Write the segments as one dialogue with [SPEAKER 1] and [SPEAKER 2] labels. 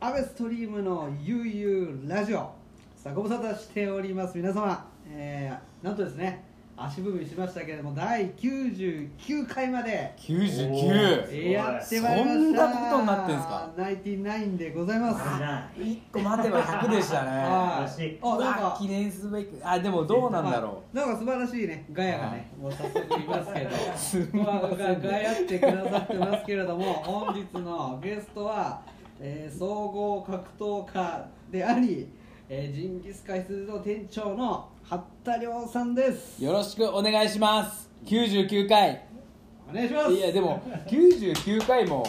[SPEAKER 1] ハーベストリームのゆうゆうラジオさあご無沙汰しております皆様、えーなんとですね足踏みしましたけれども第99回まで
[SPEAKER 2] 99
[SPEAKER 3] すごい
[SPEAKER 1] やってまいりました
[SPEAKER 2] そんなことになってんすか
[SPEAKER 1] ナインティナインでございます
[SPEAKER 3] な
[SPEAKER 2] 1個待てば100でしたね
[SPEAKER 1] は
[SPEAKER 3] 素晴
[SPEAKER 1] い
[SPEAKER 3] らしい
[SPEAKER 1] あ
[SPEAKER 2] う
[SPEAKER 1] なん
[SPEAKER 2] わ
[SPEAKER 1] か
[SPEAKER 2] 記念すべきあでもどうなんだろ
[SPEAKER 1] なんか素晴らしいねガヤがねもう早速いますけど まあガガヤってくださってますけれども本日のゲストは、えー総合格闘家であり、えージンギスカン羊の店長の八田亮さんです
[SPEAKER 2] うよろしくお願いします99回
[SPEAKER 1] お願いします
[SPEAKER 2] いやでも99回も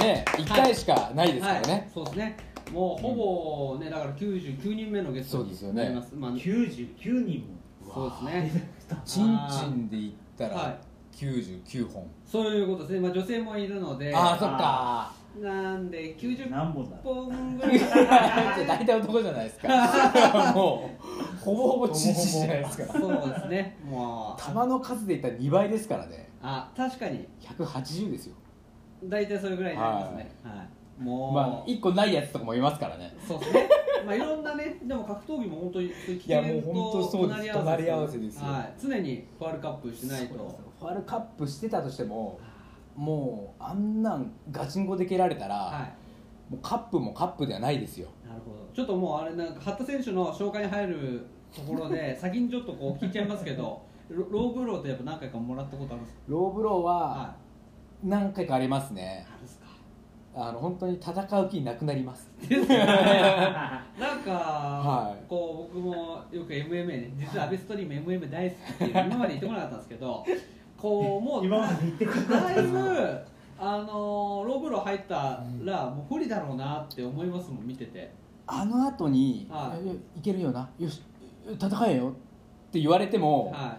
[SPEAKER 2] ね1回しかないですからね、
[SPEAKER 1] はい、そうですねもうほぼね、だから99人目のゲスト
[SPEAKER 2] そうですよ
[SPEAKER 1] に
[SPEAKER 2] ね
[SPEAKER 1] なりますまあ
[SPEAKER 3] 99人も
[SPEAKER 1] そうですね
[SPEAKER 2] チンチンで言った
[SPEAKER 1] はい
[SPEAKER 2] ら99本
[SPEAKER 1] そういうことですね、まあ、女性もいるので
[SPEAKER 2] ああそっか
[SPEAKER 1] なんで90
[SPEAKER 3] 何本だ
[SPEAKER 1] 本ぐらい
[SPEAKER 2] じゃあ大体男じゃないで すかもうほぼほぼチンチンじゃないですか
[SPEAKER 1] そうですねもう
[SPEAKER 2] 玉の数で言ったら2倍ですからね
[SPEAKER 1] あ確かに
[SPEAKER 2] 180ですよ
[SPEAKER 1] 大体それぐらいになりますねはい、もう、
[SPEAKER 2] まあ1個ないやつとかもいますからね
[SPEAKER 1] そうですねまあいろんなねでも格闘技も本当にそういう危険
[SPEAKER 2] いやもう本
[SPEAKER 1] と
[SPEAKER 2] 当そうです
[SPEAKER 1] 隣
[SPEAKER 2] 隣
[SPEAKER 1] り
[SPEAKER 2] り
[SPEAKER 1] 合
[SPEAKER 2] 合
[SPEAKER 1] わ
[SPEAKER 2] わ
[SPEAKER 1] せ
[SPEAKER 2] せ
[SPEAKER 1] で
[SPEAKER 2] ですす
[SPEAKER 1] よ
[SPEAKER 2] よ
[SPEAKER 1] はい、常にファウルカップしないと
[SPEAKER 2] ファールカップしてたとしてももうあんなんガチンコで蹴られたら、
[SPEAKER 1] はい
[SPEAKER 2] もうカップもカップではないですよ
[SPEAKER 1] なるほどちょっともうあれなんか八田選手の紹介に入るところで先にちょっとこう聞いちゃいますけどロローブローってやっぱ何回かもらったことあるんですか
[SPEAKER 2] ローブローは
[SPEAKER 1] は
[SPEAKER 2] 何回かありますね
[SPEAKER 1] い、あるんですか
[SPEAKER 2] あの本当に戦う気なくなります
[SPEAKER 1] ですよねなんか、
[SPEAKER 2] はい
[SPEAKER 1] こう僕もよく MMA ね実はアベストリーム MMA 大好きっ ていう今まで言ってこなかったんですけどこうもう
[SPEAKER 3] 今まで言ってくれ
[SPEAKER 1] だいぶあのーローブロー入ったらもう不利だろうなって思いますもん見てて
[SPEAKER 2] あの後に、
[SPEAKER 1] はい
[SPEAKER 2] いや、いけるよなよし戦えよって言われても、
[SPEAKER 1] は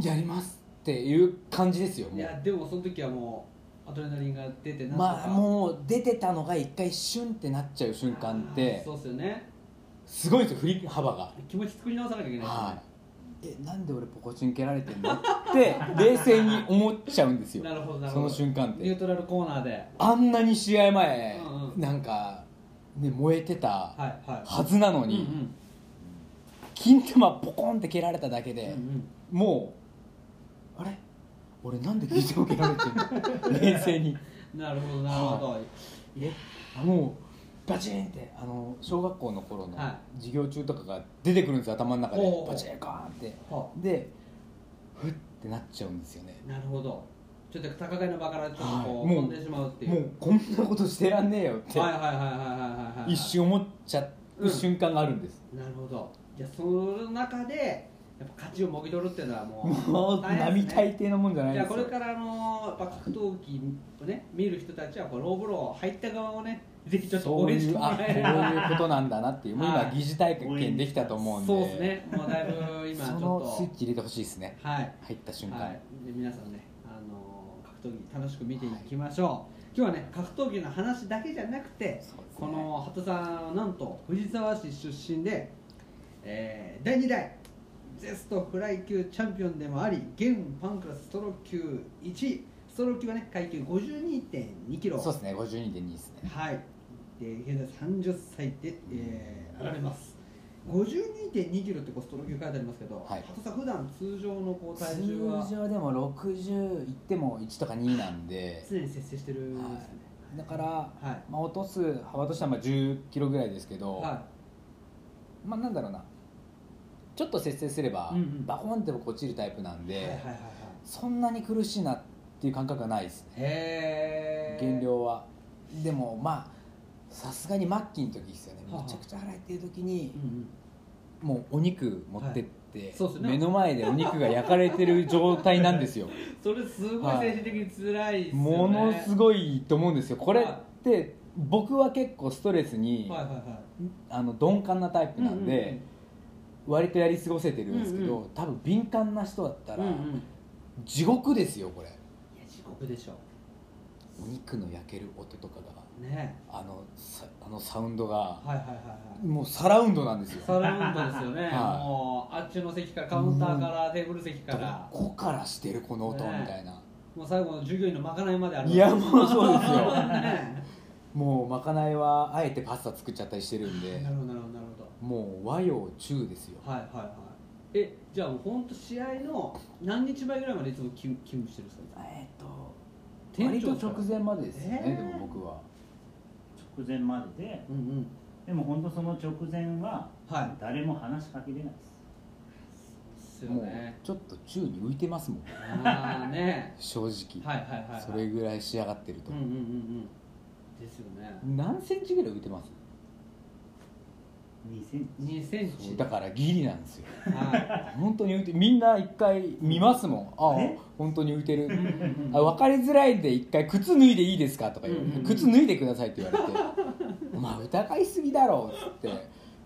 [SPEAKER 2] やりますっていう感じですよ
[SPEAKER 1] いい
[SPEAKER 2] もう
[SPEAKER 1] やでもその時はもうアドレナリンが出てなんとか
[SPEAKER 2] まあもう出てたのが一回シュンってなっちゃう瞬間って
[SPEAKER 1] そうですよね
[SPEAKER 2] すごいんですよ振り幅が
[SPEAKER 1] 気持ち作り直さなきゃいけないですよね
[SPEAKER 2] はい、えなんで俺ポコチン蹴られてんの って冷静に思っちゃうんですよ
[SPEAKER 1] なるほどなるほ
[SPEAKER 2] そ
[SPEAKER 1] ど
[SPEAKER 2] の瞬間っ
[SPEAKER 1] ニュ
[SPEAKER 2] て
[SPEAKER 1] ートラルコーナーで
[SPEAKER 2] あんなに試合前、
[SPEAKER 1] うんうん
[SPEAKER 2] なんか、ね、燃えてた
[SPEAKER 1] はいはい
[SPEAKER 2] はずなの
[SPEAKER 1] う
[SPEAKER 2] に、
[SPEAKER 1] ん
[SPEAKER 2] 金玉ポコンって蹴られただけ
[SPEAKER 1] うんう
[SPEAKER 2] で、
[SPEAKER 1] ん
[SPEAKER 2] もうあれ俺なんで金玉蹴られて んの冷静に
[SPEAKER 1] うんなるほどなるほど、いや
[SPEAKER 2] あもうバチンってあの小学校の頃の
[SPEAKER 1] は
[SPEAKER 2] 授業中とかが出てくるんですよ頭の中で
[SPEAKER 1] おうおう
[SPEAKER 2] バチンカーンって
[SPEAKER 1] は
[SPEAKER 2] でふってなっちゃうんですよね
[SPEAKER 1] なるほどちょっと高いの場からちょっとこう、
[SPEAKER 2] はいもう
[SPEAKER 1] 飛んでしまうっていう
[SPEAKER 2] もうこんなことしてらんねえよって、
[SPEAKER 1] はいはいはいはいはいはいはい
[SPEAKER 2] 一瞬思っちゃう瞬間があるんです、
[SPEAKER 1] なるほどじゃあその中でやっぱ勝ちをもぎ取るっていうのはもう
[SPEAKER 2] もう
[SPEAKER 1] 大変で
[SPEAKER 2] 並
[SPEAKER 1] すね
[SPEAKER 2] 大抵のもんじゃない
[SPEAKER 1] じ
[SPEAKER 2] で
[SPEAKER 1] ゃあ
[SPEAKER 2] す
[SPEAKER 1] こ
[SPEAKER 2] よ
[SPEAKER 1] れからあのやっぱ格闘技をね見る人たちはこうローブロー入った側をねぜひちょっと
[SPEAKER 2] そ
[SPEAKER 1] 応
[SPEAKER 2] う
[SPEAKER 1] 援
[SPEAKER 2] い
[SPEAKER 1] して
[SPEAKER 2] う
[SPEAKER 1] も
[SPEAKER 2] あ
[SPEAKER 1] らえれば
[SPEAKER 2] こういうことなんだなっていうもう
[SPEAKER 1] は
[SPEAKER 2] 今
[SPEAKER 1] い
[SPEAKER 2] 疑似体験できたと思うんで
[SPEAKER 1] そうですねもうだいぶ今ち
[SPEAKER 2] そ
[SPEAKER 1] ょ
[SPEAKER 2] のスイ
[SPEAKER 1] っ
[SPEAKER 2] ッチ入れてほしいですね
[SPEAKER 1] とはい
[SPEAKER 2] 入った瞬間、
[SPEAKER 1] はい、で皆さんね、あのー格闘技楽しく見ていきましょう、今日はね格闘技の話だけじゃなくて、
[SPEAKER 2] すね
[SPEAKER 1] この鳩さんなんと藤沢市出身で、えー第2代ゼストフライ級チャンピオンでもあり現パンクラスストローク級1位ストローク級はね階級52.2キロ
[SPEAKER 2] そうですね52.2ですね
[SPEAKER 1] はい、で現在30歳で、えー、あられます。52.2キロってこうストローク級書いてありますけど、
[SPEAKER 2] はい
[SPEAKER 1] 鳩さん普段通常のこう体
[SPEAKER 2] 通
[SPEAKER 1] 重は
[SPEAKER 2] 常でも60いっても1とか2なんで、
[SPEAKER 1] 常に節制してるんですね。
[SPEAKER 2] はい、だから、
[SPEAKER 1] はい。
[SPEAKER 2] まあ、落とす幅としてはまあ10キロぐらいですけど、
[SPEAKER 1] は
[SPEAKER 2] まあなんだろうなちょっと節制すれば、
[SPEAKER 1] うんうん
[SPEAKER 2] バコンって落ちるタイプなん
[SPEAKER 1] い。
[SPEAKER 2] で、
[SPEAKER 1] はいはいはいはい。
[SPEAKER 2] そんなに苦しいなっていう感覚がないですね
[SPEAKER 1] へえ。
[SPEAKER 2] 減。量はでもまあさすがに末期の時ですよね
[SPEAKER 1] はあはあ
[SPEAKER 2] めちゃくちゃ腹減ってる時に
[SPEAKER 1] うん
[SPEAKER 2] もうお肉持ってって、
[SPEAKER 1] いそうっすね
[SPEAKER 2] 目の前でお肉が焼かれてる状態な んですよ
[SPEAKER 1] うん。それすごい精神的に辛いですよね。
[SPEAKER 2] ものす
[SPEAKER 1] ご
[SPEAKER 2] ごいと思うんですよこれっ
[SPEAKER 1] は
[SPEAKER 2] て僕は結構ストレスに、
[SPEAKER 1] はいはいは
[SPEAKER 2] あの鈍感なタイ
[SPEAKER 1] い。
[SPEAKER 2] プなんで、割とやり過ごせてるんですけど、
[SPEAKER 1] うんう
[SPEAKER 2] 多分敏感な人だった
[SPEAKER 1] うん
[SPEAKER 2] ら、
[SPEAKER 1] うん。うんうん。い
[SPEAKER 2] 地獄ですよこれ
[SPEAKER 1] や地獄でしょ
[SPEAKER 2] お肉の焼ける音とかが
[SPEAKER 1] う。ね。
[SPEAKER 2] あのさあのサウンドが
[SPEAKER 1] はいはいはいはい。
[SPEAKER 2] もうサラウンドなんですよ
[SPEAKER 1] サラウンドですよね、
[SPEAKER 2] はい
[SPEAKER 1] もうあっちの席からカウンターからテーブル席か
[SPEAKER 2] ど
[SPEAKER 1] ら、
[SPEAKER 2] こからしてるこの音み
[SPEAKER 1] ね
[SPEAKER 2] たいな、
[SPEAKER 1] もう最後の従業員のまかないまである
[SPEAKER 2] いやもうそうですよ
[SPEAKER 1] ね
[SPEAKER 2] もうまかないはあえてパスタ作っちゃったりしてるんで
[SPEAKER 1] なるほどなるほどなるほ
[SPEAKER 2] もう和洋中ですよ
[SPEAKER 1] どはいはいはいえじゃあもう本当試合の何日前ぐらいまでいつも勤勤務してるんですか
[SPEAKER 2] えっと
[SPEAKER 1] 店
[SPEAKER 2] 割と
[SPEAKER 1] 長ですか
[SPEAKER 2] 直前までですよね、
[SPEAKER 1] えー
[SPEAKER 2] でも僕は
[SPEAKER 3] 直前までで
[SPEAKER 1] うんうん
[SPEAKER 3] でも本当その直前は
[SPEAKER 1] はい
[SPEAKER 3] 誰も話しかけれないです、
[SPEAKER 1] ですよ
[SPEAKER 2] もう
[SPEAKER 1] ね
[SPEAKER 2] ちょっと宙に浮いてますもん
[SPEAKER 1] ああね
[SPEAKER 2] 正直、
[SPEAKER 1] はいはいはい、はい、
[SPEAKER 2] それぐらい仕上がってると
[SPEAKER 1] うんう、んうんうんですよね
[SPEAKER 2] 何センチぐらい浮いてます
[SPEAKER 3] 2センチ
[SPEAKER 1] 2センチ
[SPEAKER 2] だからギリなんですよ
[SPEAKER 1] はい
[SPEAKER 2] 本当に浮いてみんな一回見ますもん、あ
[SPEAKER 3] え
[SPEAKER 2] あ本当に浮いてる、
[SPEAKER 1] うんうんうん
[SPEAKER 2] あ分かりづらいんで一回靴脱いでいいですかとか言われて、
[SPEAKER 1] うんうん
[SPEAKER 2] 靴脱いでくださいって言われて 「お前疑いすぎだろ」っつって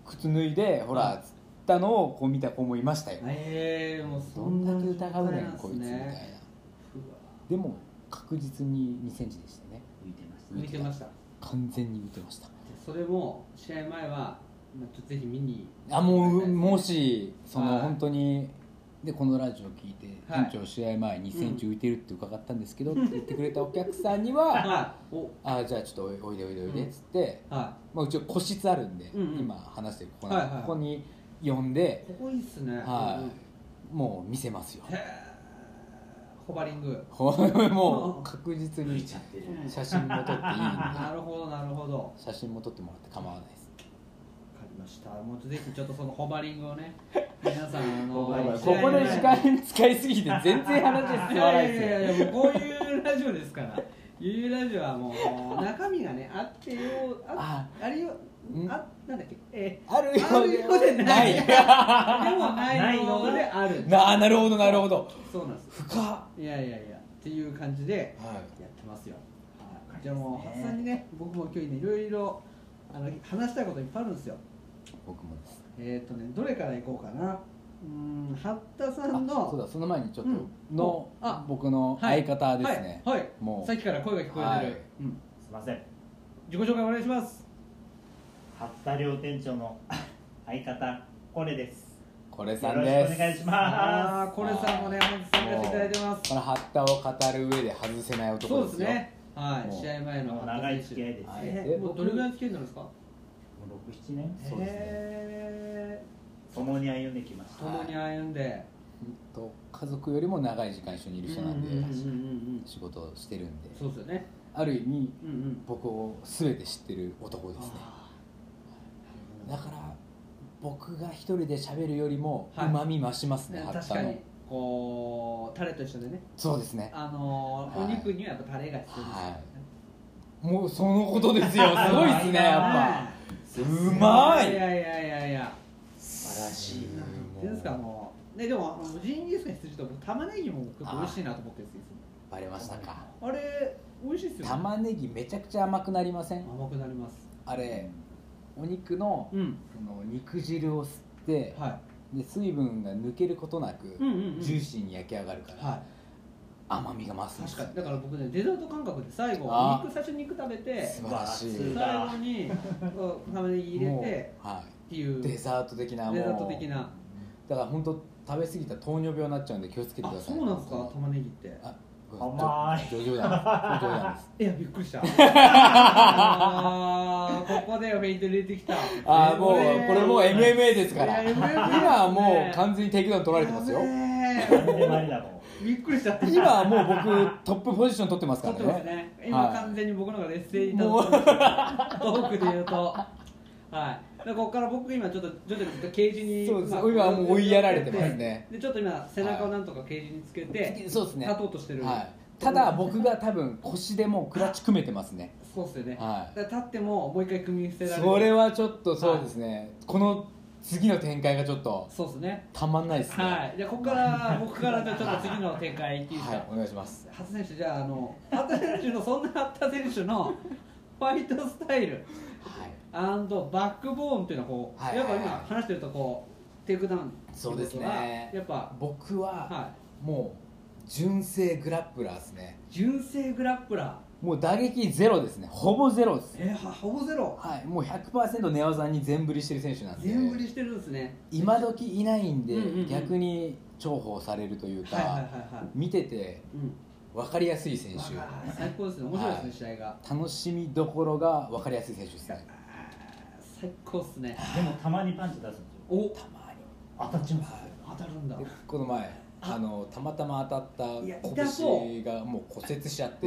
[SPEAKER 2] 靴脱いでほらつったのをこう見た子もいましたよ、
[SPEAKER 1] えー、もうそ
[SPEAKER 2] ど
[SPEAKER 1] ん
[SPEAKER 2] ん
[SPEAKER 1] な
[SPEAKER 2] だけ疑うねん
[SPEAKER 1] なん
[SPEAKER 2] こいつみたいな
[SPEAKER 1] う
[SPEAKER 2] でも確実に2センチでしたね
[SPEAKER 3] 浮いてまし
[SPEAKER 1] わ浮いてました
[SPEAKER 2] 完全に浮いてました
[SPEAKER 1] それも試合前はまあちょっとぜひ見に
[SPEAKER 2] あもうもしそ
[SPEAKER 1] はい
[SPEAKER 2] の本当にでこのラジオ聞いて
[SPEAKER 1] はい
[SPEAKER 2] 店長試合前2センチ浮いてるって伺ったんですけどって言ってくれたお客さんに は
[SPEAKER 1] はいお
[SPEAKER 2] 「あじゃあちょっとおいおいでおいでおいで」っつって、
[SPEAKER 1] は
[SPEAKER 2] まあ、うちは個室あるんで、
[SPEAKER 1] うんうん
[SPEAKER 2] 今話してるここ,、
[SPEAKER 1] はいはい
[SPEAKER 2] ここに呼ん
[SPEAKER 1] い
[SPEAKER 2] で、
[SPEAKER 1] ここいいっすね
[SPEAKER 2] は
[SPEAKER 1] うん
[SPEAKER 2] い、もう見せますよ
[SPEAKER 1] うんへえホバリング
[SPEAKER 2] もう確実に
[SPEAKER 3] ゃってる
[SPEAKER 2] 写真も撮 っていいん
[SPEAKER 1] な
[SPEAKER 2] で
[SPEAKER 1] るほどなるほどわ
[SPEAKER 2] 写真も撮ってもらって構わないです
[SPEAKER 1] かりましたもうぜひちょっとそのホバリングをね皆さんあの
[SPEAKER 3] ホバリング
[SPEAKER 1] 試合
[SPEAKER 2] こ
[SPEAKER 1] 前
[SPEAKER 2] こで時間使いすぎて
[SPEAKER 1] い
[SPEAKER 2] 全然話進まな
[SPEAKER 1] や
[SPEAKER 2] い
[SPEAKER 1] い
[SPEAKER 2] ですよ
[SPEAKER 1] やいやいやもうこういうラジオですからゆうラジオはもう中身がねあってよああれよ
[SPEAKER 2] ん
[SPEAKER 1] あなんだっけえ
[SPEAKER 2] ある
[SPEAKER 1] あるようでない
[SPEAKER 2] な
[SPEAKER 1] でもないのである
[SPEAKER 2] な あなるほどなるほど
[SPEAKER 1] そうなんです
[SPEAKER 2] 深っ、はい
[SPEAKER 1] やいやいやっていう感じでやってますよ、はい、じゃあもう
[SPEAKER 3] わか
[SPEAKER 1] 発
[SPEAKER 3] りますね
[SPEAKER 1] 散にね僕も今日ねいろいろあの話したいこといっぱいあるんですよ
[SPEAKER 2] い、僕もです
[SPEAKER 1] えっ、ー、とねどれからいこうかなうーん八田さん
[SPEAKER 2] あ
[SPEAKER 1] の
[SPEAKER 2] そうだその前にちょっと、
[SPEAKER 1] うん
[SPEAKER 2] の
[SPEAKER 1] あ
[SPEAKER 2] 僕の相方ですね、
[SPEAKER 1] はい、はい
[SPEAKER 2] もう
[SPEAKER 1] さっきから声が聞こえてる、
[SPEAKER 2] はい
[SPEAKER 1] うん、
[SPEAKER 3] すいません
[SPEAKER 1] 自己紹介お願いします
[SPEAKER 3] 八田寮店長の相方これです
[SPEAKER 2] これさ
[SPEAKER 3] よ
[SPEAKER 2] ん
[SPEAKER 3] ろ
[SPEAKER 2] で
[SPEAKER 3] しく
[SPEAKER 2] す
[SPEAKER 3] お願いし
[SPEAKER 1] あ
[SPEAKER 3] ま
[SPEAKER 1] あこれさんもね本日参加していただいてます
[SPEAKER 2] このハッタを語る上で外せない
[SPEAKER 1] そ
[SPEAKER 2] 男
[SPEAKER 1] う
[SPEAKER 2] で
[SPEAKER 1] ですす
[SPEAKER 2] よ
[SPEAKER 1] ね。はい、
[SPEAKER 2] もう
[SPEAKER 1] 試合前
[SPEAKER 3] すも
[SPEAKER 1] の
[SPEAKER 3] う長い
[SPEAKER 1] 選
[SPEAKER 3] 付
[SPEAKER 1] 手
[SPEAKER 3] き合いです、
[SPEAKER 2] はい
[SPEAKER 1] え
[SPEAKER 2] え
[SPEAKER 1] もうどれぐらい付き合いなんですか。
[SPEAKER 3] もう67年
[SPEAKER 2] そうですね
[SPEAKER 1] へ
[SPEAKER 3] 共に歩んできまし
[SPEAKER 1] ー
[SPEAKER 3] た
[SPEAKER 2] はい
[SPEAKER 1] 共に歩んで。
[SPEAKER 2] うんと家族よりも長い時間一緒にいる人なんで、
[SPEAKER 1] うんうんうんうん
[SPEAKER 2] 仕事をしてるんで
[SPEAKER 1] そうですよね。
[SPEAKER 2] ある意味
[SPEAKER 1] うんうん。
[SPEAKER 2] 僕を全て知ってる男ですね
[SPEAKER 1] あー
[SPEAKER 2] だから僕が一人で喋るよりも
[SPEAKER 1] はいう
[SPEAKER 2] まみ増しますね、
[SPEAKER 1] ね
[SPEAKER 2] ハッ
[SPEAKER 1] 確
[SPEAKER 2] タ
[SPEAKER 1] か
[SPEAKER 2] の
[SPEAKER 1] にこうタレと一緒でね、
[SPEAKER 2] そうですね
[SPEAKER 1] あのー
[SPEAKER 2] はい
[SPEAKER 1] お肉にはやっぱタレが必要ですよね
[SPEAKER 2] は。もうそのことで すよすごいですねやっぱ
[SPEAKER 1] っ
[SPEAKER 2] うま
[SPEAKER 1] い
[SPEAKER 2] い
[SPEAKER 1] やいやいやいや。
[SPEAKER 3] 素晴らしい
[SPEAKER 1] なんていうんですかもう。ねでもあのジンギスカンにすると僕玉ねぎも結構美味しいなと思ってるんですよ。
[SPEAKER 2] バレましたか
[SPEAKER 1] あれ美味しいですよ、ね。
[SPEAKER 2] 玉ねぎめちゃくちゃ甘くなりません
[SPEAKER 1] 甘くなります。
[SPEAKER 2] あれお肉の
[SPEAKER 1] うん。
[SPEAKER 2] その肉汁を吸って
[SPEAKER 1] は
[SPEAKER 2] で水分が抜けることなく、
[SPEAKER 1] い。うんうん、うん。
[SPEAKER 2] ジューシーに焼き上がるから、
[SPEAKER 1] は
[SPEAKER 2] 甘みが増す
[SPEAKER 1] い。
[SPEAKER 2] んです
[SPEAKER 1] 確
[SPEAKER 2] よ
[SPEAKER 1] かに。だから僕ねデザート感覚で最後
[SPEAKER 2] あー
[SPEAKER 1] 肉最初に肉食べて
[SPEAKER 2] 素晴らしい
[SPEAKER 3] 素晴
[SPEAKER 1] 最
[SPEAKER 3] ら
[SPEAKER 1] 後
[SPEAKER 3] しい
[SPEAKER 1] にこう玉ねぎ入れ
[SPEAKER 2] もう
[SPEAKER 1] て
[SPEAKER 2] は
[SPEAKER 1] っていう
[SPEAKER 2] い、デザート的なもう
[SPEAKER 1] デザート的な。
[SPEAKER 2] だから本当食べ過ぎたら糖尿病になっちゃうんで気をつけてく
[SPEAKER 1] あ
[SPEAKER 2] ださ
[SPEAKER 1] そ
[SPEAKER 2] いう
[SPEAKER 1] なんですか玉ねぎって。
[SPEAKER 2] あ
[SPEAKER 3] 甘い
[SPEAKER 2] 冗 冗談です冗談です
[SPEAKER 1] いやびっくりした。あーここでフェイント入れてきた。
[SPEAKER 2] あーもう
[SPEAKER 1] ね
[SPEAKER 2] これもう MMA ですから
[SPEAKER 1] いや
[SPEAKER 2] 今
[SPEAKER 1] MMA
[SPEAKER 2] はもう完全にテイクダウン取られてますよ
[SPEAKER 1] やべ
[SPEAKER 3] 何でもありだもん
[SPEAKER 1] えびっくりしちゃった。
[SPEAKER 2] 今はもう僕トップポジション取ってます
[SPEAKER 1] ちょ
[SPEAKER 2] か
[SPEAKER 1] っ
[SPEAKER 2] ら
[SPEAKER 1] とです
[SPEAKER 2] ね
[SPEAKER 1] ね、今
[SPEAKER 2] はい
[SPEAKER 1] 完全に僕の方が劣勢に立ってますトークで言うと、はい、でここから僕今ちょっと徐々にちょっとケージに
[SPEAKER 2] そうです
[SPEAKER 1] まあ
[SPEAKER 2] 今はもう追いやられてますね
[SPEAKER 1] でちょっと今背中をなんとかケージにつけて、
[SPEAKER 2] そうですね
[SPEAKER 1] 立とうとしてる、
[SPEAKER 2] はい、ただ僕が多分腰でもうクラッチ組めてますね
[SPEAKER 1] そうっすよね、
[SPEAKER 2] はい
[SPEAKER 1] だから立ってももう一回組み捨てられる
[SPEAKER 2] それはちょっとそうですね、この次の展開がちょっと
[SPEAKER 1] そうっすね
[SPEAKER 2] たまんないですね
[SPEAKER 1] はいじゃあここから僕からじゃあちょっと次の展開いっていいですか、
[SPEAKER 2] はいお願いします
[SPEAKER 1] 初選手じゃああの八田選手のそんな八田選手のファイトスタイル
[SPEAKER 2] はい
[SPEAKER 1] アンドバックボーンっていうのはこう、
[SPEAKER 2] はいはいはい
[SPEAKER 1] やっぱ今話してるとこうテイクダウンっていこと
[SPEAKER 2] そう
[SPEAKER 1] が
[SPEAKER 2] ですね
[SPEAKER 1] やっぱ
[SPEAKER 2] 僕は
[SPEAKER 1] は
[SPEAKER 2] もう純正グラップラーですね
[SPEAKER 1] い純正グラップラ
[SPEAKER 2] もう打撃ゼロですねほぼゼロです
[SPEAKER 1] ーえー、はほぼゼロ
[SPEAKER 2] はいもう100%寝技に全振りしてる選手なんで
[SPEAKER 1] 全振りしてるんですね
[SPEAKER 2] 今時いないんで、
[SPEAKER 1] うんうんうん
[SPEAKER 2] 逆に重宝されるというか、
[SPEAKER 1] はいはいはいはい
[SPEAKER 2] 見てて
[SPEAKER 1] うん
[SPEAKER 2] 分かりやすい選
[SPEAKER 1] わ
[SPEAKER 2] 手
[SPEAKER 1] あ最高ですね面白いですね、試合が
[SPEAKER 2] 楽しみどころが分かりやすい選手ですね
[SPEAKER 1] 最高ですね
[SPEAKER 3] でもたまにパンチ出すんですよ
[SPEAKER 1] お
[SPEAKER 2] たまに
[SPEAKER 3] 当たっちゃうんですよ
[SPEAKER 1] 当たるんだ
[SPEAKER 2] でこの前あのたまたま当た
[SPEAKER 1] いや
[SPEAKER 2] っ
[SPEAKER 1] 痛
[SPEAKER 2] た
[SPEAKER 1] そう
[SPEAKER 2] 拳がもう骨折しちゃって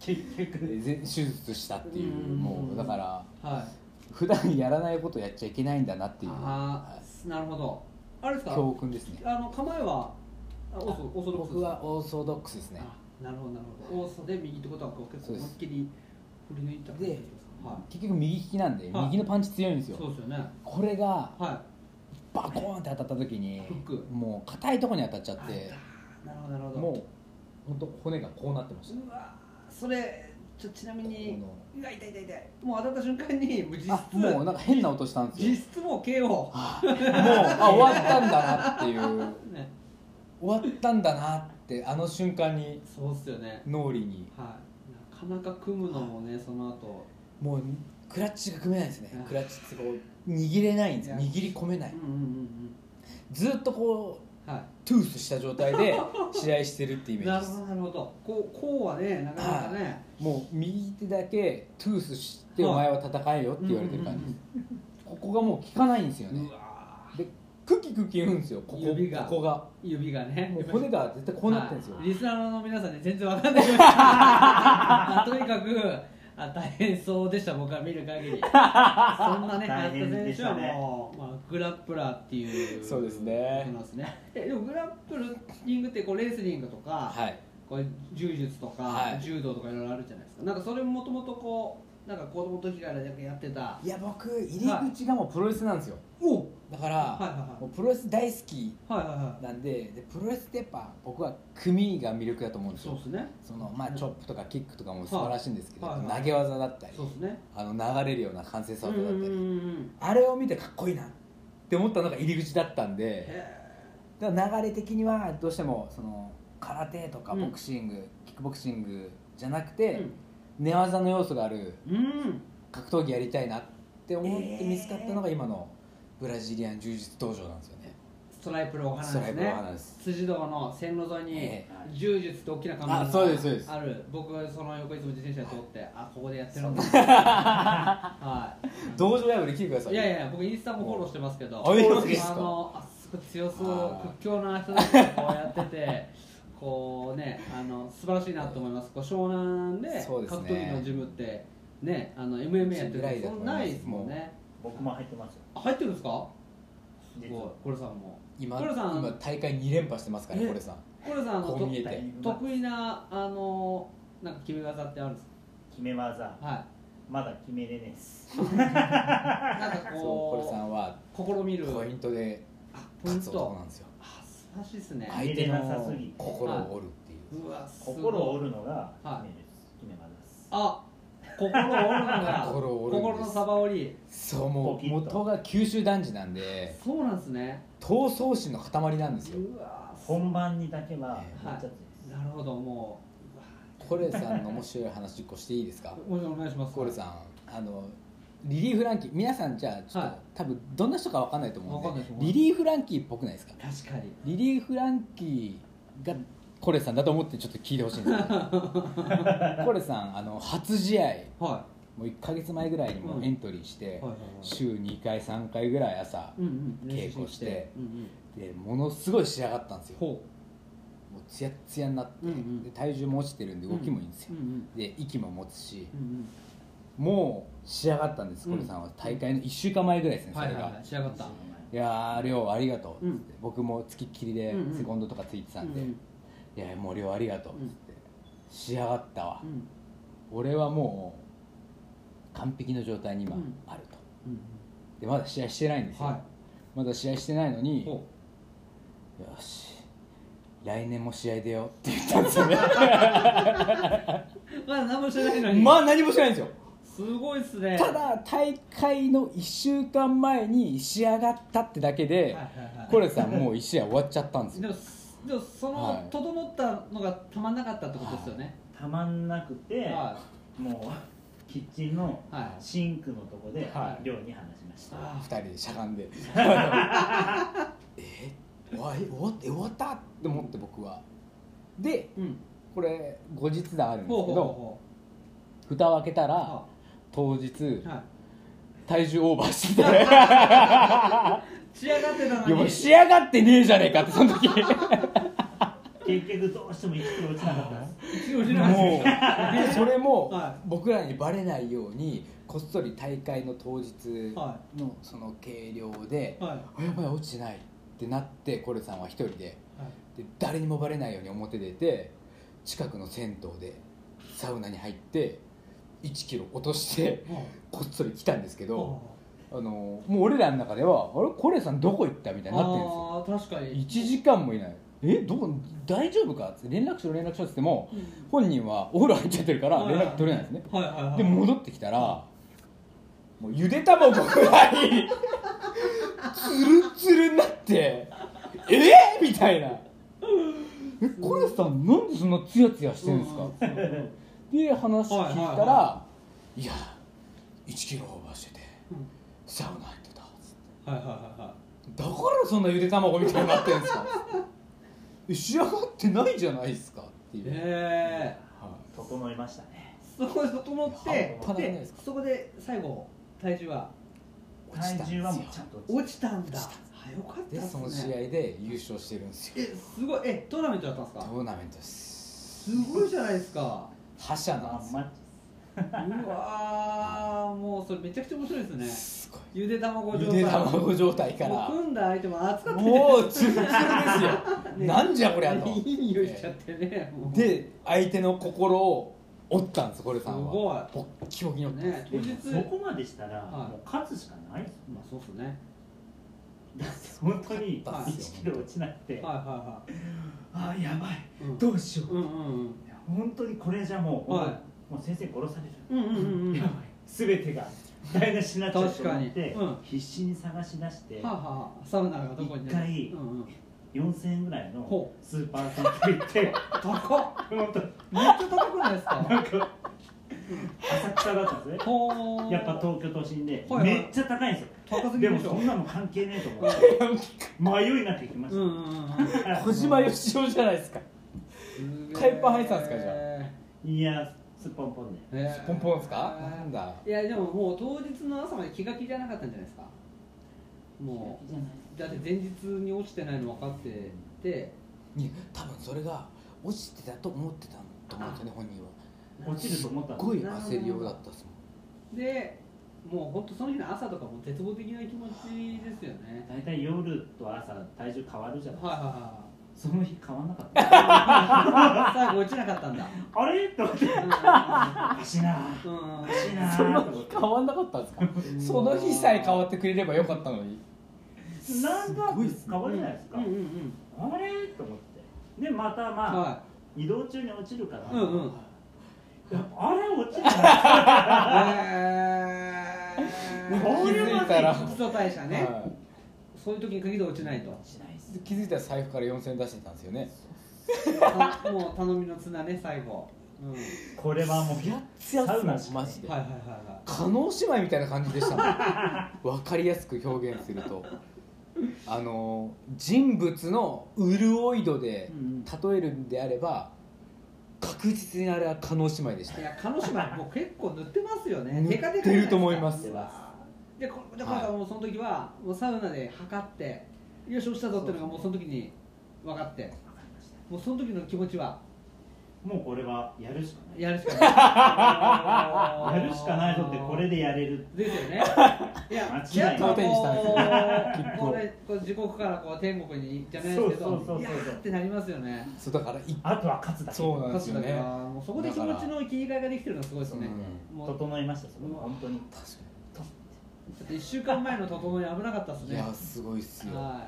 [SPEAKER 3] 結局
[SPEAKER 2] 全手術したっていう
[SPEAKER 1] うん
[SPEAKER 2] もうだから
[SPEAKER 1] はい
[SPEAKER 2] 普段やらないことやっちゃいけないんだなっていう
[SPEAKER 1] ああなるほどあれですか
[SPEAKER 2] 教訓ですね
[SPEAKER 1] あの構えはあオーソオーソドックス
[SPEAKER 2] 僕はオーソドックスですね
[SPEAKER 1] あなるほどなるほどオーソで右ってことはこう結
[SPEAKER 2] そう
[SPEAKER 1] 構
[SPEAKER 2] です
[SPEAKER 1] 思いっきり振り抜いた感じすかは
[SPEAKER 2] 結局右利きなんで
[SPEAKER 1] はい
[SPEAKER 2] 右のパンチ強いんです
[SPEAKER 1] い
[SPEAKER 2] よ
[SPEAKER 1] そうですよね
[SPEAKER 2] これが
[SPEAKER 1] は
[SPEAKER 2] バコーンって当たった時に
[SPEAKER 1] フック
[SPEAKER 2] もう硬いとこに当たっちゃっ
[SPEAKER 1] い
[SPEAKER 2] て
[SPEAKER 1] あなるほどなるほど
[SPEAKER 2] もう本当骨がこうなってました
[SPEAKER 1] うわそれちょちなみに
[SPEAKER 2] こ
[SPEAKER 1] うわ痛い痛い痛いもう当たった瞬間にもう実質
[SPEAKER 2] あもうなんか変な音したんですよ
[SPEAKER 1] 実質もう KO も
[SPEAKER 2] もうあ終わったんだなっていう
[SPEAKER 1] ね
[SPEAKER 2] 終わったんだなってあの瞬間に
[SPEAKER 1] そうっすよね
[SPEAKER 2] 脳裏に
[SPEAKER 1] はいなかなか組むのもねその後
[SPEAKER 2] もうクラッチが組めないですね
[SPEAKER 1] うん
[SPEAKER 2] クラッチってこう握れないんですよ
[SPEAKER 1] いや
[SPEAKER 2] 握り込めな
[SPEAKER 1] う
[SPEAKER 2] い
[SPEAKER 1] んうんうん
[SPEAKER 2] ずっとこう
[SPEAKER 1] うんはい
[SPEAKER 2] トゥースした状 態で試合してるってイメー
[SPEAKER 1] な
[SPEAKER 2] ジ
[SPEAKER 1] る
[SPEAKER 2] で
[SPEAKER 1] ほど
[SPEAKER 2] す
[SPEAKER 1] なるほどこうこうはねなかなかね
[SPEAKER 2] もう右手だけトゥースして
[SPEAKER 1] はい
[SPEAKER 2] お前は戦えよって言われてる感じです、ここがもう効かないんですよ
[SPEAKER 1] うんうんうんう
[SPEAKER 2] ね
[SPEAKER 1] わ
[SPEAKER 2] でクキクキ言うんですよここ
[SPEAKER 1] 指が
[SPEAKER 2] ここが
[SPEAKER 1] 指がね
[SPEAKER 2] もう骨が絶対こうなってるんですよ
[SPEAKER 1] はいリスナーの皆さんね全然わかんないまあ とにかくあ大変そうでした僕は見る限 りそんなね
[SPEAKER 3] 大変で
[SPEAKER 1] 選
[SPEAKER 3] し
[SPEAKER 1] 手
[SPEAKER 3] た
[SPEAKER 1] は
[SPEAKER 3] ね
[SPEAKER 1] もう、まあ、グラップラーっていう
[SPEAKER 2] そうですね
[SPEAKER 1] ことなんですねえでもグラップリングってこうレスリングとか、
[SPEAKER 2] はい
[SPEAKER 1] こう柔術とか、
[SPEAKER 2] はい
[SPEAKER 1] 柔道とかいろいろあるじゃないですかなんかそれももともとこうなんか子供の時からやってた
[SPEAKER 2] いや僕入り口がもうプロレスなんですよ
[SPEAKER 1] おはい
[SPEAKER 2] だから、
[SPEAKER 1] はい
[SPEAKER 2] もうプロレス大好き
[SPEAKER 1] はいはいはい
[SPEAKER 2] なんででプロレスってやっぱ僕は組が魅力だと思うんです
[SPEAKER 1] そう
[SPEAKER 2] よ
[SPEAKER 1] ですね
[SPEAKER 2] そのまあチョップとかキックとかも素晴らしいんですけど、
[SPEAKER 1] はいはいはい
[SPEAKER 2] 投げ技だったり
[SPEAKER 1] そうですね
[SPEAKER 2] あの流れるような完成さだったり、
[SPEAKER 1] うんうんうん
[SPEAKER 2] あれを見てかっこいいなって思ったのが入り口だったんで
[SPEAKER 1] へ
[SPEAKER 2] だから流れ的にはどうしてもその空手とか
[SPEAKER 1] うん
[SPEAKER 2] ボクシング、キックボクシングじゃなく
[SPEAKER 1] え
[SPEAKER 2] て、寝技の要素がある
[SPEAKER 1] うん、うん
[SPEAKER 2] 格闘技やりたいなって思って見つかったのが今のブラジリアン柔術道場なんですよね、
[SPEAKER 1] ストライプのお花
[SPEAKER 2] ストラ
[SPEAKER 1] です
[SPEAKER 2] イプのお
[SPEAKER 1] ね
[SPEAKER 2] 花です
[SPEAKER 1] 辻堂の線路沿いに
[SPEAKER 2] え
[SPEAKER 3] え
[SPEAKER 1] 柔術って大きな看板
[SPEAKER 2] あそうですそうです
[SPEAKER 1] がある僕はその横いつも自転車で通ってあここでやってるんだ はい
[SPEAKER 2] 道場ライブで来てください
[SPEAKER 1] いやいやいや僕インスタもフォローしてますけど
[SPEAKER 2] あいいですか
[SPEAKER 1] あのあすごい強そう
[SPEAKER 2] あー
[SPEAKER 1] 屈強な人たちがこうやっててこう ねあの素晴らしいなと思いますこう湘南で
[SPEAKER 2] そう
[SPEAKER 1] 格
[SPEAKER 2] ですね
[SPEAKER 1] 闘技のジムってねあの MMA やって
[SPEAKER 2] ぐら
[SPEAKER 1] る
[SPEAKER 2] いだ
[SPEAKER 1] 人そん
[SPEAKER 2] と思います
[SPEAKER 1] ないですもんね
[SPEAKER 3] 僕も入ってますよ
[SPEAKER 1] あ入ってるんですかす
[SPEAKER 3] 実
[SPEAKER 1] ごい
[SPEAKER 3] は
[SPEAKER 1] コレさんも
[SPEAKER 2] 今
[SPEAKER 1] コレさん
[SPEAKER 2] 今大会2連覇してますから
[SPEAKER 1] え
[SPEAKER 2] これさん
[SPEAKER 1] コレさんあの
[SPEAKER 2] こう見え
[SPEAKER 1] と
[SPEAKER 2] て
[SPEAKER 1] 得意なあのなんか決め技ってあるんです
[SPEAKER 3] 決め技
[SPEAKER 1] かは
[SPEAKER 3] まだ決めれねえです
[SPEAKER 1] いなんか
[SPEAKER 2] そうこれさ
[SPEAKER 1] こ
[SPEAKER 2] んは
[SPEAKER 1] う試みる
[SPEAKER 2] ポイントで
[SPEAKER 1] あポイ
[SPEAKER 2] 勝
[SPEAKER 1] ン
[SPEAKER 2] つ男
[SPEAKER 1] ト
[SPEAKER 2] なんですよ
[SPEAKER 1] あ素晴らしいですね
[SPEAKER 2] 相手の心を折るっていう
[SPEAKER 1] うわすごい
[SPEAKER 3] 心を折るのが
[SPEAKER 1] は
[SPEAKER 3] 決
[SPEAKER 1] い
[SPEAKER 3] めです決め技です
[SPEAKER 1] あ心を折るのが
[SPEAKER 2] 心を折るんです
[SPEAKER 1] 心のサバ折り
[SPEAKER 2] そうも
[SPEAKER 3] ポ
[SPEAKER 2] う
[SPEAKER 3] キッと
[SPEAKER 2] 元が九州男児なんで
[SPEAKER 1] そうなんですね
[SPEAKER 2] 闘争心の塊なんですよ
[SPEAKER 1] うわ
[SPEAKER 3] 本番にだけは
[SPEAKER 2] え
[SPEAKER 1] え
[SPEAKER 3] めっちゃ熱い
[SPEAKER 1] なるほども
[SPEAKER 2] コレさんの面白い話1個していいですか
[SPEAKER 1] うもちろんお願いします
[SPEAKER 2] コレさんあのリリー・フランキー皆さんじゃあちょっと、
[SPEAKER 1] はい
[SPEAKER 2] 多分どんな人か分かんないと思
[SPEAKER 1] わ
[SPEAKER 2] う
[SPEAKER 1] か
[SPEAKER 2] ん
[SPEAKER 1] んな
[SPEAKER 2] で
[SPEAKER 1] いです
[SPEAKER 2] リリー・フランキーっぽくないですか
[SPEAKER 1] 確かに
[SPEAKER 2] リリー・フランキーがコレさんだと思ってちょっと聞いてほしいんですけ どコレさんあの初試合
[SPEAKER 1] は
[SPEAKER 2] もう1か月前ぐらいにも
[SPEAKER 1] うん
[SPEAKER 2] エントリーして、
[SPEAKER 1] いはいはいはい
[SPEAKER 2] 週2回3回ぐらい朝
[SPEAKER 1] うんうん
[SPEAKER 2] 稽古して
[SPEAKER 1] うんうん
[SPEAKER 2] でものすごい仕上がったんですよも
[SPEAKER 1] ほ
[SPEAKER 2] うツヤッツヤになって、
[SPEAKER 1] うんうん
[SPEAKER 2] で体重も落ちてるんで
[SPEAKER 1] う
[SPEAKER 2] 動きもいいんですよ
[SPEAKER 1] う、ん
[SPEAKER 2] で息も持つし
[SPEAKER 1] うんうん
[SPEAKER 2] もう仕上がったんです
[SPEAKER 1] うん
[SPEAKER 2] コレさんは大会の1週間前ぐらいで
[SPEAKER 1] う
[SPEAKER 2] すね
[SPEAKER 1] ん
[SPEAKER 2] そ
[SPEAKER 1] は
[SPEAKER 2] れ
[SPEAKER 1] い
[SPEAKER 2] が、
[SPEAKER 1] はい
[SPEAKER 2] い
[SPEAKER 1] はい仕上がった
[SPEAKER 2] やー亮ありがとうっつって、僕もつきっきりで
[SPEAKER 1] うんうん
[SPEAKER 2] セコンドとかついてたんで、
[SPEAKER 1] うん
[SPEAKER 2] いやもう亮ありがとうっつって、仕上がったわ、
[SPEAKER 1] うん
[SPEAKER 2] 俺はもう完璧の状態に今
[SPEAKER 1] うん
[SPEAKER 2] あると、
[SPEAKER 1] うん
[SPEAKER 2] でまだ試合してないんですよ、
[SPEAKER 1] は
[SPEAKER 2] まだ試合してないの
[SPEAKER 1] い
[SPEAKER 2] によ
[SPEAKER 1] ほ
[SPEAKER 2] し来年も試合出ようって言ったんですよね
[SPEAKER 1] う まだ何もしてないのに
[SPEAKER 2] まあ何もしてないんですよ
[SPEAKER 1] すごいっすね
[SPEAKER 2] ただ大会の1週間前に仕上がったってだけ
[SPEAKER 1] はい
[SPEAKER 2] で、
[SPEAKER 1] はいはい
[SPEAKER 2] コレさんもう1試合終わっちゃったんです
[SPEAKER 1] で
[SPEAKER 2] よ
[SPEAKER 1] もでもそ
[SPEAKER 2] は
[SPEAKER 1] の
[SPEAKER 2] い
[SPEAKER 1] 整ったのがたまんなかったってことですよね
[SPEAKER 3] たまんなくて
[SPEAKER 1] は
[SPEAKER 3] もうキッチンの
[SPEAKER 1] いはい
[SPEAKER 3] シンクのとこで
[SPEAKER 2] はい
[SPEAKER 3] 寮に話しました
[SPEAKER 1] あ
[SPEAKER 2] 2人でしゃが んでえ終わえ終わった終わったって思って僕はで
[SPEAKER 1] うん
[SPEAKER 2] これ後日談あるんです
[SPEAKER 1] ほうほ
[SPEAKER 2] け
[SPEAKER 1] う
[SPEAKER 2] ど
[SPEAKER 1] ほ
[SPEAKER 2] 蓋を開けた
[SPEAKER 1] う
[SPEAKER 2] ら
[SPEAKER 1] ほ
[SPEAKER 2] 当日
[SPEAKER 1] うはい
[SPEAKER 2] 体重オーバーしてて
[SPEAKER 1] 仕上がってた
[SPEAKER 2] いや
[SPEAKER 1] の
[SPEAKER 2] もう
[SPEAKER 1] に
[SPEAKER 2] 仕上がってねえじゃねえかってその時
[SPEAKER 3] 結局どうしても1キロ落ちなかったです
[SPEAKER 1] 一応しな
[SPEAKER 2] もう
[SPEAKER 1] い
[SPEAKER 2] でそれも
[SPEAKER 1] は
[SPEAKER 2] 僕らにバレないようにこっそり大会の当日
[SPEAKER 1] は
[SPEAKER 2] のその計量で「
[SPEAKER 1] はい
[SPEAKER 2] あやばい落ちてない」ってなってコレさんは一人でで誰にもバレないように表出て近くの銭湯でサウナに入って1キロ落としてこっそり来たんですけどあのもう俺らの中では「あれコレさんどこ行った?」みたいになってるんですよ
[SPEAKER 1] ああ確かに
[SPEAKER 2] 1時間もいない「えどこ大丈夫か?」って連絡しろ連絡しろって言っても本人はお風呂入っちゃってるから連絡取れないんですね
[SPEAKER 1] はいはいはい
[SPEAKER 2] で戻ってきたらもうゆで卵ぐらいツルツルになって「えーみたいな「えコレさんなんでそんなツヤツヤしてるんですか?」で話聞い
[SPEAKER 1] はいは
[SPEAKER 2] たら
[SPEAKER 1] いは
[SPEAKER 2] 「いや1キロオーバーしてて
[SPEAKER 1] うん
[SPEAKER 2] サウナ入ってた」
[SPEAKER 1] はいはいはいはい
[SPEAKER 2] だからそんなゆで卵みたいになってんですか え仕上がってないじゃないですかっていう、
[SPEAKER 1] ええ
[SPEAKER 2] は
[SPEAKER 3] 整いましたね
[SPEAKER 1] そこで整って
[SPEAKER 2] 半端なくないで
[SPEAKER 1] です
[SPEAKER 2] か
[SPEAKER 1] そこで最後体重はい
[SPEAKER 2] 落ちた
[SPEAKER 3] 体
[SPEAKER 2] ん
[SPEAKER 3] 重はもう
[SPEAKER 2] で
[SPEAKER 3] ち
[SPEAKER 2] す
[SPEAKER 3] ゃ
[SPEAKER 2] よ
[SPEAKER 3] んと落ち
[SPEAKER 1] 落ちたんだ
[SPEAKER 2] 落ち
[SPEAKER 1] あよかった
[SPEAKER 2] で
[SPEAKER 1] っ
[SPEAKER 2] その
[SPEAKER 1] す
[SPEAKER 2] 試合
[SPEAKER 1] ね
[SPEAKER 2] で優勝してるんですよ
[SPEAKER 1] えすごいえトーナメントだったんです
[SPEAKER 2] ト
[SPEAKER 1] か
[SPEAKER 2] ーナメントです
[SPEAKER 1] すごいじゃないですか
[SPEAKER 2] 覇者
[SPEAKER 3] た
[SPEAKER 2] なん
[SPEAKER 3] ま
[SPEAKER 2] で
[SPEAKER 3] ん
[SPEAKER 2] すよ
[SPEAKER 3] ま
[SPEAKER 1] うわーもうそれめちゃくちゃ面白いですね
[SPEAKER 2] すごい
[SPEAKER 1] ゆで卵状
[SPEAKER 2] ゆ
[SPEAKER 1] 態
[SPEAKER 2] で卵状態か
[SPEAKER 1] も
[SPEAKER 2] ら
[SPEAKER 1] う組んだ相手も熱かった
[SPEAKER 2] もうツルツルです よ、
[SPEAKER 1] ね
[SPEAKER 2] なんじゃこりゃと
[SPEAKER 1] ねいい匂いしちゃってねもう
[SPEAKER 2] で相手の心を折ったんですこれさんは
[SPEAKER 1] すごい
[SPEAKER 2] ポッキポキに折ったんです、
[SPEAKER 1] ね
[SPEAKER 3] で
[SPEAKER 1] 当
[SPEAKER 3] も
[SPEAKER 1] 日
[SPEAKER 3] そこまでしたら、
[SPEAKER 1] はい
[SPEAKER 3] もう勝つしかないです
[SPEAKER 1] ま
[SPEAKER 3] も
[SPEAKER 1] あそうっすね
[SPEAKER 3] んだって本当に
[SPEAKER 2] 勝
[SPEAKER 1] ったっ
[SPEAKER 2] すよ
[SPEAKER 3] 1キロ落ちなくて、
[SPEAKER 1] はいは
[SPEAKER 3] ああやばい
[SPEAKER 1] いはいうん
[SPEAKER 3] どうしよう、
[SPEAKER 1] うんうん
[SPEAKER 3] いや本当にこれじゃもう、
[SPEAKER 1] は
[SPEAKER 3] もう先生殺される、
[SPEAKER 1] うんうんうんうん
[SPEAKER 3] やばい全てが台無しになっちゃうと思って、
[SPEAKER 1] 確かにうん
[SPEAKER 3] 必死に探し出して、
[SPEAKER 1] はあ、はあ、サウナがどこに
[SPEAKER 3] 一回
[SPEAKER 1] うんうん、
[SPEAKER 3] 4000円ぐらいの
[SPEAKER 1] ほ
[SPEAKER 3] スーパーさんに行って
[SPEAKER 1] 高っ
[SPEAKER 3] 本当
[SPEAKER 1] めっちゃ高くないです
[SPEAKER 3] な
[SPEAKER 1] か
[SPEAKER 3] んか浅草だったんですね
[SPEAKER 1] ほー
[SPEAKER 3] やっぱ東京都心で、
[SPEAKER 1] はいはい
[SPEAKER 3] めっちゃ高いんですよ
[SPEAKER 1] 高すぎ
[SPEAKER 3] で
[SPEAKER 1] で
[SPEAKER 3] も
[SPEAKER 1] し
[SPEAKER 3] そ
[SPEAKER 1] ょ
[SPEAKER 3] んなの関係ねえと思 って迷いなく行きまし
[SPEAKER 1] うんうんうんうん
[SPEAKER 3] た、
[SPEAKER 2] 小島よしおじゃないですか海パン履いてたんですかじゃあ
[SPEAKER 3] いやすっぽんぽんで
[SPEAKER 1] じ
[SPEAKER 2] ポンポンですかなんだ
[SPEAKER 1] いやでももう当日の朝まで気が気じゃなかったんじゃないですかも
[SPEAKER 3] じゃないう
[SPEAKER 1] だって前日に落ちてないの分かってて
[SPEAKER 2] いや多分それが落ちてたと思ってたと思うんですよね本人は
[SPEAKER 3] 落ちると思ったん
[SPEAKER 2] す
[SPEAKER 3] で
[SPEAKER 2] ごい焦りようだったっすもん
[SPEAKER 1] でもう本当その日の朝とかも絶望的な気持ちですよね
[SPEAKER 3] 大体夜と朝体重変わるじゃない
[SPEAKER 1] はいはいは
[SPEAKER 3] その日変わんなかった
[SPEAKER 1] い最後落ちなかったんだ
[SPEAKER 3] あれと思って
[SPEAKER 1] う
[SPEAKER 3] おかしいな
[SPEAKER 1] うんうんうんうん
[SPEAKER 3] おかしいな
[SPEAKER 2] その
[SPEAKER 3] と思っ
[SPEAKER 2] 日
[SPEAKER 3] て
[SPEAKER 2] 変わんなかったんですか
[SPEAKER 1] うん
[SPEAKER 2] その日さえ変わってくれればよかったのに
[SPEAKER 3] なんだ
[SPEAKER 2] すごいっすね
[SPEAKER 3] 変わるじゃないですか、
[SPEAKER 1] うんうんうん
[SPEAKER 3] あれと思ってでまたまあ、
[SPEAKER 1] は
[SPEAKER 3] 移動中に落ちるから、
[SPEAKER 1] うんうん
[SPEAKER 3] いやあれ落ちるない
[SPEAKER 2] 気
[SPEAKER 1] え
[SPEAKER 3] こういう
[SPEAKER 2] づいたら、
[SPEAKER 1] ー基礎代謝ね、
[SPEAKER 2] は
[SPEAKER 1] そういう時に限り落ちないと
[SPEAKER 3] 落ちないっす
[SPEAKER 2] い気づいたら財布から4000円出してたんですよね
[SPEAKER 1] たもう頼みの綱ね最後、うん、はい
[SPEAKER 3] これはもう
[SPEAKER 2] ツヤッツヤっ
[SPEAKER 3] サ
[SPEAKER 2] す
[SPEAKER 3] ウ
[SPEAKER 2] も
[SPEAKER 3] ナ
[SPEAKER 2] ん
[SPEAKER 3] しか
[SPEAKER 2] マジで
[SPEAKER 1] はいはいは
[SPEAKER 2] 加納姉妹みたいな感じ でしたもん分かりやすく表現するとあの人物の潤い度で例えるんであれば確実にあれは加納姉妹でした
[SPEAKER 1] いいや鹿児 島もう結構塗ってますよね
[SPEAKER 2] 塗
[SPEAKER 1] テカテカ
[SPEAKER 2] ってると思います
[SPEAKER 1] じゃないですかでこで今回もうその時はもうサウナで測ってよし落ちたぞっていうのがもうその時に分かって
[SPEAKER 3] わかりました
[SPEAKER 1] もうその時の気持ちは
[SPEAKER 3] もうこれはやるしかない
[SPEAKER 1] やるしかない
[SPEAKER 3] やるしかないぞってこれでやれる
[SPEAKER 1] です よね。いや、
[SPEAKER 3] 間違いない
[SPEAKER 1] やっぱ
[SPEAKER 2] 当店にしたんですよ切符を
[SPEAKER 1] こう、これ、こう地獄からこう天国にじゃないですけど、
[SPEAKER 3] そうそうそうそう
[SPEAKER 1] いやーってなりますよね。
[SPEAKER 2] そうだからい
[SPEAKER 3] あとは勝つだけ
[SPEAKER 2] そうなんです
[SPEAKER 1] 確
[SPEAKER 2] よ
[SPEAKER 1] かに
[SPEAKER 2] ね
[SPEAKER 1] もうそこで気持ちの切り替えができてるのはすごいですね。もう、ちょ
[SPEAKER 3] 整いましたそこ
[SPEAKER 1] うわ
[SPEAKER 3] 本当に
[SPEAKER 2] 確か
[SPEAKER 1] っと一週間前の整い危なかったです
[SPEAKER 2] にい
[SPEAKER 1] ね。
[SPEAKER 2] やすごいっすよ
[SPEAKER 1] は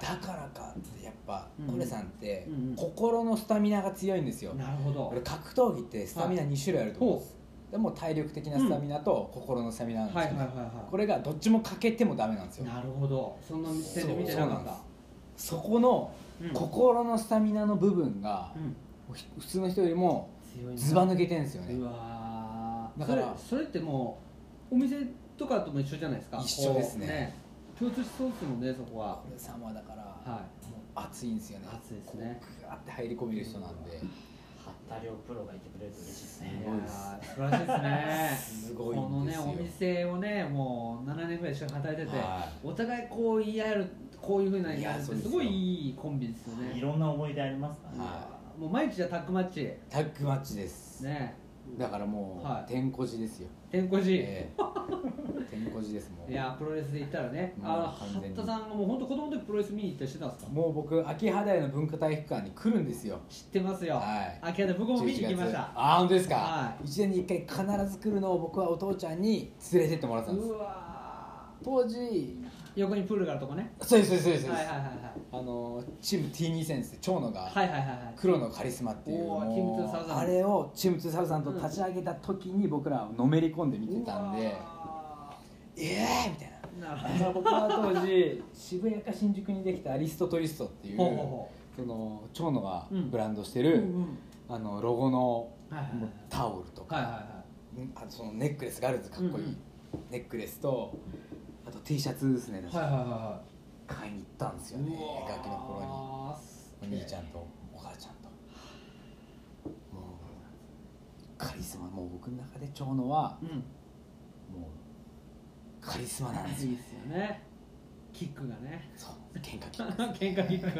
[SPEAKER 2] だからかってやっぱ
[SPEAKER 1] うん
[SPEAKER 2] コレさんって
[SPEAKER 1] うんうん
[SPEAKER 2] 心のスタミナが強いんですよ
[SPEAKER 1] い。なるほど
[SPEAKER 2] 俺。格闘技ってスタミナ2種類あると思うんですでも体力的なスタミナと心のスタミナなんで
[SPEAKER 1] はい
[SPEAKER 2] す
[SPEAKER 1] は
[SPEAKER 2] け
[SPEAKER 1] い
[SPEAKER 2] ど
[SPEAKER 1] はいは
[SPEAKER 2] これがどっちも欠けてもダメなんです
[SPEAKER 1] い。
[SPEAKER 2] よ
[SPEAKER 1] なるほど。そんな視点で見てなかった。
[SPEAKER 2] そこの
[SPEAKER 1] うん
[SPEAKER 2] 心のスタミナの部分が
[SPEAKER 1] うん
[SPEAKER 2] ひ普通の人よりも
[SPEAKER 1] 強いな
[SPEAKER 2] ずば抜けてるんですよ
[SPEAKER 1] う
[SPEAKER 2] ね
[SPEAKER 1] わー
[SPEAKER 2] だから
[SPEAKER 1] それそれってもうお店とかとも一緒じゃないですか
[SPEAKER 2] 一緒ですね
[SPEAKER 1] こう共通しそうですもんねそこは
[SPEAKER 2] コレさんはだから
[SPEAKER 1] は
[SPEAKER 2] もう熱いんですよね
[SPEAKER 1] 熱いですね
[SPEAKER 2] こうグワーって入り込める人なんで
[SPEAKER 3] 八田亮プロがいてくれると嬉しいですね
[SPEAKER 1] いやー素晴らしいですね
[SPEAKER 2] すごい
[SPEAKER 1] この
[SPEAKER 2] んです
[SPEAKER 1] ね
[SPEAKER 2] よ
[SPEAKER 1] お店をねもう7年ぐらい一緒に働いてて、
[SPEAKER 2] は
[SPEAKER 1] お互いこう言い合えるこういうふうな言い合えるっ
[SPEAKER 2] いやそ
[SPEAKER 1] て
[SPEAKER 2] うです
[SPEAKER 1] す
[SPEAKER 2] よ
[SPEAKER 1] ごいいいコンビですよね
[SPEAKER 3] いろんな思い出ありますか
[SPEAKER 1] いや
[SPEAKER 3] ね
[SPEAKER 2] は
[SPEAKER 1] もう毎日じゃタッグマッチ
[SPEAKER 2] タッグマッチです、
[SPEAKER 1] ね
[SPEAKER 2] だからもう、
[SPEAKER 1] はい
[SPEAKER 2] てんこじですよ
[SPEAKER 1] 天候寺、
[SPEAKER 2] ええてんこじですもう
[SPEAKER 1] いやープロレスで行ったらね、
[SPEAKER 2] もう
[SPEAKER 1] あの
[SPEAKER 2] 完
[SPEAKER 1] 八
[SPEAKER 2] 全に
[SPEAKER 1] 田さんがもう本当子供の時プロレス見に行ったりしてたんですか
[SPEAKER 2] もう僕秋葉原の文化体育館に来るんですよ
[SPEAKER 1] 知ってますよ、
[SPEAKER 2] はい
[SPEAKER 1] 秋葉で僕も見に行きました
[SPEAKER 2] 11月あ本当ですか、
[SPEAKER 1] は
[SPEAKER 2] 1年に1回必ず来るのを僕はお父ちゃんに連れてってもらってたんです
[SPEAKER 1] うわ
[SPEAKER 2] 当時
[SPEAKER 1] ー横にプールがあるとこね
[SPEAKER 2] そうですそうですそうで
[SPEAKER 1] は
[SPEAKER 2] す、
[SPEAKER 1] いはいはい
[SPEAKER 2] あのチーム T2 戦です長野が、
[SPEAKER 1] はいはいはいはいはい
[SPEAKER 2] 黒のカリスマっていう
[SPEAKER 1] おー
[SPEAKER 2] もう
[SPEAKER 1] チームツーサウザン
[SPEAKER 2] あれをチーム2サウザンと立ち上げた時に僕らはのめり込んで見てたん
[SPEAKER 1] う
[SPEAKER 2] で
[SPEAKER 1] わ
[SPEAKER 2] ええー、みたいな
[SPEAKER 1] ーなるほど
[SPEAKER 2] まあ僕は当時渋谷か新宿にできたアリストトリストっていう
[SPEAKER 1] ほうほうほ
[SPEAKER 2] その長野が
[SPEAKER 1] うん
[SPEAKER 2] ブランドして
[SPEAKER 1] う、
[SPEAKER 2] る、
[SPEAKER 1] うん
[SPEAKER 2] あのロゴのも
[SPEAKER 1] うん、はいはいう
[SPEAKER 2] タオルとか、
[SPEAKER 1] はいはいはい
[SPEAKER 2] うんあとそのネックレスガールズかっこいい、
[SPEAKER 1] うんうん
[SPEAKER 2] ネックレスとあと T シャツですね、
[SPEAKER 1] はいはいは
[SPEAKER 2] 買いに行ったんです
[SPEAKER 1] い
[SPEAKER 2] よねガキの頃に。お
[SPEAKER 1] に
[SPEAKER 2] 兄ちゃんとお母ちゃんともうカリスマもう僕の中で長野は
[SPEAKER 1] うん
[SPEAKER 2] もうカリスマなんです
[SPEAKER 1] い
[SPEAKER 2] よ
[SPEAKER 1] いですよねキックがね
[SPEAKER 2] そう喧嘩キック
[SPEAKER 1] 喧嘩キック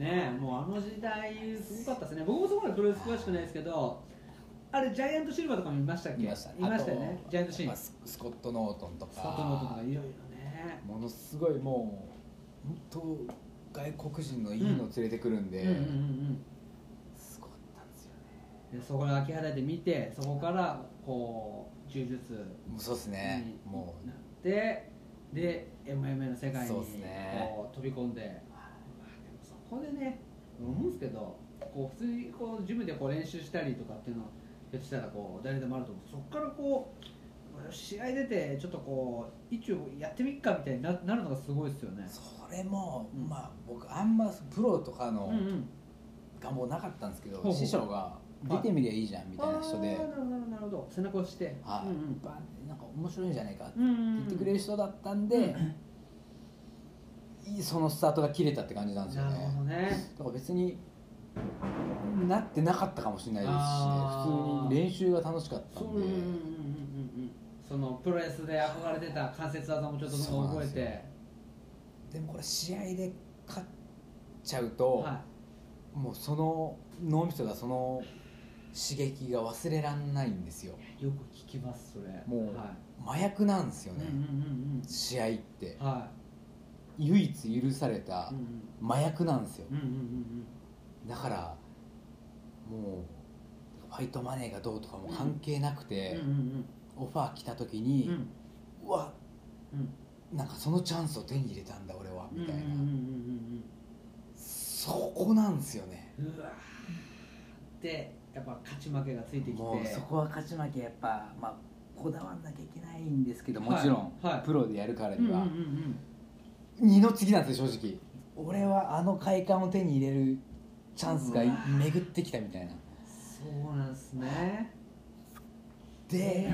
[SPEAKER 1] ねえもうあの時代すごかったですね僕もそこまでプロレス詳しくないですけどあれジャイアントシルバーとかも見ましたっけ
[SPEAKER 2] いました
[SPEAKER 1] よねジャイアントシーン
[SPEAKER 2] あとススコット・ノートンとか
[SPEAKER 1] 佐藤のとかいろいろね
[SPEAKER 2] ものすごいもう本当外国人のいいの連れてくるんで、
[SPEAKER 1] うんうんうんうん
[SPEAKER 2] すごかったんですよね
[SPEAKER 1] でそこで秋葉原で見てそこからこう柔術
[SPEAKER 2] もうそうですね、もう
[SPEAKER 1] なってで MMA の世界に
[SPEAKER 2] そ
[SPEAKER 1] こ
[SPEAKER 2] うっすね
[SPEAKER 1] う飛び込んで、まあでもそこでね思うんですけどこう普通にこうジムでこう練習したりとかっていうのをやってたらこう誰でもあると思うそこからこう試合出てちょっとこう一応やってみっかみたいにななるのがすごいですよね。
[SPEAKER 2] それも、
[SPEAKER 1] うん
[SPEAKER 2] まあ僕あんまプロとか
[SPEAKER 1] う
[SPEAKER 2] の
[SPEAKER 1] んうん、
[SPEAKER 2] 願望なかったんですけど、
[SPEAKER 1] ほうほう
[SPEAKER 2] 師匠が
[SPEAKER 1] い
[SPEAKER 2] 出てみりゃいいじゃんみたいな人で、
[SPEAKER 1] あーなるほどなるほどなるほど背中を押して、
[SPEAKER 2] はい
[SPEAKER 1] うん
[SPEAKER 2] バンなんか面白いんじゃないかって
[SPEAKER 1] うん、うんうん
[SPEAKER 2] 言ってくれる人だったんで、いいそのスタートが切れたって感じなんですよ
[SPEAKER 1] なる
[SPEAKER 2] ね
[SPEAKER 1] ほどね。
[SPEAKER 2] だから別になってなかったかもしれないですしね
[SPEAKER 1] あー
[SPEAKER 2] 普通に練習が楽しかった
[SPEAKER 1] そうんうんうん
[SPEAKER 2] で
[SPEAKER 1] うんうんうんうんそのプロレスで憧れてた関節技もちょっとどんどん覚え
[SPEAKER 2] そうなん
[SPEAKER 1] て
[SPEAKER 2] でもこれ試合で勝っちゃうと、
[SPEAKER 1] は
[SPEAKER 2] もうその脳みそがその刺激が忘れらんないんですよ
[SPEAKER 1] い、よく聞きますそれ
[SPEAKER 2] もう
[SPEAKER 1] は
[SPEAKER 2] 麻薬なんです
[SPEAKER 1] い、
[SPEAKER 2] よ
[SPEAKER 1] うん
[SPEAKER 2] ね、
[SPEAKER 1] うん
[SPEAKER 2] 試合って
[SPEAKER 1] うんうんは
[SPEAKER 2] 唯一許された
[SPEAKER 1] いうん
[SPEAKER 2] 麻薬なんですよ、
[SPEAKER 1] うんうんうん
[SPEAKER 2] だからもうファイトマネーがどうとかも関係なく
[SPEAKER 1] うんうん
[SPEAKER 2] て
[SPEAKER 1] うんう、ん
[SPEAKER 2] オファー来た時
[SPEAKER 1] うん
[SPEAKER 2] に
[SPEAKER 1] う、ん
[SPEAKER 2] うわ
[SPEAKER 1] うん
[SPEAKER 2] なんかそのチャンスを手に入れたんだ俺はみたいな、
[SPEAKER 1] うんうんうん
[SPEAKER 2] そこなんですよね
[SPEAKER 1] うんうんうわーでやっぱ勝ち負けがついてきて
[SPEAKER 2] もうそこは勝ち負けやっぱ、まあ、こだわんなきゃいけないんですけどもちろん、
[SPEAKER 1] はいはい
[SPEAKER 2] プロでやるから
[SPEAKER 1] うん
[SPEAKER 2] に
[SPEAKER 1] うんうん
[SPEAKER 2] は、
[SPEAKER 1] うん
[SPEAKER 2] 二の次なんですよ正直俺はあの快感を手に入れるチャンスが
[SPEAKER 1] うわー
[SPEAKER 2] 巡ってきたみたいな
[SPEAKER 1] そうなんすね
[SPEAKER 2] で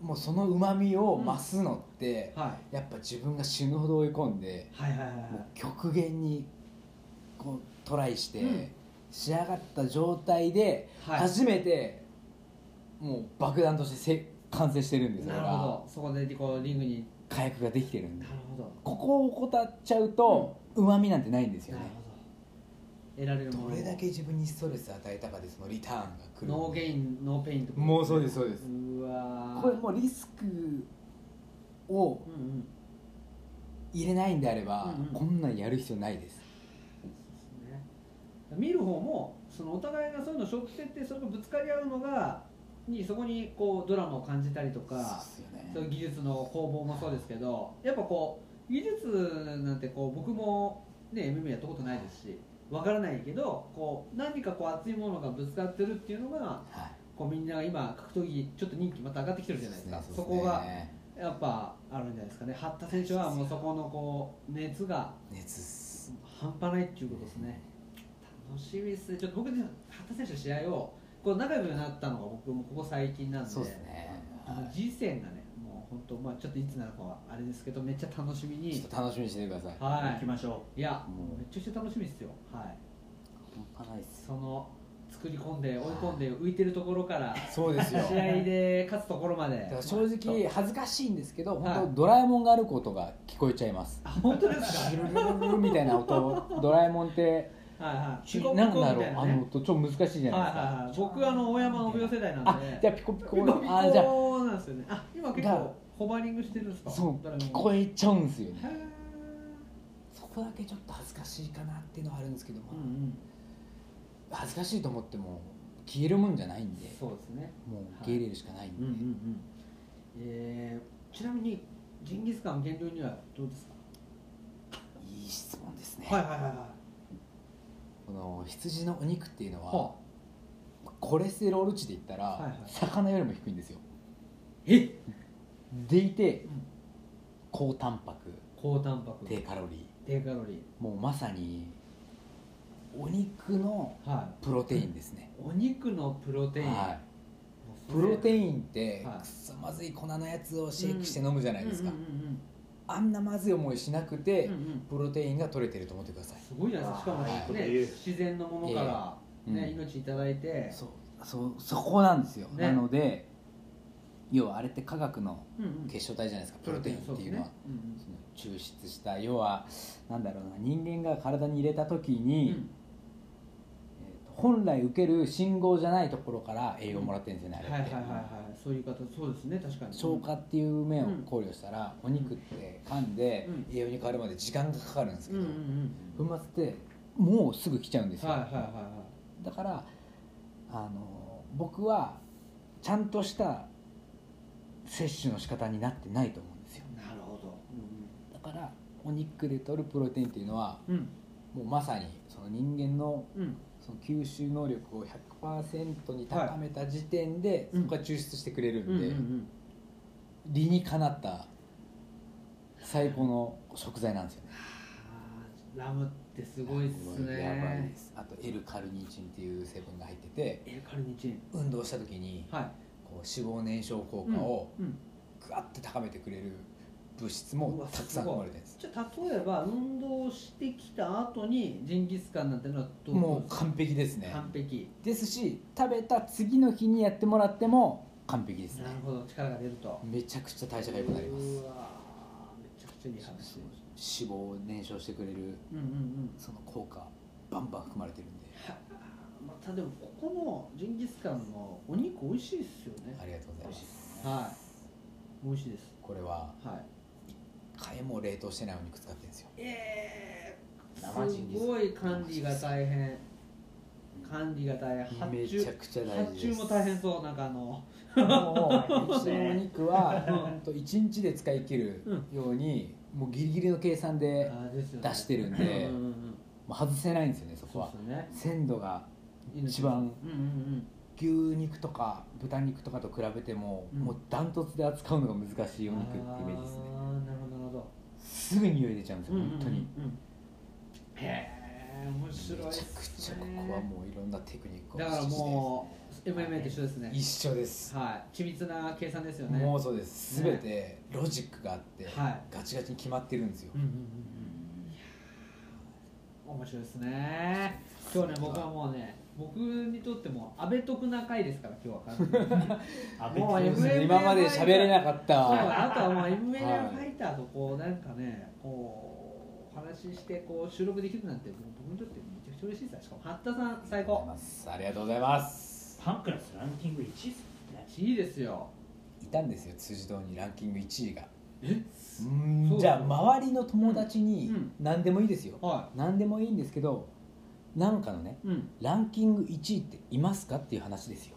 [SPEAKER 2] もうそのうまみを増すのって、
[SPEAKER 1] は
[SPEAKER 2] やっぱ自分が死ぬほど追い込んで
[SPEAKER 1] いはいはいはいは
[SPEAKER 2] もう極限にこうトライして、
[SPEAKER 1] うん
[SPEAKER 2] 仕上がった状態で
[SPEAKER 1] いはい
[SPEAKER 2] 初めてもう爆弾としてせ完成してるんですよ
[SPEAKER 1] なるほどそこでこうリングに
[SPEAKER 2] だから火薬ができてるんで
[SPEAKER 1] なるほど
[SPEAKER 2] ここを怠っちゃうとうまみなんてないんですよ
[SPEAKER 1] なる
[SPEAKER 2] ね
[SPEAKER 1] ほど得られるもの
[SPEAKER 2] ど
[SPEAKER 1] を
[SPEAKER 2] れだけ自分にストレス与えたかでそのリターンが来る
[SPEAKER 1] ノーゲインノーペインってこと
[SPEAKER 2] もうそうですそうです
[SPEAKER 1] うわー
[SPEAKER 2] これもうリスク
[SPEAKER 1] う
[SPEAKER 2] を
[SPEAKER 1] んうん
[SPEAKER 2] 入れないんであれば、
[SPEAKER 1] うんうん
[SPEAKER 2] こんなんやる必要ないです
[SPEAKER 1] そうですね見る方もそのお互いがそういうのを背負ってってそれがぶつかり合うのがにそこにこうドラマを感じたりとか
[SPEAKER 2] そうですよね
[SPEAKER 1] そういう技術の攻防もそうですけどやっぱこう技術なんてこう僕もね MMA やったことないですしわからないけどこう何かこう熱いものがぶつかってるっていうのが
[SPEAKER 2] はい
[SPEAKER 1] こうみんなが今格闘技ちょっと人気また上がってきてるじゃないですか
[SPEAKER 2] う
[SPEAKER 1] そ
[SPEAKER 2] ですね
[SPEAKER 1] こがやっぱあるんじゃないですかね八田選手はもうそこのこう熱が
[SPEAKER 2] 熱っす
[SPEAKER 1] 半端ないっていうことですね楽しみですねちょっと僕ね八田選手の試合をこう仲良くなったのが僕もここ最近なんで
[SPEAKER 2] そうですね、
[SPEAKER 1] あの次戦がねも本当まあちょっといつなのかはあれですけどめっちゃ楽しみ
[SPEAKER 2] ち
[SPEAKER 1] に
[SPEAKER 2] ょっと楽しみにしててください
[SPEAKER 1] は
[SPEAKER 3] 行き
[SPEAKER 1] い
[SPEAKER 3] ましょ
[SPEAKER 1] いや
[SPEAKER 2] もう
[SPEAKER 1] めちゃくちゃ楽しみですよはい
[SPEAKER 2] 半端ないっす
[SPEAKER 1] その作り込んで追い込んで浮いてるところから
[SPEAKER 2] そうですよ
[SPEAKER 1] 試合で勝つところまで
[SPEAKER 2] だから正直恥ずかしいんですけど
[SPEAKER 1] はい
[SPEAKER 2] 本当ドラえもんがあることが聞こえちゃいます
[SPEAKER 1] あ本当ですか
[SPEAKER 2] シュルルルルみたいな音ドラえもん って
[SPEAKER 1] はいはいピコ
[SPEAKER 2] 何
[SPEAKER 1] ピコ
[SPEAKER 2] だ
[SPEAKER 1] みたい
[SPEAKER 2] ろう
[SPEAKER 1] な
[SPEAKER 2] あ
[SPEAKER 1] ね
[SPEAKER 2] の音超難しいじ
[SPEAKER 1] はい
[SPEAKER 2] ゃないですか
[SPEAKER 1] はいはい僕あの大山信代世代な
[SPEAKER 2] あ
[SPEAKER 1] んで
[SPEAKER 2] じゃあピコピコ
[SPEAKER 1] ピコピコ
[SPEAKER 2] あじゃあ
[SPEAKER 1] なんですよねあ今結
[SPEAKER 2] だから
[SPEAKER 1] 構ホバリングしてるんですか
[SPEAKER 2] そう
[SPEAKER 1] 誰も
[SPEAKER 2] 聞こえちゃうんですよ
[SPEAKER 1] へ
[SPEAKER 2] ね
[SPEAKER 1] ー
[SPEAKER 2] そこだけちょっと恥ずかしいかなっていうのはあるんですけど、ま
[SPEAKER 1] う
[SPEAKER 2] あ
[SPEAKER 1] んうん
[SPEAKER 2] 恥ずかしいと思っても消えるもんじゃないんで
[SPEAKER 1] そうですね
[SPEAKER 2] もう受け入れるしかないん
[SPEAKER 1] うん
[SPEAKER 2] で、
[SPEAKER 1] うんうんえーちなみにジンギスカン減量にはどうですか
[SPEAKER 2] いい質問ですね、
[SPEAKER 1] はいはいは
[SPEAKER 2] この羊のお肉っていうのは、
[SPEAKER 1] は
[SPEAKER 2] コレステロール値で言ったら、
[SPEAKER 1] はいはい
[SPEAKER 2] 魚よりも低いんですよ
[SPEAKER 1] いえ
[SPEAKER 2] でいて
[SPEAKER 1] うん
[SPEAKER 2] 高タンパク
[SPEAKER 1] 高タンパク
[SPEAKER 2] 低カロリ
[SPEAKER 1] 低カロリ
[SPEAKER 2] ーもうまさにお肉の
[SPEAKER 1] ーはい
[SPEAKER 2] プロテインですね、
[SPEAKER 1] お肉のプロテイン、
[SPEAKER 2] はい、プロテ
[SPEAKER 1] ン
[SPEAKER 2] インって、
[SPEAKER 1] はい
[SPEAKER 2] くそまずい粉のやつをシェイクして飲むじゃないですか、
[SPEAKER 1] うんうん
[SPEAKER 2] あんなまずい思いしなくて、
[SPEAKER 1] うんうんうんうん
[SPEAKER 2] プロテインが取れてると思ってください
[SPEAKER 1] すごいじゃないですかしかも
[SPEAKER 3] あーいいこと
[SPEAKER 1] ね
[SPEAKER 3] 言う
[SPEAKER 1] 自然のものから、
[SPEAKER 2] ええ
[SPEAKER 1] ね
[SPEAKER 2] うん
[SPEAKER 1] 命いただいて
[SPEAKER 2] そうそうそこなんですよ、
[SPEAKER 1] ね
[SPEAKER 2] なので要はあれって科学の
[SPEAKER 1] うんうん
[SPEAKER 2] 結晶体じゃないですかプロテインっていうのは
[SPEAKER 1] そですね
[SPEAKER 2] その抽出した要はなんだろうな人間が体に入れた時
[SPEAKER 1] うん
[SPEAKER 2] に、
[SPEAKER 1] うん
[SPEAKER 2] えーと本来受ける信号じゃないところから栄養をもらってるんですよね、
[SPEAKER 1] はい
[SPEAKER 2] あ
[SPEAKER 1] は
[SPEAKER 2] れっ
[SPEAKER 1] い
[SPEAKER 2] て、
[SPEAKER 1] はいはいそういう方そうですね確かに
[SPEAKER 2] 消化っていう面を考慮したら、お肉って噛んで
[SPEAKER 1] う
[SPEAKER 2] 栄養に変わるまで時間がかかるんです
[SPEAKER 1] う
[SPEAKER 2] け
[SPEAKER 1] ん
[SPEAKER 2] ど、
[SPEAKER 1] うんうん
[SPEAKER 2] 粉末ってもうすぐ来ちゃうんですよ、
[SPEAKER 1] はいはいはいは
[SPEAKER 2] だからあの僕はちゃんとした摂取の仕方になってないと思うんですよ
[SPEAKER 1] いなるほどう
[SPEAKER 2] だからお肉で摂るプロテインっていうのは
[SPEAKER 1] んうん
[SPEAKER 2] もうまさにその人間の
[SPEAKER 1] うんうん
[SPEAKER 2] その吸収能力を100%に高めた時点で、
[SPEAKER 1] うん
[SPEAKER 2] そこが抽出してくれる
[SPEAKER 1] うん
[SPEAKER 2] ん
[SPEAKER 1] う
[SPEAKER 2] で、
[SPEAKER 1] ん
[SPEAKER 2] 理にかなった最高の食材なんですよね
[SPEAKER 1] あーラムってすごいっすね
[SPEAKER 2] やばいですあと L カルニチンっていう成分が入ってて
[SPEAKER 1] L カルニチン
[SPEAKER 2] 運動した時に
[SPEAKER 1] はい
[SPEAKER 2] こう脂肪燃焼効果を、
[SPEAKER 1] うんうん
[SPEAKER 2] グワッて高めてくれる物質
[SPEAKER 1] う
[SPEAKER 2] も
[SPEAKER 1] わ
[SPEAKER 2] たくさ
[SPEAKER 1] すごい
[SPEAKER 2] ん含まれてるんです
[SPEAKER 1] じゃあ例えば運動してきた後にジンギスカンなんてのはどう
[SPEAKER 2] もう完璧ですね
[SPEAKER 1] 完璧
[SPEAKER 2] ですし食べた次の日にやってもらっても完璧ですね
[SPEAKER 1] なるほど力が出ると
[SPEAKER 2] めちゃくちゃ代謝が良くなりま
[SPEAKER 1] うわーめちゃくちゃいい話
[SPEAKER 2] す脂肪を燃焼してくれ
[SPEAKER 1] うん
[SPEAKER 2] る
[SPEAKER 1] うんうん
[SPEAKER 2] その効果バンバン含まれてるんで
[SPEAKER 1] またでもここのジンギスカンのお肉美味しいですよね
[SPEAKER 2] ありがとうございます
[SPEAKER 1] はい美味しいです
[SPEAKER 2] これは
[SPEAKER 1] はい
[SPEAKER 2] 替えも冷凍してないお肉使ってるんですよ
[SPEAKER 1] え
[SPEAKER 3] 生ジンギ
[SPEAKER 1] す
[SPEAKER 3] スカン
[SPEAKER 1] ごい管理が大変管理が大変発
[SPEAKER 2] め
[SPEAKER 1] 注
[SPEAKER 2] ちゃくちゃ大
[SPEAKER 1] 発
[SPEAKER 2] 事
[SPEAKER 1] 注
[SPEAKER 2] です
[SPEAKER 1] も大変そうなんかあの
[SPEAKER 2] もううちのお肉は
[SPEAKER 1] うん
[SPEAKER 2] 本当一日で使い切るようにもうギリギリの計算で
[SPEAKER 1] あーですよね
[SPEAKER 2] 出してるん
[SPEAKER 1] うん
[SPEAKER 2] で
[SPEAKER 1] うんうん
[SPEAKER 2] もう外せないんですよねそこ
[SPEAKER 1] そう
[SPEAKER 2] は
[SPEAKER 1] ですよね
[SPEAKER 2] 鮮度が一番
[SPEAKER 1] うんうんうん
[SPEAKER 2] 牛肉とか豚肉とかと比べても、
[SPEAKER 1] うん
[SPEAKER 2] もうダントツで扱うのが難しいお肉ってイメージですね
[SPEAKER 1] あーなるほどなるほど
[SPEAKER 2] すぐ匂い出ちゃうんですよ本当に、
[SPEAKER 1] うんうんうんへえ面白いっ
[SPEAKER 2] めちゃくち
[SPEAKER 1] す
[SPEAKER 2] ゃ
[SPEAKER 1] ね
[SPEAKER 2] ここはもういろんなテクニックを
[SPEAKER 1] だからもう MMA と一緒ですね
[SPEAKER 2] 一緒です、
[SPEAKER 1] はい緻密な計算ですよね
[SPEAKER 2] も
[SPEAKER 1] う
[SPEAKER 2] うそうです全てロジックがあって、
[SPEAKER 1] はい
[SPEAKER 2] ガチガチに決まってるんですよ、
[SPEAKER 1] んうんうんうん面白いですね今日ね僕はもうね僕にとっても安倍徳な回ですから今日 は完全に
[SPEAKER 3] う安
[SPEAKER 1] もう
[SPEAKER 2] そう
[SPEAKER 3] 倍
[SPEAKER 2] ですね
[SPEAKER 1] MMA
[SPEAKER 2] 今まで喋れなかっ
[SPEAKER 1] そう
[SPEAKER 2] た
[SPEAKER 1] あとはもう MMA ファイターとこうなんかねこうお話ししてこう収録できるなんてもう僕にとってめちゃくちゃ嬉しいですしかも八田さん最高
[SPEAKER 2] ありがとうございます
[SPEAKER 3] パンクラスランキング1位ですね
[SPEAKER 1] いいですよ
[SPEAKER 2] いたんですよ辻堂にランキング1位が
[SPEAKER 1] え
[SPEAKER 2] うー
[SPEAKER 1] そ
[SPEAKER 2] ん
[SPEAKER 1] う
[SPEAKER 2] じゃあ周りの友達に
[SPEAKER 1] うんうん
[SPEAKER 2] 何でもいいですよ、
[SPEAKER 1] は
[SPEAKER 2] 何でもいいんですけどなんかのね
[SPEAKER 1] いうん
[SPEAKER 2] ランキング1位っていますかっていう話ですよ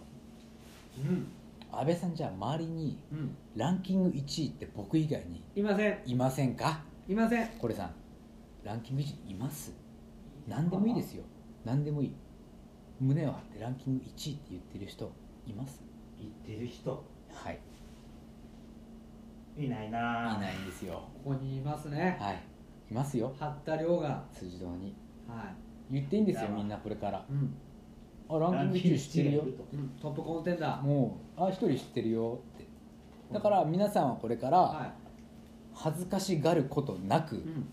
[SPEAKER 1] うん
[SPEAKER 2] 安倍さんじゃあ周りに
[SPEAKER 1] うん
[SPEAKER 2] ランキング1位って僕以外に
[SPEAKER 1] いません
[SPEAKER 2] いませんか
[SPEAKER 1] いません
[SPEAKER 2] これさんランキング1位います何でもいいですよ何でもいい胸を張ってランキング1位って言ってる人います
[SPEAKER 3] 行ってる人
[SPEAKER 2] はい
[SPEAKER 3] いないないい
[SPEAKER 2] ないんですよ
[SPEAKER 1] ここにいますね
[SPEAKER 2] はいいますよ
[SPEAKER 1] 八田亮が
[SPEAKER 2] 辻堂に
[SPEAKER 1] は
[SPEAKER 2] 言っていいんですよ
[SPEAKER 3] いや
[SPEAKER 2] みんなこれから
[SPEAKER 1] いうん
[SPEAKER 2] あランキング1位知ってるよ
[SPEAKER 1] うんトップコンテンダー
[SPEAKER 2] もうあ一人知ってるよってだから皆さんはこれから
[SPEAKER 1] は、
[SPEAKER 2] 恥ずかしがることない
[SPEAKER 1] う
[SPEAKER 2] く
[SPEAKER 1] ん、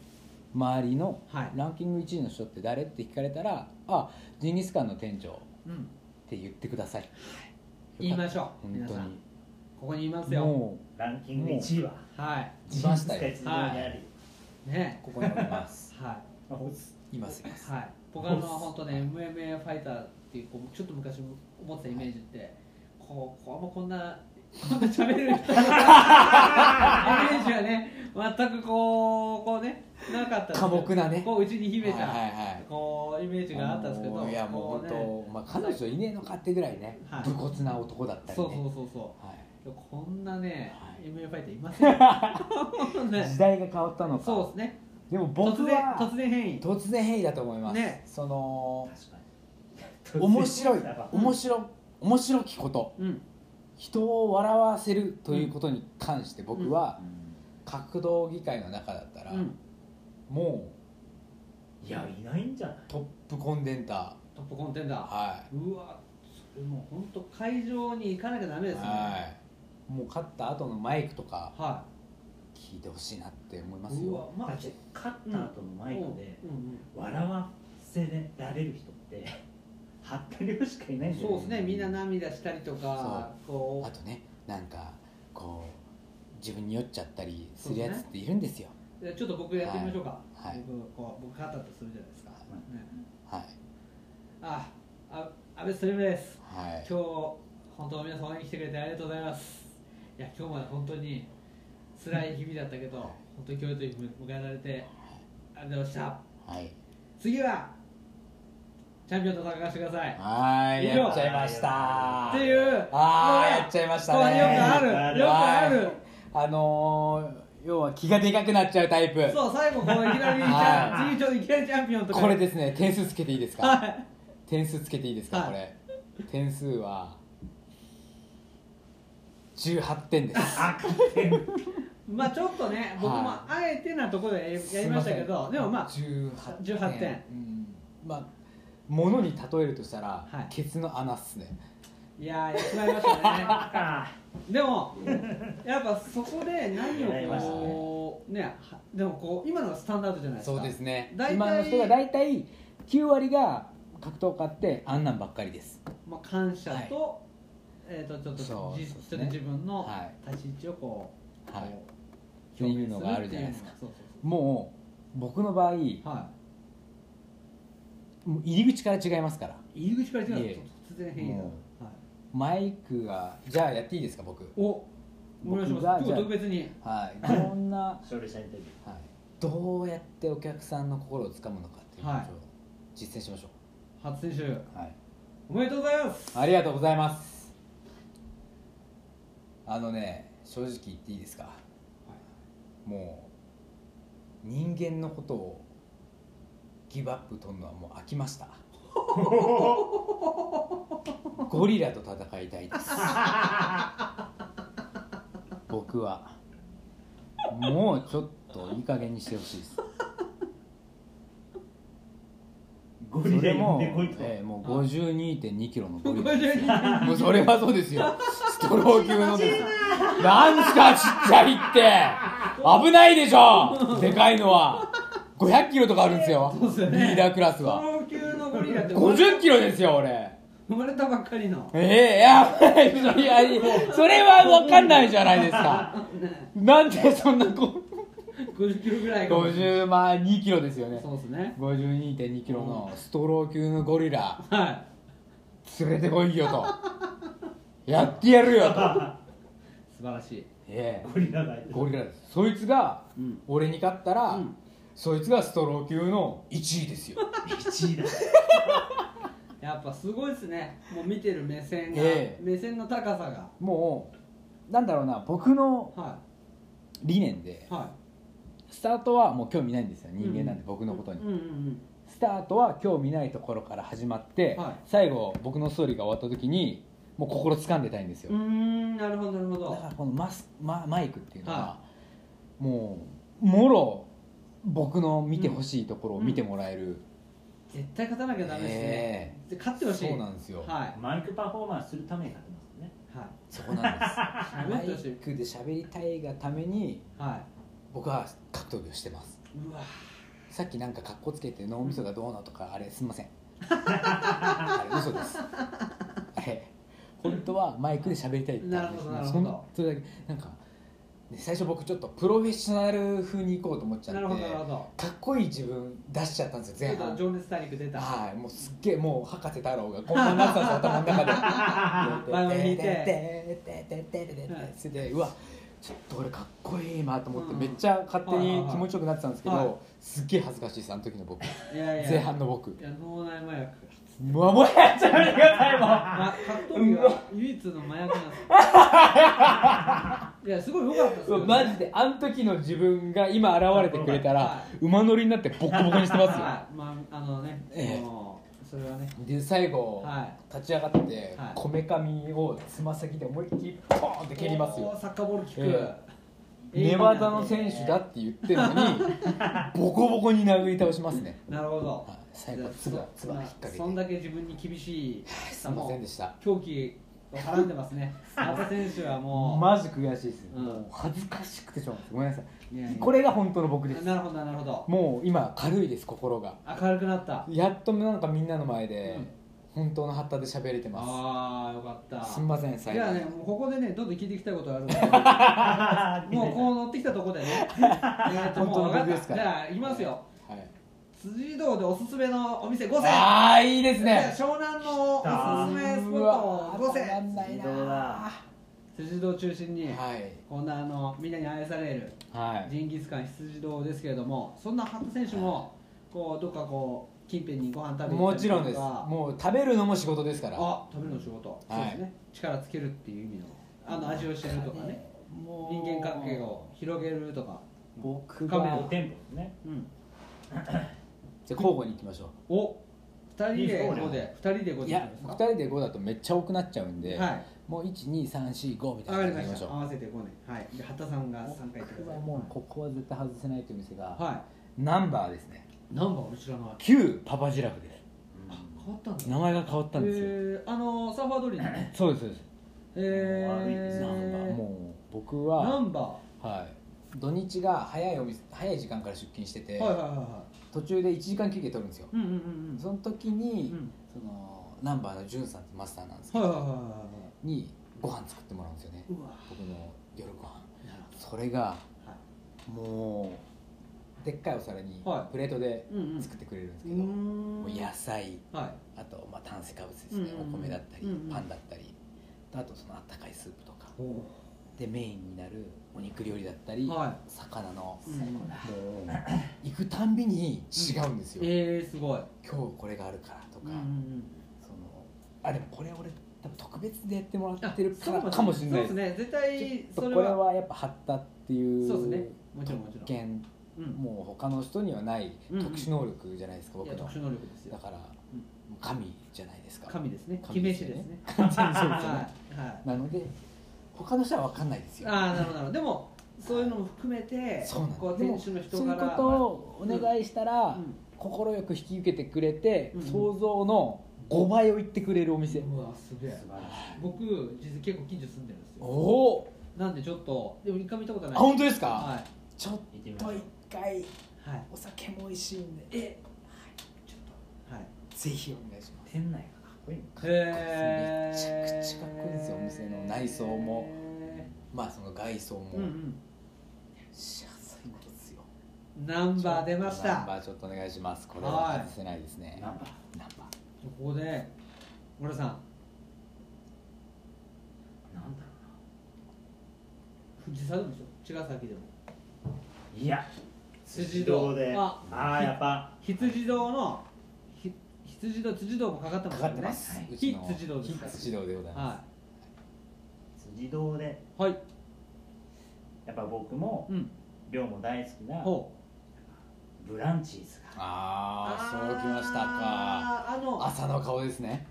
[SPEAKER 2] 周りの
[SPEAKER 1] はい
[SPEAKER 2] ランキング1位の人って誰って聞かれたら「あジンギスカンの店長」
[SPEAKER 1] うん、
[SPEAKER 2] って言ってください
[SPEAKER 1] 言いましょう
[SPEAKER 2] 本
[SPEAKER 1] 皆
[SPEAKER 2] 当
[SPEAKER 1] さん
[SPEAKER 2] に
[SPEAKER 1] ここにいますよ
[SPEAKER 2] も
[SPEAKER 3] ランキング1位は
[SPEAKER 1] は
[SPEAKER 2] う来ました
[SPEAKER 3] ジン
[SPEAKER 2] よ
[SPEAKER 3] ギスカン一条にあり
[SPEAKER 1] いね
[SPEAKER 2] ここにおります
[SPEAKER 1] はい
[SPEAKER 2] いますいます
[SPEAKER 1] はい、僕あの本当ね MMA ファイターっていうこうちょっと昔思ってたイメージって、こうこうあんまこんなこんな喋れる人イメージはね全くこうこうねなかったんですよ
[SPEAKER 2] 寡黙なね
[SPEAKER 1] こううちに秘めた、
[SPEAKER 2] はいはいはい
[SPEAKER 1] こうイメージがあったんですけど
[SPEAKER 2] あのーいやも
[SPEAKER 1] こ
[SPEAKER 2] う本
[SPEAKER 1] う
[SPEAKER 2] 当、まあ、彼女いねえのかってぐらいね、
[SPEAKER 1] はい
[SPEAKER 2] 武骨な男だったりね
[SPEAKER 1] そうそうそうそ
[SPEAKER 2] は
[SPEAKER 1] うこんなね、
[SPEAKER 2] はい
[SPEAKER 1] MMA ファイターいません よ
[SPEAKER 2] い
[SPEAKER 1] ね
[SPEAKER 2] 時代が変わったのか
[SPEAKER 1] そうですね
[SPEAKER 2] でも僕
[SPEAKER 1] 突然
[SPEAKER 2] は
[SPEAKER 1] 突然変異
[SPEAKER 2] 突然変異だと思います、
[SPEAKER 1] ね
[SPEAKER 2] その
[SPEAKER 3] 確かに
[SPEAKER 2] 面白い
[SPEAKER 3] やば
[SPEAKER 2] 面白面白きこと
[SPEAKER 1] うん
[SPEAKER 2] 人を笑わせるということに関して僕は格闘技界の中だったら、
[SPEAKER 1] うん
[SPEAKER 2] も
[SPEAKER 3] いやいないんじゃない、
[SPEAKER 2] うトップコンデンタ
[SPEAKER 1] トップコンテンダー
[SPEAKER 2] ーは
[SPEAKER 1] うわそれもう本当会場に行かなきゃダメ
[SPEAKER 2] い、
[SPEAKER 1] ですね
[SPEAKER 2] はい、もう勝った後のマイクとか
[SPEAKER 1] は
[SPEAKER 2] 聞いてほしいなって思い
[SPEAKER 1] い
[SPEAKER 2] ます
[SPEAKER 1] う
[SPEAKER 2] よ
[SPEAKER 1] わまあ
[SPEAKER 3] だって勝った後のマイクで
[SPEAKER 1] うんうん
[SPEAKER 3] 笑わせられる人って服部しかいないんじゃ
[SPEAKER 1] そ
[SPEAKER 3] な
[SPEAKER 1] う
[SPEAKER 3] い
[SPEAKER 1] ですねみんな涙したりとかこ
[SPEAKER 2] あ
[SPEAKER 1] う
[SPEAKER 2] とねなんかこう自分に酔っちゃったりするやつっているんですよ
[SPEAKER 1] いやちょっと僕やってみましょうか、
[SPEAKER 2] はいはい
[SPEAKER 1] 僕こう僕勝ったとするじゃないですか、
[SPEAKER 3] い
[SPEAKER 1] ね、
[SPEAKER 2] はい
[SPEAKER 1] ああ安倍スリムです
[SPEAKER 2] はい
[SPEAKER 1] 今日本当皆さん応援に来てくれてありがとうございますいや今日まで本当に辛い日々だったけど本当に今日という日を迎えられてありがとうございました
[SPEAKER 2] はい
[SPEAKER 1] 次はチャンピオンと戦わせてください
[SPEAKER 2] はい
[SPEAKER 1] 以上
[SPEAKER 2] やっちゃいました
[SPEAKER 1] っていう
[SPEAKER 2] あー
[SPEAKER 1] ごめん
[SPEAKER 2] やっちゃいました
[SPEAKER 1] これよく
[SPEAKER 2] ね
[SPEAKER 1] あるよくある
[SPEAKER 2] あのー、要は気がでかくなっちゃうタイプ
[SPEAKER 1] そう最後こういきなりチャン G いきなりチャンピオンとか
[SPEAKER 2] これですね点数つけていいです
[SPEAKER 1] は
[SPEAKER 2] か
[SPEAKER 1] い
[SPEAKER 2] 点数つけていいですか
[SPEAKER 1] はい
[SPEAKER 2] これ点数は18点です
[SPEAKER 3] あ勝手に
[SPEAKER 1] まあちょっとね僕も
[SPEAKER 2] は
[SPEAKER 1] あえてなところでやりましたけ
[SPEAKER 2] すい
[SPEAKER 1] ど
[SPEAKER 2] せん
[SPEAKER 1] でもまあ
[SPEAKER 2] 18
[SPEAKER 1] 18点
[SPEAKER 2] うん、まあ物に例えるとしたら、
[SPEAKER 1] はい
[SPEAKER 2] ケツの穴っすね
[SPEAKER 1] いやーやってしまいましたね
[SPEAKER 3] あ
[SPEAKER 1] でもやっぱそこで何
[SPEAKER 3] やりましたね
[SPEAKER 1] をこうねはでもこう今のがスタンダードじゃないですか
[SPEAKER 2] そうですね
[SPEAKER 1] 大体
[SPEAKER 2] 今の人が大体9割が格闘家ってあんなんばっかりです
[SPEAKER 1] まあ感謝と、えっ、とちょっと
[SPEAKER 2] そう
[SPEAKER 1] じ
[SPEAKER 2] そうです
[SPEAKER 1] ちょ
[SPEAKER 2] ね
[SPEAKER 1] っと自分の
[SPEAKER 2] は
[SPEAKER 1] 立ち位置をこう、
[SPEAKER 2] はい
[SPEAKER 1] こ
[SPEAKER 2] っていうのがあるじゃないですか
[SPEAKER 1] 表現るってうのがそうそうそう
[SPEAKER 2] もう僕の場合
[SPEAKER 1] は
[SPEAKER 2] もう入り口から違いますから
[SPEAKER 1] い、入り口から違うんで
[SPEAKER 2] い
[SPEAKER 1] す
[SPEAKER 2] え
[SPEAKER 1] 突然変異だ、はい、
[SPEAKER 2] もマイクがじゃあやっていいですか僕
[SPEAKER 1] おお願いし
[SPEAKER 2] 僕が
[SPEAKER 1] ます
[SPEAKER 2] じ
[SPEAKER 1] 今
[SPEAKER 2] ゃあ
[SPEAKER 1] 日特別に
[SPEAKER 2] はいどんな、は
[SPEAKER 3] 勝利者インタビュー
[SPEAKER 2] い、どうやってお客さんの心をつかむのかっていうのを
[SPEAKER 1] はい
[SPEAKER 2] 実践しましょ
[SPEAKER 1] 初選手
[SPEAKER 2] う、はい、
[SPEAKER 1] おめでとうございます
[SPEAKER 2] ありがとうございますあのね正直言っていいですか、もう人間のことをギブアップ取るのはもう飽きま したゴリラと戦いたいです僕はもうちょっといい加減にしてほしいです
[SPEAKER 3] ゴ
[SPEAKER 2] そ
[SPEAKER 3] リラ
[SPEAKER 2] れ
[SPEAKER 3] 呼ん
[SPEAKER 2] も,、
[SPEAKER 3] でこいと、
[SPEAKER 2] ええもう52.2キロのゴリラですよ
[SPEAKER 1] 52
[SPEAKER 2] もうそれはそうですよ。ストロー級のです。 なんすか、ちっちゃいって。危ないでしょ。でかいのは。500キロとかあるんですよ。
[SPEAKER 1] そうっすよね
[SPEAKER 2] リーダークラスは。
[SPEAKER 1] 高級のゴリラって
[SPEAKER 2] 50キロですよ、俺。
[SPEAKER 1] 生まれたばっかりの
[SPEAKER 2] ええいや、いやいやそれはわかんないじゃないですか。
[SPEAKER 1] ね
[SPEAKER 2] なんでそんなこ、
[SPEAKER 1] 50キロぐらいが
[SPEAKER 2] 50万2キロですよね。
[SPEAKER 1] そうですね
[SPEAKER 2] 52.2キロのストロー級のゴリラ、
[SPEAKER 1] は
[SPEAKER 2] 連れてこいよと。やってやるよと。
[SPEAKER 1] い素晴らしい
[SPEAKER 2] ええ
[SPEAKER 3] ゴリラがいて
[SPEAKER 2] ゴリラですそいつが
[SPEAKER 1] うん
[SPEAKER 2] 俺に勝ったら、
[SPEAKER 1] うん
[SPEAKER 2] そいつがストロー級の1位ですよ
[SPEAKER 3] 1位だ
[SPEAKER 1] やっぱすごいですねもう見てる目線が、
[SPEAKER 2] ええ
[SPEAKER 1] 目線の高さが
[SPEAKER 2] もうなんだろうな僕の
[SPEAKER 1] は
[SPEAKER 2] 理念で
[SPEAKER 1] いは
[SPEAKER 2] スタートはもう興味ないんですよ人間なんで
[SPEAKER 1] う
[SPEAKER 2] 僕
[SPEAKER 1] い
[SPEAKER 2] のことに、
[SPEAKER 1] うんうん
[SPEAKER 2] スタートは興味ないところから始まって、
[SPEAKER 1] はい
[SPEAKER 2] 最後僕のストーリーが終わった時にもう心掴んでたいんですよ、
[SPEAKER 1] うんうーんなるほどなるほ
[SPEAKER 2] だ
[SPEAKER 1] ど
[SPEAKER 2] からこのマスママイクっていうのは、
[SPEAKER 1] は
[SPEAKER 2] もうもろ僕の見てほしいところを見てもらえる、
[SPEAKER 1] 絶対勝たなきゃダメですね、で勝ってほしい
[SPEAKER 2] そうなんですよ、
[SPEAKER 1] はい
[SPEAKER 3] マイクパフォーマンスするために勝てますね
[SPEAKER 1] はい
[SPEAKER 2] そこなんですマ
[SPEAKER 1] 喋ってほし
[SPEAKER 2] イ
[SPEAKER 1] い
[SPEAKER 2] クで喋りたいがために
[SPEAKER 1] は
[SPEAKER 2] 僕は格闘技をしてます
[SPEAKER 1] い、うわ
[SPEAKER 2] さっきなんか格好つけて脳みそがどうのとかあれすいませんあれ嘘ですあれ本当はマイクで喋りたいって
[SPEAKER 1] なるほどなる
[SPEAKER 2] そ
[SPEAKER 1] ほど
[SPEAKER 2] んそれだけなんか、ね、最初僕ちょっとプロフェッショナル風に行こうと思っちゃ
[SPEAKER 1] ーな
[SPEAKER 2] って
[SPEAKER 1] るほどなるほど
[SPEAKER 2] かっこいい自分出しちゃったんですよ前
[SPEAKER 1] ちょっと
[SPEAKER 2] 半
[SPEAKER 1] 情熱大陸出た
[SPEAKER 2] はいもうすっげえもう博士太郎がこんなになってたんですよ頭の中で
[SPEAKER 1] 前を引いて
[SPEAKER 2] それでうわちょっと俺かっこいいなと思ってめっちゃ勝手に気持ちよくなってたんですけ
[SPEAKER 1] はいはい
[SPEAKER 2] どすっげえ恥ずかしいですあの時の僕
[SPEAKER 1] いやいや
[SPEAKER 2] 前半の僕
[SPEAKER 1] いや脳内麻薬
[SPEAKER 2] もうもうやっちゃめてくださいもう
[SPEAKER 1] あ格闘技は唯一の麻薬なんですよ いやすごい良かったです
[SPEAKER 2] そ
[SPEAKER 1] よ、
[SPEAKER 2] うマジであの時の自分が今現れてくれたら
[SPEAKER 1] は
[SPEAKER 2] 馬乗りになってボッコボコにしてますよ
[SPEAKER 1] はいまああのね、
[SPEAKER 2] ええ
[SPEAKER 1] もうそれはね
[SPEAKER 2] で最後
[SPEAKER 1] は
[SPEAKER 2] 立ち上がって
[SPEAKER 1] はい
[SPEAKER 2] こめかみをつま先で思いっきりポーンって
[SPEAKER 1] い
[SPEAKER 2] 蹴りますよ
[SPEAKER 1] おーサッカーボールキック、
[SPEAKER 2] え寝技の選手だって言ってるのにボコボコに殴り倒しますね
[SPEAKER 1] なるほど
[SPEAKER 2] はい最後つばつば引っ掛けて
[SPEAKER 1] そんだけ自分に厳しい
[SPEAKER 2] すいませんでした
[SPEAKER 1] 狂気をはらんでます ね田中選手はもう、
[SPEAKER 2] マジ悔しいです、
[SPEAKER 1] うん
[SPEAKER 2] 恥ずかしくてしょうがないですごめんなさい
[SPEAKER 1] いやいや
[SPEAKER 2] これが本当の僕です
[SPEAKER 1] なるほどなるほど
[SPEAKER 2] もう今軽いです心が
[SPEAKER 1] 明るくなった
[SPEAKER 2] やっとなんかみんなの前で
[SPEAKER 1] うん
[SPEAKER 2] 本当の発達で喋れてま
[SPEAKER 1] ああよかった
[SPEAKER 2] すすみません
[SPEAKER 1] い
[SPEAKER 2] 最
[SPEAKER 1] や
[SPEAKER 2] 後
[SPEAKER 1] ねもうここでねどんどん聞いていきたいことがあるん で もうこう乗ってきたとこでねえーと
[SPEAKER 2] 本当
[SPEAKER 1] もう分
[SPEAKER 2] の
[SPEAKER 1] かっ
[SPEAKER 2] 僕で
[SPEAKER 1] た
[SPEAKER 2] すか
[SPEAKER 1] じ
[SPEAKER 2] ら
[SPEAKER 1] ゃあいきますよ
[SPEAKER 2] はい
[SPEAKER 1] 辻堂でおすすめのお店5選
[SPEAKER 2] ああいいですね
[SPEAKER 1] 湘南のおすすめスポ
[SPEAKER 2] うわ
[SPEAKER 1] ット5
[SPEAKER 2] たま
[SPEAKER 1] 選
[SPEAKER 2] んないな
[SPEAKER 3] どうだ
[SPEAKER 1] 辻堂中心に、
[SPEAKER 2] はい
[SPEAKER 1] こんなあのみんなに愛される
[SPEAKER 2] はい
[SPEAKER 1] ジンギスカン羊堂ですけれどもそんな八田選手もこうどっかこう近辺にご飯食べに行
[SPEAKER 2] も
[SPEAKER 1] ったりと
[SPEAKER 2] ち
[SPEAKER 1] か
[SPEAKER 2] ろんですもう食べるのも仕事ですから
[SPEAKER 1] あ食べるの仕事、
[SPEAKER 2] はい
[SPEAKER 1] そうですね力つけるっていう意味のあの味を知るとかね
[SPEAKER 2] もう
[SPEAKER 1] 人間関係を広げるとか
[SPEAKER 2] 僕
[SPEAKER 1] 深め
[SPEAKER 2] が
[SPEAKER 1] る
[SPEAKER 3] 5店舗ですね
[SPEAKER 1] うん
[SPEAKER 2] じゃあ交互に行きましょ
[SPEAKER 1] お二人
[SPEAKER 3] いいです
[SPEAKER 1] で
[SPEAKER 3] か
[SPEAKER 1] 5で二人で
[SPEAKER 2] う
[SPEAKER 1] 5
[SPEAKER 2] い
[SPEAKER 1] で行
[SPEAKER 2] や
[SPEAKER 1] きま
[SPEAKER 2] 2
[SPEAKER 1] すか
[SPEAKER 2] 人で5だとめっちゃ多くなっちゃうんで、
[SPEAKER 1] はい
[SPEAKER 2] もう12345みたい
[SPEAKER 1] わ
[SPEAKER 2] な
[SPEAKER 1] か
[SPEAKER 2] 感
[SPEAKER 1] りま
[SPEAKER 2] じでいきま
[SPEAKER 1] し
[SPEAKER 2] しょ
[SPEAKER 1] た合
[SPEAKER 2] う
[SPEAKER 1] わせて5ねはいじゃあ八田さんが3回言ってく
[SPEAKER 2] 僕
[SPEAKER 1] だ
[SPEAKER 2] は
[SPEAKER 1] さい
[SPEAKER 2] もうここは絶対外せないという店が、
[SPEAKER 1] は
[SPEAKER 2] ナンバーですね
[SPEAKER 1] いナンバー俺知らない
[SPEAKER 2] 旧パパジラフです
[SPEAKER 1] あ変わったんだ
[SPEAKER 2] 名前が変わったんですよ、
[SPEAKER 1] えーあのサーファー通りのね
[SPEAKER 2] そうですそうです、
[SPEAKER 1] えー
[SPEAKER 2] ナンバーもう僕
[SPEAKER 1] ナ
[SPEAKER 2] は、
[SPEAKER 1] ンバ
[SPEAKER 2] はい、土日が早いお店早い時間から出勤して
[SPEAKER 1] ー
[SPEAKER 2] て、
[SPEAKER 1] はいはいはいは
[SPEAKER 2] 途中で1時間休憩取るんですよ、
[SPEAKER 1] いうんうんうんうん
[SPEAKER 2] その時に、
[SPEAKER 1] うん
[SPEAKER 2] そのナンバーのジュンさんってマスターなんですけ
[SPEAKER 1] はい
[SPEAKER 2] ど、
[SPEAKER 1] はいはいは
[SPEAKER 2] にご飯作ってもらうんですよね
[SPEAKER 1] いはいうわ
[SPEAKER 2] 僕の夜ご飯
[SPEAKER 1] なるほ
[SPEAKER 2] それが
[SPEAKER 1] どはい
[SPEAKER 2] もうでっかいお皿に
[SPEAKER 1] はい
[SPEAKER 2] プレートで
[SPEAKER 1] うんうん
[SPEAKER 2] 作ってくれるんです
[SPEAKER 1] う
[SPEAKER 2] け
[SPEAKER 1] ー
[SPEAKER 2] ど、も
[SPEAKER 1] ん
[SPEAKER 2] う野菜
[SPEAKER 1] は
[SPEAKER 2] あと、まあ、炭水化物ですね、
[SPEAKER 1] うんうんうん
[SPEAKER 2] お米だったり、
[SPEAKER 1] うんうん
[SPEAKER 2] パンだったりあとそのあったかいスープとか
[SPEAKER 1] いお
[SPEAKER 2] でメインになるお肉料理だったり、
[SPEAKER 1] は
[SPEAKER 2] 魚の、
[SPEAKER 1] いうん
[SPEAKER 2] もう行くたんびに違うんですよ、
[SPEAKER 1] えーすごい
[SPEAKER 2] 今日これがあるからとか、
[SPEAKER 1] うんうんうん
[SPEAKER 2] そのあでもこれ俺多分特別でやってもらってるか
[SPEAKER 1] そう
[SPEAKER 2] ら
[SPEAKER 1] ね
[SPEAKER 2] かもしれない
[SPEAKER 1] そうですね絶対
[SPEAKER 2] ちょ
[SPEAKER 1] それ
[SPEAKER 2] っとこれ
[SPEAKER 1] は
[SPEAKER 2] はやっぱ貼ったっていう
[SPEAKER 1] そうですねもちろんもちろん
[SPEAKER 2] 特権
[SPEAKER 1] うん
[SPEAKER 2] もう他の人にはない
[SPEAKER 1] うんうん
[SPEAKER 2] 特殊能力じゃないです
[SPEAKER 1] い
[SPEAKER 2] か、僕
[SPEAKER 1] や
[SPEAKER 2] の
[SPEAKER 1] 特殊能力です
[SPEAKER 2] だ
[SPEAKER 1] よ
[SPEAKER 2] から、
[SPEAKER 1] うん
[SPEAKER 2] 神じゃないですか
[SPEAKER 1] 神ですね決
[SPEAKER 2] 神
[SPEAKER 1] め
[SPEAKER 2] です
[SPEAKER 1] 手
[SPEAKER 2] よ
[SPEAKER 1] で
[SPEAKER 2] ね
[SPEAKER 1] すね
[SPEAKER 2] 完全にそうですよ
[SPEAKER 1] はい
[SPEAKER 2] ね
[SPEAKER 1] はい
[SPEAKER 2] なので他の人は分かんないですよ
[SPEAKER 1] ああなるほどなるほどでもそういうのも含めて
[SPEAKER 2] そうなんです
[SPEAKER 1] こう店主の人
[SPEAKER 2] そういう
[SPEAKER 1] 柄
[SPEAKER 2] ことをお願いしたら
[SPEAKER 1] うん
[SPEAKER 2] 快、く引き受けてくれて、
[SPEAKER 1] うんうん
[SPEAKER 2] 想像の5倍を言ってくれるお店、
[SPEAKER 1] うわすげえ僕実は結構近所住んでるんです
[SPEAKER 2] お
[SPEAKER 1] よ
[SPEAKER 2] お
[SPEAKER 1] なんでちょっとでも一回見たこと
[SPEAKER 2] ー
[SPEAKER 1] な
[SPEAKER 2] あ
[SPEAKER 1] い
[SPEAKER 2] 本当ですか、
[SPEAKER 1] は
[SPEAKER 2] ちょっ
[SPEAKER 3] 行ってみましょ
[SPEAKER 2] と
[SPEAKER 3] う
[SPEAKER 2] 一回
[SPEAKER 1] いはい
[SPEAKER 2] お酒も美味しいんで
[SPEAKER 1] え
[SPEAKER 2] ちょっ
[SPEAKER 1] はい
[SPEAKER 2] とぜひお願いします
[SPEAKER 3] 店内がかっこいいの
[SPEAKER 1] へえ
[SPEAKER 2] めちゃくちゃかっこいいですよお店の内装もまあその外装も、
[SPEAKER 1] うんうん
[SPEAKER 2] しやすいんですよ
[SPEAKER 1] ナンバー出まし
[SPEAKER 2] ナン
[SPEAKER 1] た
[SPEAKER 2] バーちょっとお願いしますこれは外せないですね、
[SPEAKER 3] ナンバー
[SPEAKER 2] ナンバー
[SPEAKER 1] ここで村さん
[SPEAKER 3] なんだろ
[SPEAKER 1] 藤沢でもそう茅ヶ崎でも
[SPEAKER 3] うないや
[SPEAKER 1] 辻堂
[SPEAKER 3] で
[SPEAKER 1] あ
[SPEAKER 3] ああーやっぱ
[SPEAKER 1] 羊堂のひ羊堂辻堂もかかってます
[SPEAKER 2] かか
[SPEAKER 1] よ
[SPEAKER 2] ってます、
[SPEAKER 3] はいう
[SPEAKER 2] ちの
[SPEAKER 1] 非辻堂ですから
[SPEAKER 2] 非辻堂でございます、
[SPEAKER 1] は
[SPEAKER 3] 辻堂で
[SPEAKER 1] いはい
[SPEAKER 3] やっぱ僕も
[SPEAKER 1] うん
[SPEAKER 3] 量も大好きな
[SPEAKER 1] ほう
[SPEAKER 3] ブランチーズが
[SPEAKER 2] ああそうきましたか
[SPEAKER 1] あーあの
[SPEAKER 2] 朝の顔ですね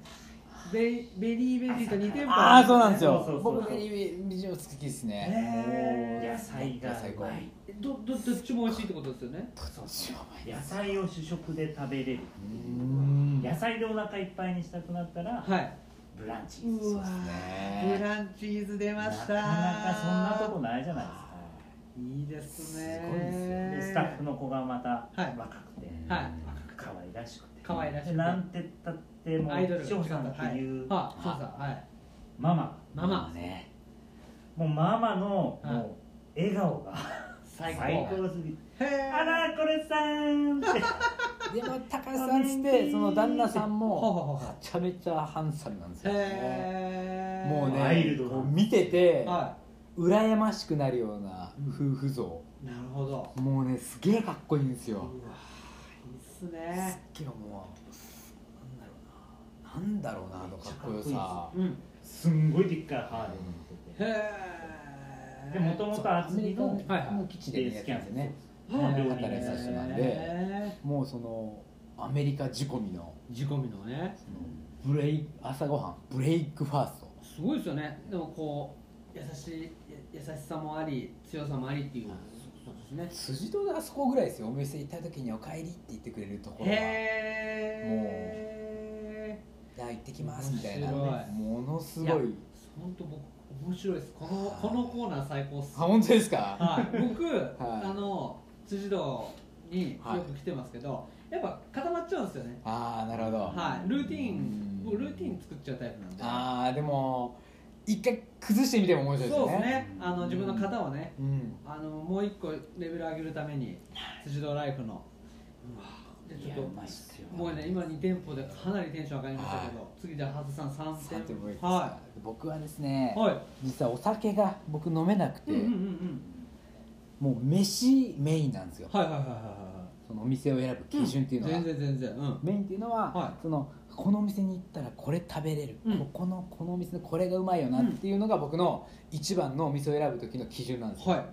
[SPEAKER 1] ベベリーベジーと2店舗
[SPEAKER 2] ああーそうなんです
[SPEAKER 3] そう
[SPEAKER 2] よ
[SPEAKER 3] そうそう
[SPEAKER 2] 僕ベリービジョン好きです
[SPEAKER 1] へ
[SPEAKER 2] ね
[SPEAKER 1] ー
[SPEAKER 3] 野菜が
[SPEAKER 2] 最
[SPEAKER 3] う
[SPEAKER 2] 高
[SPEAKER 3] まい
[SPEAKER 1] どどどっちも美味しいってことですよね
[SPEAKER 2] どっちもうまい
[SPEAKER 3] 野菜を主食で食べれる
[SPEAKER 2] うーん
[SPEAKER 3] 野菜でお腹いっぱいにしたくなったら
[SPEAKER 1] はい
[SPEAKER 3] ブランチ
[SPEAKER 1] うわ
[SPEAKER 2] ね
[SPEAKER 1] ーブランチーズ出ま
[SPEAKER 3] な
[SPEAKER 1] し
[SPEAKER 3] か
[SPEAKER 1] た
[SPEAKER 3] なかそんなとこないじゃない
[SPEAKER 1] いいですね
[SPEAKER 2] すごいですよね
[SPEAKER 3] ですかでスタッフの子がまた
[SPEAKER 1] はい
[SPEAKER 3] 若くて、
[SPEAKER 1] はい
[SPEAKER 3] 可愛らしくて
[SPEAKER 1] 可愛らしくて
[SPEAKER 3] なんてったっても
[SPEAKER 1] アイドル
[SPEAKER 3] う
[SPEAKER 1] が
[SPEAKER 3] 志保さんってい
[SPEAKER 1] はい
[SPEAKER 3] うマ
[SPEAKER 1] はあそうさんはい
[SPEAKER 3] マ
[SPEAKER 1] ママ
[SPEAKER 2] ね
[SPEAKER 3] もうママの
[SPEAKER 1] はい
[SPEAKER 3] もう笑顔が
[SPEAKER 1] 最高
[SPEAKER 3] 最高すぎて
[SPEAKER 1] へえ
[SPEAKER 3] あらこれさーんって
[SPEAKER 2] でも高橋さんっつってその旦那さん
[SPEAKER 1] ほうほうほう
[SPEAKER 2] もめちゃめちゃハンサムなんですよ、ね、
[SPEAKER 1] へえ
[SPEAKER 2] もう
[SPEAKER 3] ワイ
[SPEAKER 2] ね
[SPEAKER 3] ルドな
[SPEAKER 2] こう見てて
[SPEAKER 1] は
[SPEAKER 2] 羨ましくなるような夫婦像、
[SPEAKER 1] いなるほど
[SPEAKER 2] もうねすげえかっこいいんです
[SPEAKER 1] う
[SPEAKER 2] よ、
[SPEAKER 1] わーいいっすね
[SPEAKER 2] すっげえもうなんだろうななんだろうなあのかっこよさ
[SPEAKER 1] うん
[SPEAKER 3] すんごいでっかい歯で持ってて
[SPEAKER 1] へえ
[SPEAKER 3] でもともと厚みの
[SPEAKER 2] そうアメリカ
[SPEAKER 1] はいはい
[SPEAKER 2] もう基地でねやってますよね
[SPEAKER 1] そうそう
[SPEAKER 2] もう
[SPEAKER 3] はい
[SPEAKER 2] 働いてた人なんで
[SPEAKER 1] へ
[SPEAKER 2] もうそのアメリカ仕込みの
[SPEAKER 1] ー仕込みのね
[SPEAKER 2] そのブレイ朝ごはんブレイクファースト
[SPEAKER 1] すごいですよねでもこう優しいや優しさもあり強さもありっていうことですね
[SPEAKER 2] 辻堂であそこぐらいですよお店行った時に「おかえり」って言ってくれるところは
[SPEAKER 1] へえ
[SPEAKER 2] 「じゃあ行ってきます」みたいな
[SPEAKER 1] 面白い
[SPEAKER 2] ものす
[SPEAKER 1] いや
[SPEAKER 2] ごい
[SPEAKER 1] 本当僕面白いですこのこのコーナー最高っす
[SPEAKER 2] あ本当ですか
[SPEAKER 1] はい僕、
[SPEAKER 2] い
[SPEAKER 1] あの辻堂によく来てますけど、やっぱ固まっちゃうんですよね
[SPEAKER 2] ああなるほど
[SPEAKER 1] はいルーティ
[SPEAKER 2] うん
[SPEAKER 1] ン僕ルーティン作っちゃうタイプなんで
[SPEAKER 2] ああでも一回崩してみても面白いです
[SPEAKER 1] そ
[SPEAKER 2] よ
[SPEAKER 1] う
[SPEAKER 2] ね
[SPEAKER 1] ですねあの自分の型をね
[SPEAKER 2] うん
[SPEAKER 1] あのもう一個レベル上げるために辻堂ライフのでちょっともうね今2店舗でかなりテンション上がりましたけど、次じゃあハズさん
[SPEAKER 2] さ
[SPEAKER 1] 3
[SPEAKER 2] て
[SPEAKER 1] 店
[SPEAKER 2] もう一つ
[SPEAKER 1] 舗は
[SPEAKER 2] 僕はですね、
[SPEAKER 1] いは
[SPEAKER 2] 実はお酒が僕飲めなく
[SPEAKER 1] い
[SPEAKER 2] て、
[SPEAKER 1] うんうんうんうん
[SPEAKER 2] もう飯メインなんですよ
[SPEAKER 1] はいはいはいはいは
[SPEAKER 2] そのお店を選ぶ
[SPEAKER 1] い
[SPEAKER 2] 基準っていうのは、
[SPEAKER 1] 全然全然うん
[SPEAKER 2] メインっていうのは、
[SPEAKER 1] はい
[SPEAKER 2] そのこのお店に行ったらこれ食べれる、
[SPEAKER 1] うん
[SPEAKER 2] ここのこのお店のこれがうまいよなっていうのが僕の一番のお店を選ぶ時の基準なんですよ、
[SPEAKER 1] はい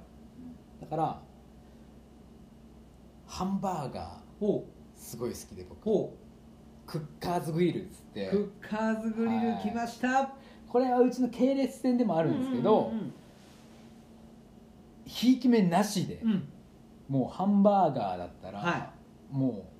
[SPEAKER 2] だからハンバーガ
[SPEAKER 1] おう
[SPEAKER 2] ーすごい好きで僕
[SPEAKER 1] おう
[SPEAKER 2] クッカーズグリルっつって
[SPEAKER 1] クッカーズグリル来ました
[SPEAKER 2] これはうちの系列店でもあ
[SPEAKER 1] あ
[SPEAKER 2] るんですけど、
[SPEAKER 1] うん
[SPEAKER 2] ひいき目なしで、
[SPEAKER 1] うんうん
[SPEAKER 2] もうハンバーガーだったら、
[SPEAKER 1] は
[SPEAKER 2] も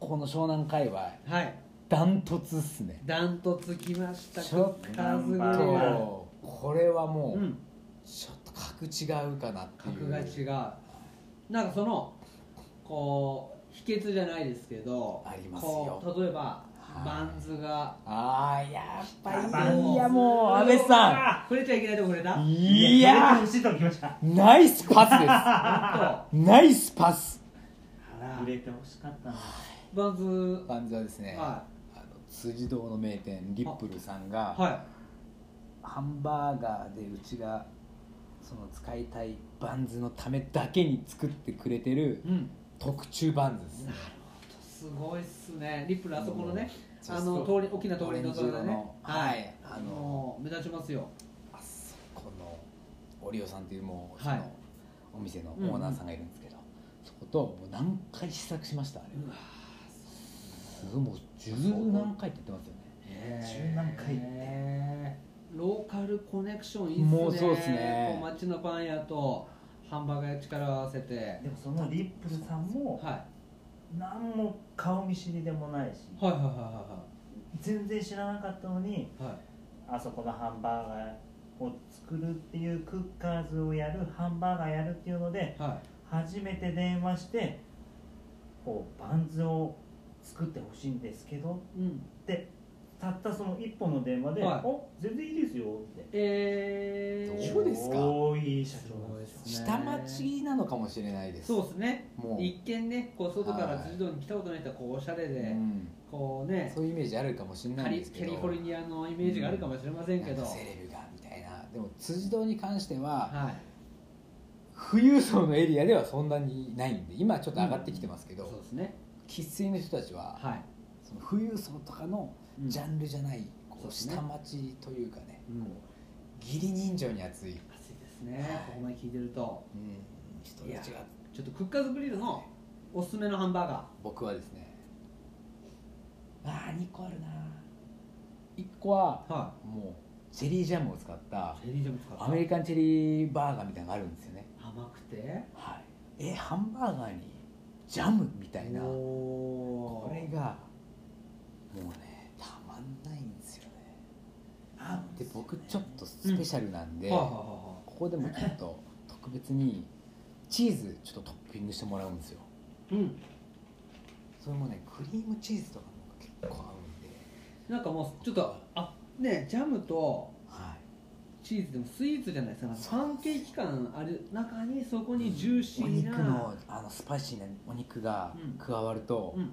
[SPEAKER 2] うこの湘南界隈
[SPEAKER 1] いはい
[SPEAKER 2] ダントツっすね
[SPEAKER 1] ダントツきました
[SPEAKER 2] ちょっと
[SPEAKER 1] クッカーズグリ
[SPEAKER 3] あ
[SPEAKER 1] ル
[SPEAKER 2] とこれはもう、
[SPEAKER 1] うん
[SPEAKER 2] ちょっと格違うかなってい
[SPEAKER 1] 格
[SPEAKER 2] う
[SPEAKER 1] が違うなんかそのこう秘訣じゃないですけど
[SPEAKER 2] ありますよ
[SPEAKER 1] こう例えば
[SPEAKER 2] はい
[SPEAKER 1] バンズが
[SPEAKER 2] あーやっぱ
[SPEAKER 3] バ
[SPEAKER 2] い
[SPEAKER 3] ン
[SPEAKER 2] い
[SPEAKER 3] ズ
[SPEAKER 2] いやもう阿部さ
[SPEAKER 3] あ
[SPEAKER 1] 触れちゃいけないとこ触れた
[SPEAKER 2] ん
[SPEAKER 1] 本
[SPEAKER 2] いや
[SPEAKER 3] 欲しいとこ来ました
[SPEAKER 2] ナイスパス
[SPEAKER 1] 当
[SPEAKER 2] ですナイスパス
[SPEAKER 3] 入れて欲しかったな
[SPEAKER 1] バンズ
[SPEAKER 2] バンズはですね、
[SPEAKER 1] は
[SPEAKER 2] あの辻堂の名店リップルさんが、
[SPEAKER 1] いは
[SPEAKER 2] ハンバーガーでうちがその使いたいバンズのためだけに作ってくれてる
[SPEAKER 1] いうん
[SPEAKER 2] 特注バンズです
[SPEAKER 1] なるほどすごいっすねリップルあそこのね
[SPEAKER 2] そう
[SPEAKER 1] あの
[SPEAKER 2] そう
[SPEAKER 1] 通り大きな通りのところだ
[SPEAKER 2] オレンジ色
[SPEAKER 1] ね
[SPEAKER 2] のはいあ
[SPEAKER 1] あ
[SPEAKER 2] の
[SPEAKER 1] の目立ちますよ
[SPEAKER 2] あそこのオリオさんっていうもうそ
[SPEAKER 1] はい
[SPEAKER 2] のお店のオーナーさんがいるんですけど、そこともう何回試作しましたあれ
[SPEAKER 1] うわ
[SPEAKER 2] すごいもう十何回って言ってますよね
[SPEAKER 3] 十何回行って
[SPEAKER 1] ローカルコネクションいいっすね
[SPEAKER 2] もうそうっすね
[SPEAKER 1] こう街のパン屋とハンバーガー屋力を合わせて
[SPEAKER 3] でもそのリップルさんも
[SPEAKER 1] はい
[SPEAKER 3] 何も顔見知りでもないし
[SPEAKER 1] はいはいは
[SPEAKER 3] 全然知らなかったのに
[SPEAKER 1] いはいはい
[SPEAKER 3] あそこのハンバーガーを作るっていうクッカーズをやるハンバーガーやるっていうので
[SPEAKER 1] は
[SPEAKER 3] 初めて電話してこうバンズを作ってほしいんですけど
[SPEAKER 1] いうん
[SPEAKER 3] ってたったその一本の電話で「
[SPEAKER 1] はい
[SPEAKER 3] お全然いいですよ」って
[SPEAKER 1] えー、
[SPEAKER 2] どうですか
[SPEAKER 3] ごいい社長なんですよ
[SPEAKER 1] ね
[SPEAKER 2] 下町なのかもしれないです
[SPEAKER 1] そうですね
[SPEAKER 2] もう、
[SPEAKER 1] 一見ねこう外から辻堂に来たことない人はこうおしゃれで、
[SPEAKER 2] うん
[SPEAKER 1] こうね
[SPEAKER 2] そういうイメージあるかもしれな
[SPEAKER 1] カ
[SPEAKER 2] いん
[SPEAKER 1] リ
[SPEAKER 2] ですけ
[SPEAKER 1] カ
[SPEAKER 2] ど
[SPEAKER 1] リフォルニアのイメージがあるかもしれませんけど、
[SPEAKER 2] なんかセレブがみたいなでも辻堂に関しては
[SPEAKER 1] はい
[SPEAKER 2] 富裕層のエリアではそんなにないんで今ちょっと上がってきてますけど
[SPEAKER 1] そうですね
[SPEAKER 2] 生粋、の人たちは
[SPEAKER 1] はい
[SPEAKER 2] その富裕層とかの
[SPEAKER 1] うん
[SPEAKER 2] ジャンルじゃない、
[SPEAKER 1] そ
[SPEAKER 2] こ
[SPEAKER 1] う
[SPEAKER 2] う
[SPEAKER 1] ですね
[SPEAKER 2] 下町というかね、
[SPEAKER 1] うん
[SPEAKER 2] 義理人情に熱
[SPEAKER 1] 暑
[SPEAKER 2] い、
[SPEAKER 1] いですねここまで聞いてると
[SPEAKER 2] うん、人
[SPEAKER 1] いや
[SPEAKER 2] たちが
[SPEAKER 1] ちょっとクッカーズグリルのおすすめのハンバーガ
[SPEAKER 2] 僕はですねああ2個あるな1個は
[SPEAKER 1] ーは
[SPEAKER 2] もうチェリージャムを使った
[SPEAKER 1] いチェリージャム使った
[SPEAKER 2] アメリカンチェリーバーガーみたいなのがあるんですよね
[SPEAKER 1] 甘くて
[SPEAKER 2] はいえハンバーガーにジャムみたいな
[SPEAKER 1] お
[SPEAKER 2] こ
[SPEAKER 1] ー
[SPEAKER 2] れがもうねたまんないんですよねで僕ちょっとスペシャルなんで、
[SPEAKER 1] はあはあ
[SPEAKER 2] こ
[SPEAKER 1] はあ
[SPEAKER 2] こでもちょっと特別にチーズちょっとトッピングしてもらうんですよ
[SPEAKER 1] うん
[SPEAKER 2] それもねクリームチーズとかも結構合うんで
[SPEAKER 1] なんかもうちょっとあねジャムと
[SPEAKER 2] はい
[SPEAKER 1] チーズでもスイーツじゃないですかなんかパンケーキ感ある中にそこにジューシ
[SPEAKER 2] お
[SPEAKER 1] ー
[SPEAKER 2] 肉
[SPEAKER 1] な、
[SPEAKER 2] のあのスパイシーなお肉が
[SPEAKER 1] うん
[SPEAKER 2] 加わると、
[SPEAKER 1] うん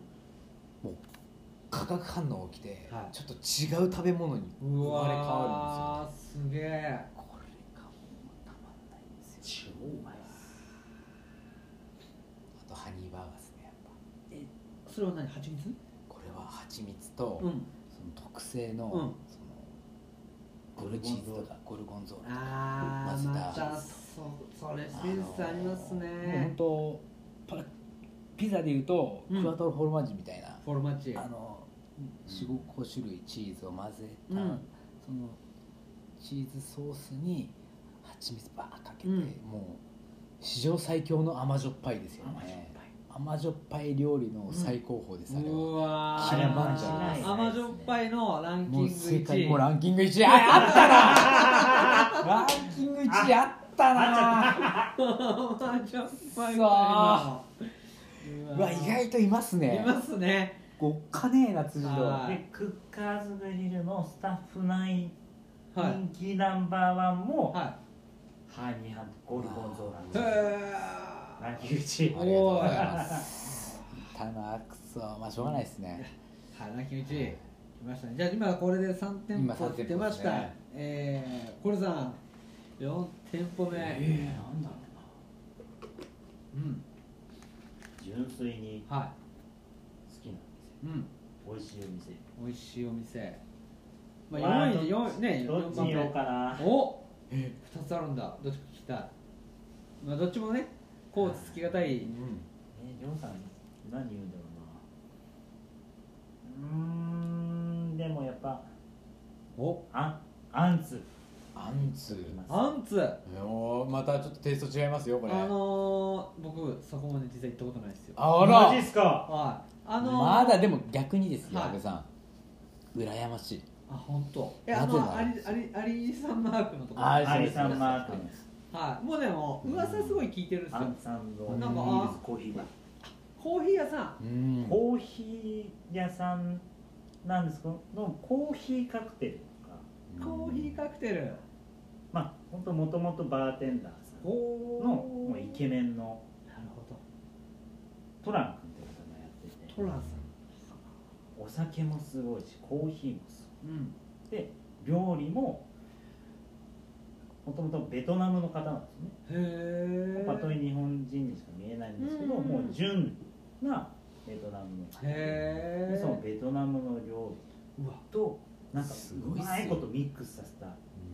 [SPEAKER 2] 化学反応起きて、
[SPEAKER 1] はい
[SPEAKER 2] ちょっと違う食べ物に
[SPEAKER 1] う
[SPEAKER 2] 生まれ変わ
[SPEAKER 1] わーすげえ
[SPEAKER 2] るんですよこれがもうたまんないんですよ
[SPEAKER 3] 超うまいっ
[SPEAKER 2] あとハニーバーガーですねやっぱ
[SPEAKER 1] それは何蜂蜜
[SPEAKER 2] これは蜂蜜と、
[SPEAKER 1] うん
[SPEAKER 2] その特製の,、
[SPEAKER 1] うん
[SPEAKER 2] そのブルチーズとかゴルゴンゾーラとか
[SPEAKER 1] あ
[SPEAKER 2] 混
[SPEAKER 1] ー
[SPEAKER 2] ぜた
[SPEAKER 1] またそそれセンスありますね、
[SPEAKER 2] もう本当パピザでいうと、
[SPEAKER 1] うん
[SPEAKER 2] クワトロフォルマッジみたいな
[SPEAKER 1] フォルマッチ
[SPEAKER 2] あの45種類チーズを混ぜた、
[SPEAKER 1] うん
[SPEAKER 2] そのチーズソースに蜂蜜ばーかけて、
[SPEAKER 1] うん
[SPEAKER 2] もう史上最強の甘じょっぱいですよね
[SPEAKER 1] 甘じょっぱい
[SPEAKER 2] 甘じょっぱい料理の最高峰です、あれ
[SPEAKER 1] う
[SPEAKER 2] は
[SPEAKER 1] わー
[SPEAKER 2] キリマンジャロです
[SPEAKER 1] 甘じょっぱいのランキ
[SPEAKER 2] も
[SPEAKER 1] ン
[SPEAKER 2] う
[SPEAKER 1] グ
[SPEAKER 2] 世界
[SPEAKER 1] 1
[SPEAKER 2] もう
[SPEAKER 1] 位
[SPEAKER 2] ランキング1位ああったなランキング1位あったな
[SPEAKER 1] 甘じょっぱいの
[SPEAKER 2] うわうわ意外といます
[SPEAKER 1] い
[SPEAKER 2] ね
[SPEAKER 1] ますね
[SPEAKER 2] おっかねえな辻
[SPEAKER 1] は
[SPEAKER 2] 堂
[SPEAKER 1] い
[SPEAKER 3] でクッカーズグリルのスタッフ内
[SPEAKER 1] はい
[SPEAKER 3] 人気ナンバーワンも、
[SPEAKER 1] は
[SPEAKER 3] ハーニーハンとゴルゴンゾー
[SPEAKER 1] いへ
[SPEAKER 3] ラ
[SPEAKER 1] え
[SPEAKER 3] ランキング1位
[SPEAKER 2] ありがとうございますたまくそまあしょうがないですね
[SPEAKER 1] はいランキング1位来ましたねじゃあ今これで3店
[SPEAKER 2] 今
[SPEAKER 1] 舗
[SPEAKER 2] 三店舗
[SPEAKER 1] 出ました、
[SPEAKER 2] ですね
[SPEAKER 1] えー、コルさん4店舗目、
[SPEAKER 3] えー、なんだろうな
[SPEAKER 1] うん
[SPEAKER 3] 純粋に好
[SPEAKER 1] は
[SPEAKER 3] きな
[SPEAKER 1] いう
[SPEAKER 3] お店美味しいお店
[SPEAKER 1] ん美味しいお店ま
[SPEAKER 3] わ
[SPEAKER 1] あ
[SPEAKER 3] あ
[SPEAKER 1] 4位で4位ね
[SPEAKER 3] どっちにいよう
[SPEAKER 1] 4番
[SPEAKER 3] かな
[SPEAKER 1] 目お二2つあるんだどっちか聞きたいまあどっちもねコーツつきがたい
[SPEAKER 3] えりょうさん何言うんだろうなうーんでもやっぱ
[SPEAKER 1] お
[SPEAKER 3] あアンツ
[SPEAKER 2] アンツ
[SPEAKER 3] います
[SPEAKER 1] アンツあ
[SPEAKER 2] おまたちょっとテイスト違いますよこれ
[SPEAKER 1] のー、僕そこまで実際行ったことないですよ
[SPEAKER 2] あ
[SPEAKER 3] マジっすか
[SPEAKER 1] はいあのー、
[SPEAKER 2] まだでも逆にですよ
[SPEAKER 1] はい
[SPEAKER 2] 阿部さん羨ましい
[SPEAKER 1] あ本当え
[SPEAKER 2] な
[SPEAKER 1] あ
[SPEAKER 2] ぜな
[SPEAKER 1] の
[SPEAKER 2] ら
[SPEAKER 1] アリアリアリさんマークのところ
[SPEAKER 2] あ
[SPEAKER 1] は
[SPEAKER 2] ーそうです
[SPEAKER 3] アリさんマーク
[SPEAKER 2] はい
[SPEAKER 1] いもうでも噂すごい聞いてるんです
[SPEAKER 3] ア
[SPEAKER 1] よ
[SPEAKER 3] ンさんの
[SPEAKER 2] うん
[SPEAKER 1] なんか
[SPEAKER 3] いいですコーヒーが
[SPEAKER 1] コーヒー屋さん
[SPEAKER 2] うん
[SPEAKER 3] コーヒー屋さんなんですけどのコーヒーカクテルとか
[SPEAKER 1] コーヒーカクテル
[SPEAKER 3] まあ本当もともとバーテンダーさん
[SPEAKER 1] おお
[SPEAKER 3] のもうイケメンの
[SPEAKER 1] なるほど
[SPEAKER 3] トラン君って方がやってて
[SPEAKER 1] トランさ
[SPEAKER 3] お酒もすごいしコーヒーもす
[SPEAKER 1] んうん
[SPEAKER 3] ごいで料理ももともとベトナムの方なんですね
[SPEAKER 1] へえ
[SPEAKER 3] パッと見日本人にしか見えないんですけど、
[SPEAKER 1] うんうん
[SPEAKER 3] もう純なベトナムの方
[SPEAKER 1] へ
[SPEAKER 3] で
[SPEAKER 1] え
[SPEAKER 3] そのベトナムの料
[SPEAKER 1] うわ
[SPEAKER 3] 理となんか
[SPEAKER 2] す
[SPEAKER 3] う
[SPEAKER 2] ごいっすよ
[SPEAKER 3] まいことミックスさせた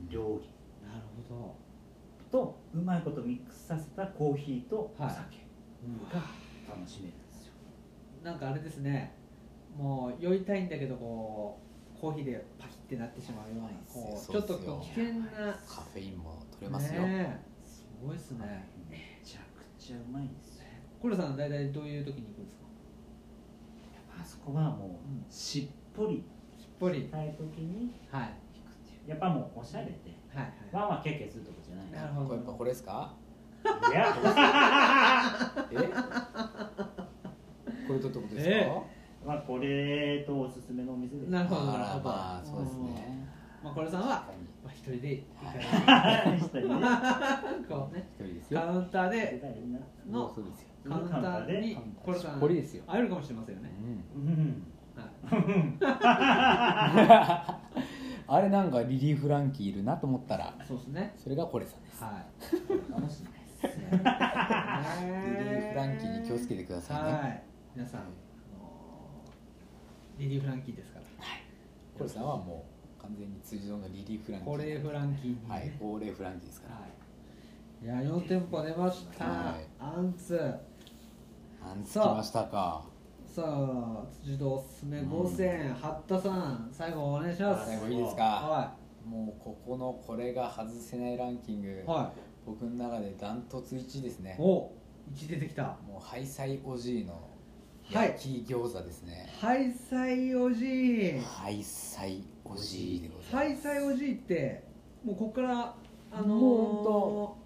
[SPEAKER 3] 料理
[SPEAKER 1] なるほ
[SPEAKER 3] とうまいことミックスさせたコーヒーとお
[SPEAKER 1] はい
[SPEAKER 3] 酒
[SPEAKER 1] ど
[SPEAKER 3] が楽しめるんですよ、
[SPEAKER 1] なんかあれですねもう酔いたいんだけどこうコーヒーでパキってなってしまうようなこうち
[SPEAKER 2] そう
[SPEAKER 1] ょ
[SPEAKER 2] っすよ
[SPEAKER 1] っとこう危険な
[SPEAKER 2] カフェインも取れますよ
[SPEAKER 1] ねえすごいですね
[SPEAKER 3] めちゃくちゃうまいんですよ
[SPEAKER 1] コロさんは大体どういう時に行くんですか
[SPEAKER 3] あそこはも
[SPEAKER 1] うん
[SPEAKER 3] うしっぽり
[SPEAKER 1] しっぽり
[SPEAKER 3] したい時に
[SPEAKER 1] はいはい
[SPEAKER 3] 行くっていうやっぱもうおしゃれで
[SPEAKER 1] はい
[SPEAKER 3] ワンワンキャッキャするとこじゃない
[SPEAKER 1] なる
[SPEAKER 2] こ
[SPEAKER 1] ほ
[SPEAKER 2] れ
[SPEAKER 1] ど
[SPEAKER 2] やっぱこれですか
[SPEAKER 3] いや
[SPEAKER 2] えこれとってことですか
[SPEAKER 1] え
[SPEAKER 3] まあこれとおすすめのお店です
[SPEAKER 1] なるほど
[SPEAKER 2] あらまあそうですね
[SPEAKER 1] まあ、これさんは
[SPEAKER 2] 確、かに
[SPEAKER 1] まあ、一人で行かれ
[SPEAKER 3] はい一人で
[SPEAKER 1] るこうね
[SPEAKER 2] 一人です
[SPEAKER 1] カ
[SPEAKER 2] よ
[SPEAKER 1] ウンター
[SPEAKER 3] 世
[SPEAKER 1] で
[SPEAKER 3] 界みんな
[SPEAKER 1] の
[SPEAKER 2] そうですよ
[SPEAKER 1] カウンターにコロさん
[SPEAKER 2] これですよ
[SPEAKER 1] 会えるかもしれませんよ
[SPEAKER 2] う
[SPEAKER 1] ね、
[SPEAKER 2] ん
[SPEAKER 3] うん
[SPEAKER 1] はい、
[SPEAKER 2] あれなんかリリー・フランキーいるなと思ったら
[SPEAKER 1] そうですね
[SPEAKER 2] それがコレさんです
[SPEAKER 1] はい
[SPEAKER 3] かもしれないです
[SPEAKER 1] リリ
[SPEAKER 2] リリ
[SPEAKER 1] ー・
[SPEAKER 2] ー・フランキーに気をつけてくださいね、
[SPEAKER 1] はい皆さん、あのーリリー・フランキーですから
[SPEAKER 2] コレさんはもう完全に辻堂のリリー・フランキー
[SPEAKER 1] 高齢フランキーにね、
[SPEAKER 2] はい高齢フランキーですから、
[SPEAKER 1] はいいや4店舗出ました、
[SPEAKER 2] はい
[SPEAKER 1] アンツ
[SPEAKER 2] あんつきましたか
[SPEAKER 1] さあ辻堂おすすめ5000八田さん最後お願いします
[SPEAKER 2] 最後いいですか
[SPEAKER 1] は
[SPEAKER 2] もうここのこれが外せないランキング
[SPEAKER 1] い、はい
[SPEAKER 2] 僕の中でダントツ1位ですね
[SPEAKER 1] お一出てきた
[SPEAKER 2] もうハイサイおじいの
[SPEAKER 1] はい
[SPEAKER 2] 焼き餃子ですね
[SPEAKER 1] ハイサイおじい
[SPEAKER 2] はい菜おじいでござ
[SPEAKER 1] ハ
[SPEAKER 2] い
[SPEAKER 1] イ
[SPEAKER 2] ます
[SPEAKER 1] サイおじいってもうこっからあのー、
[SPEAKER 2] もうほ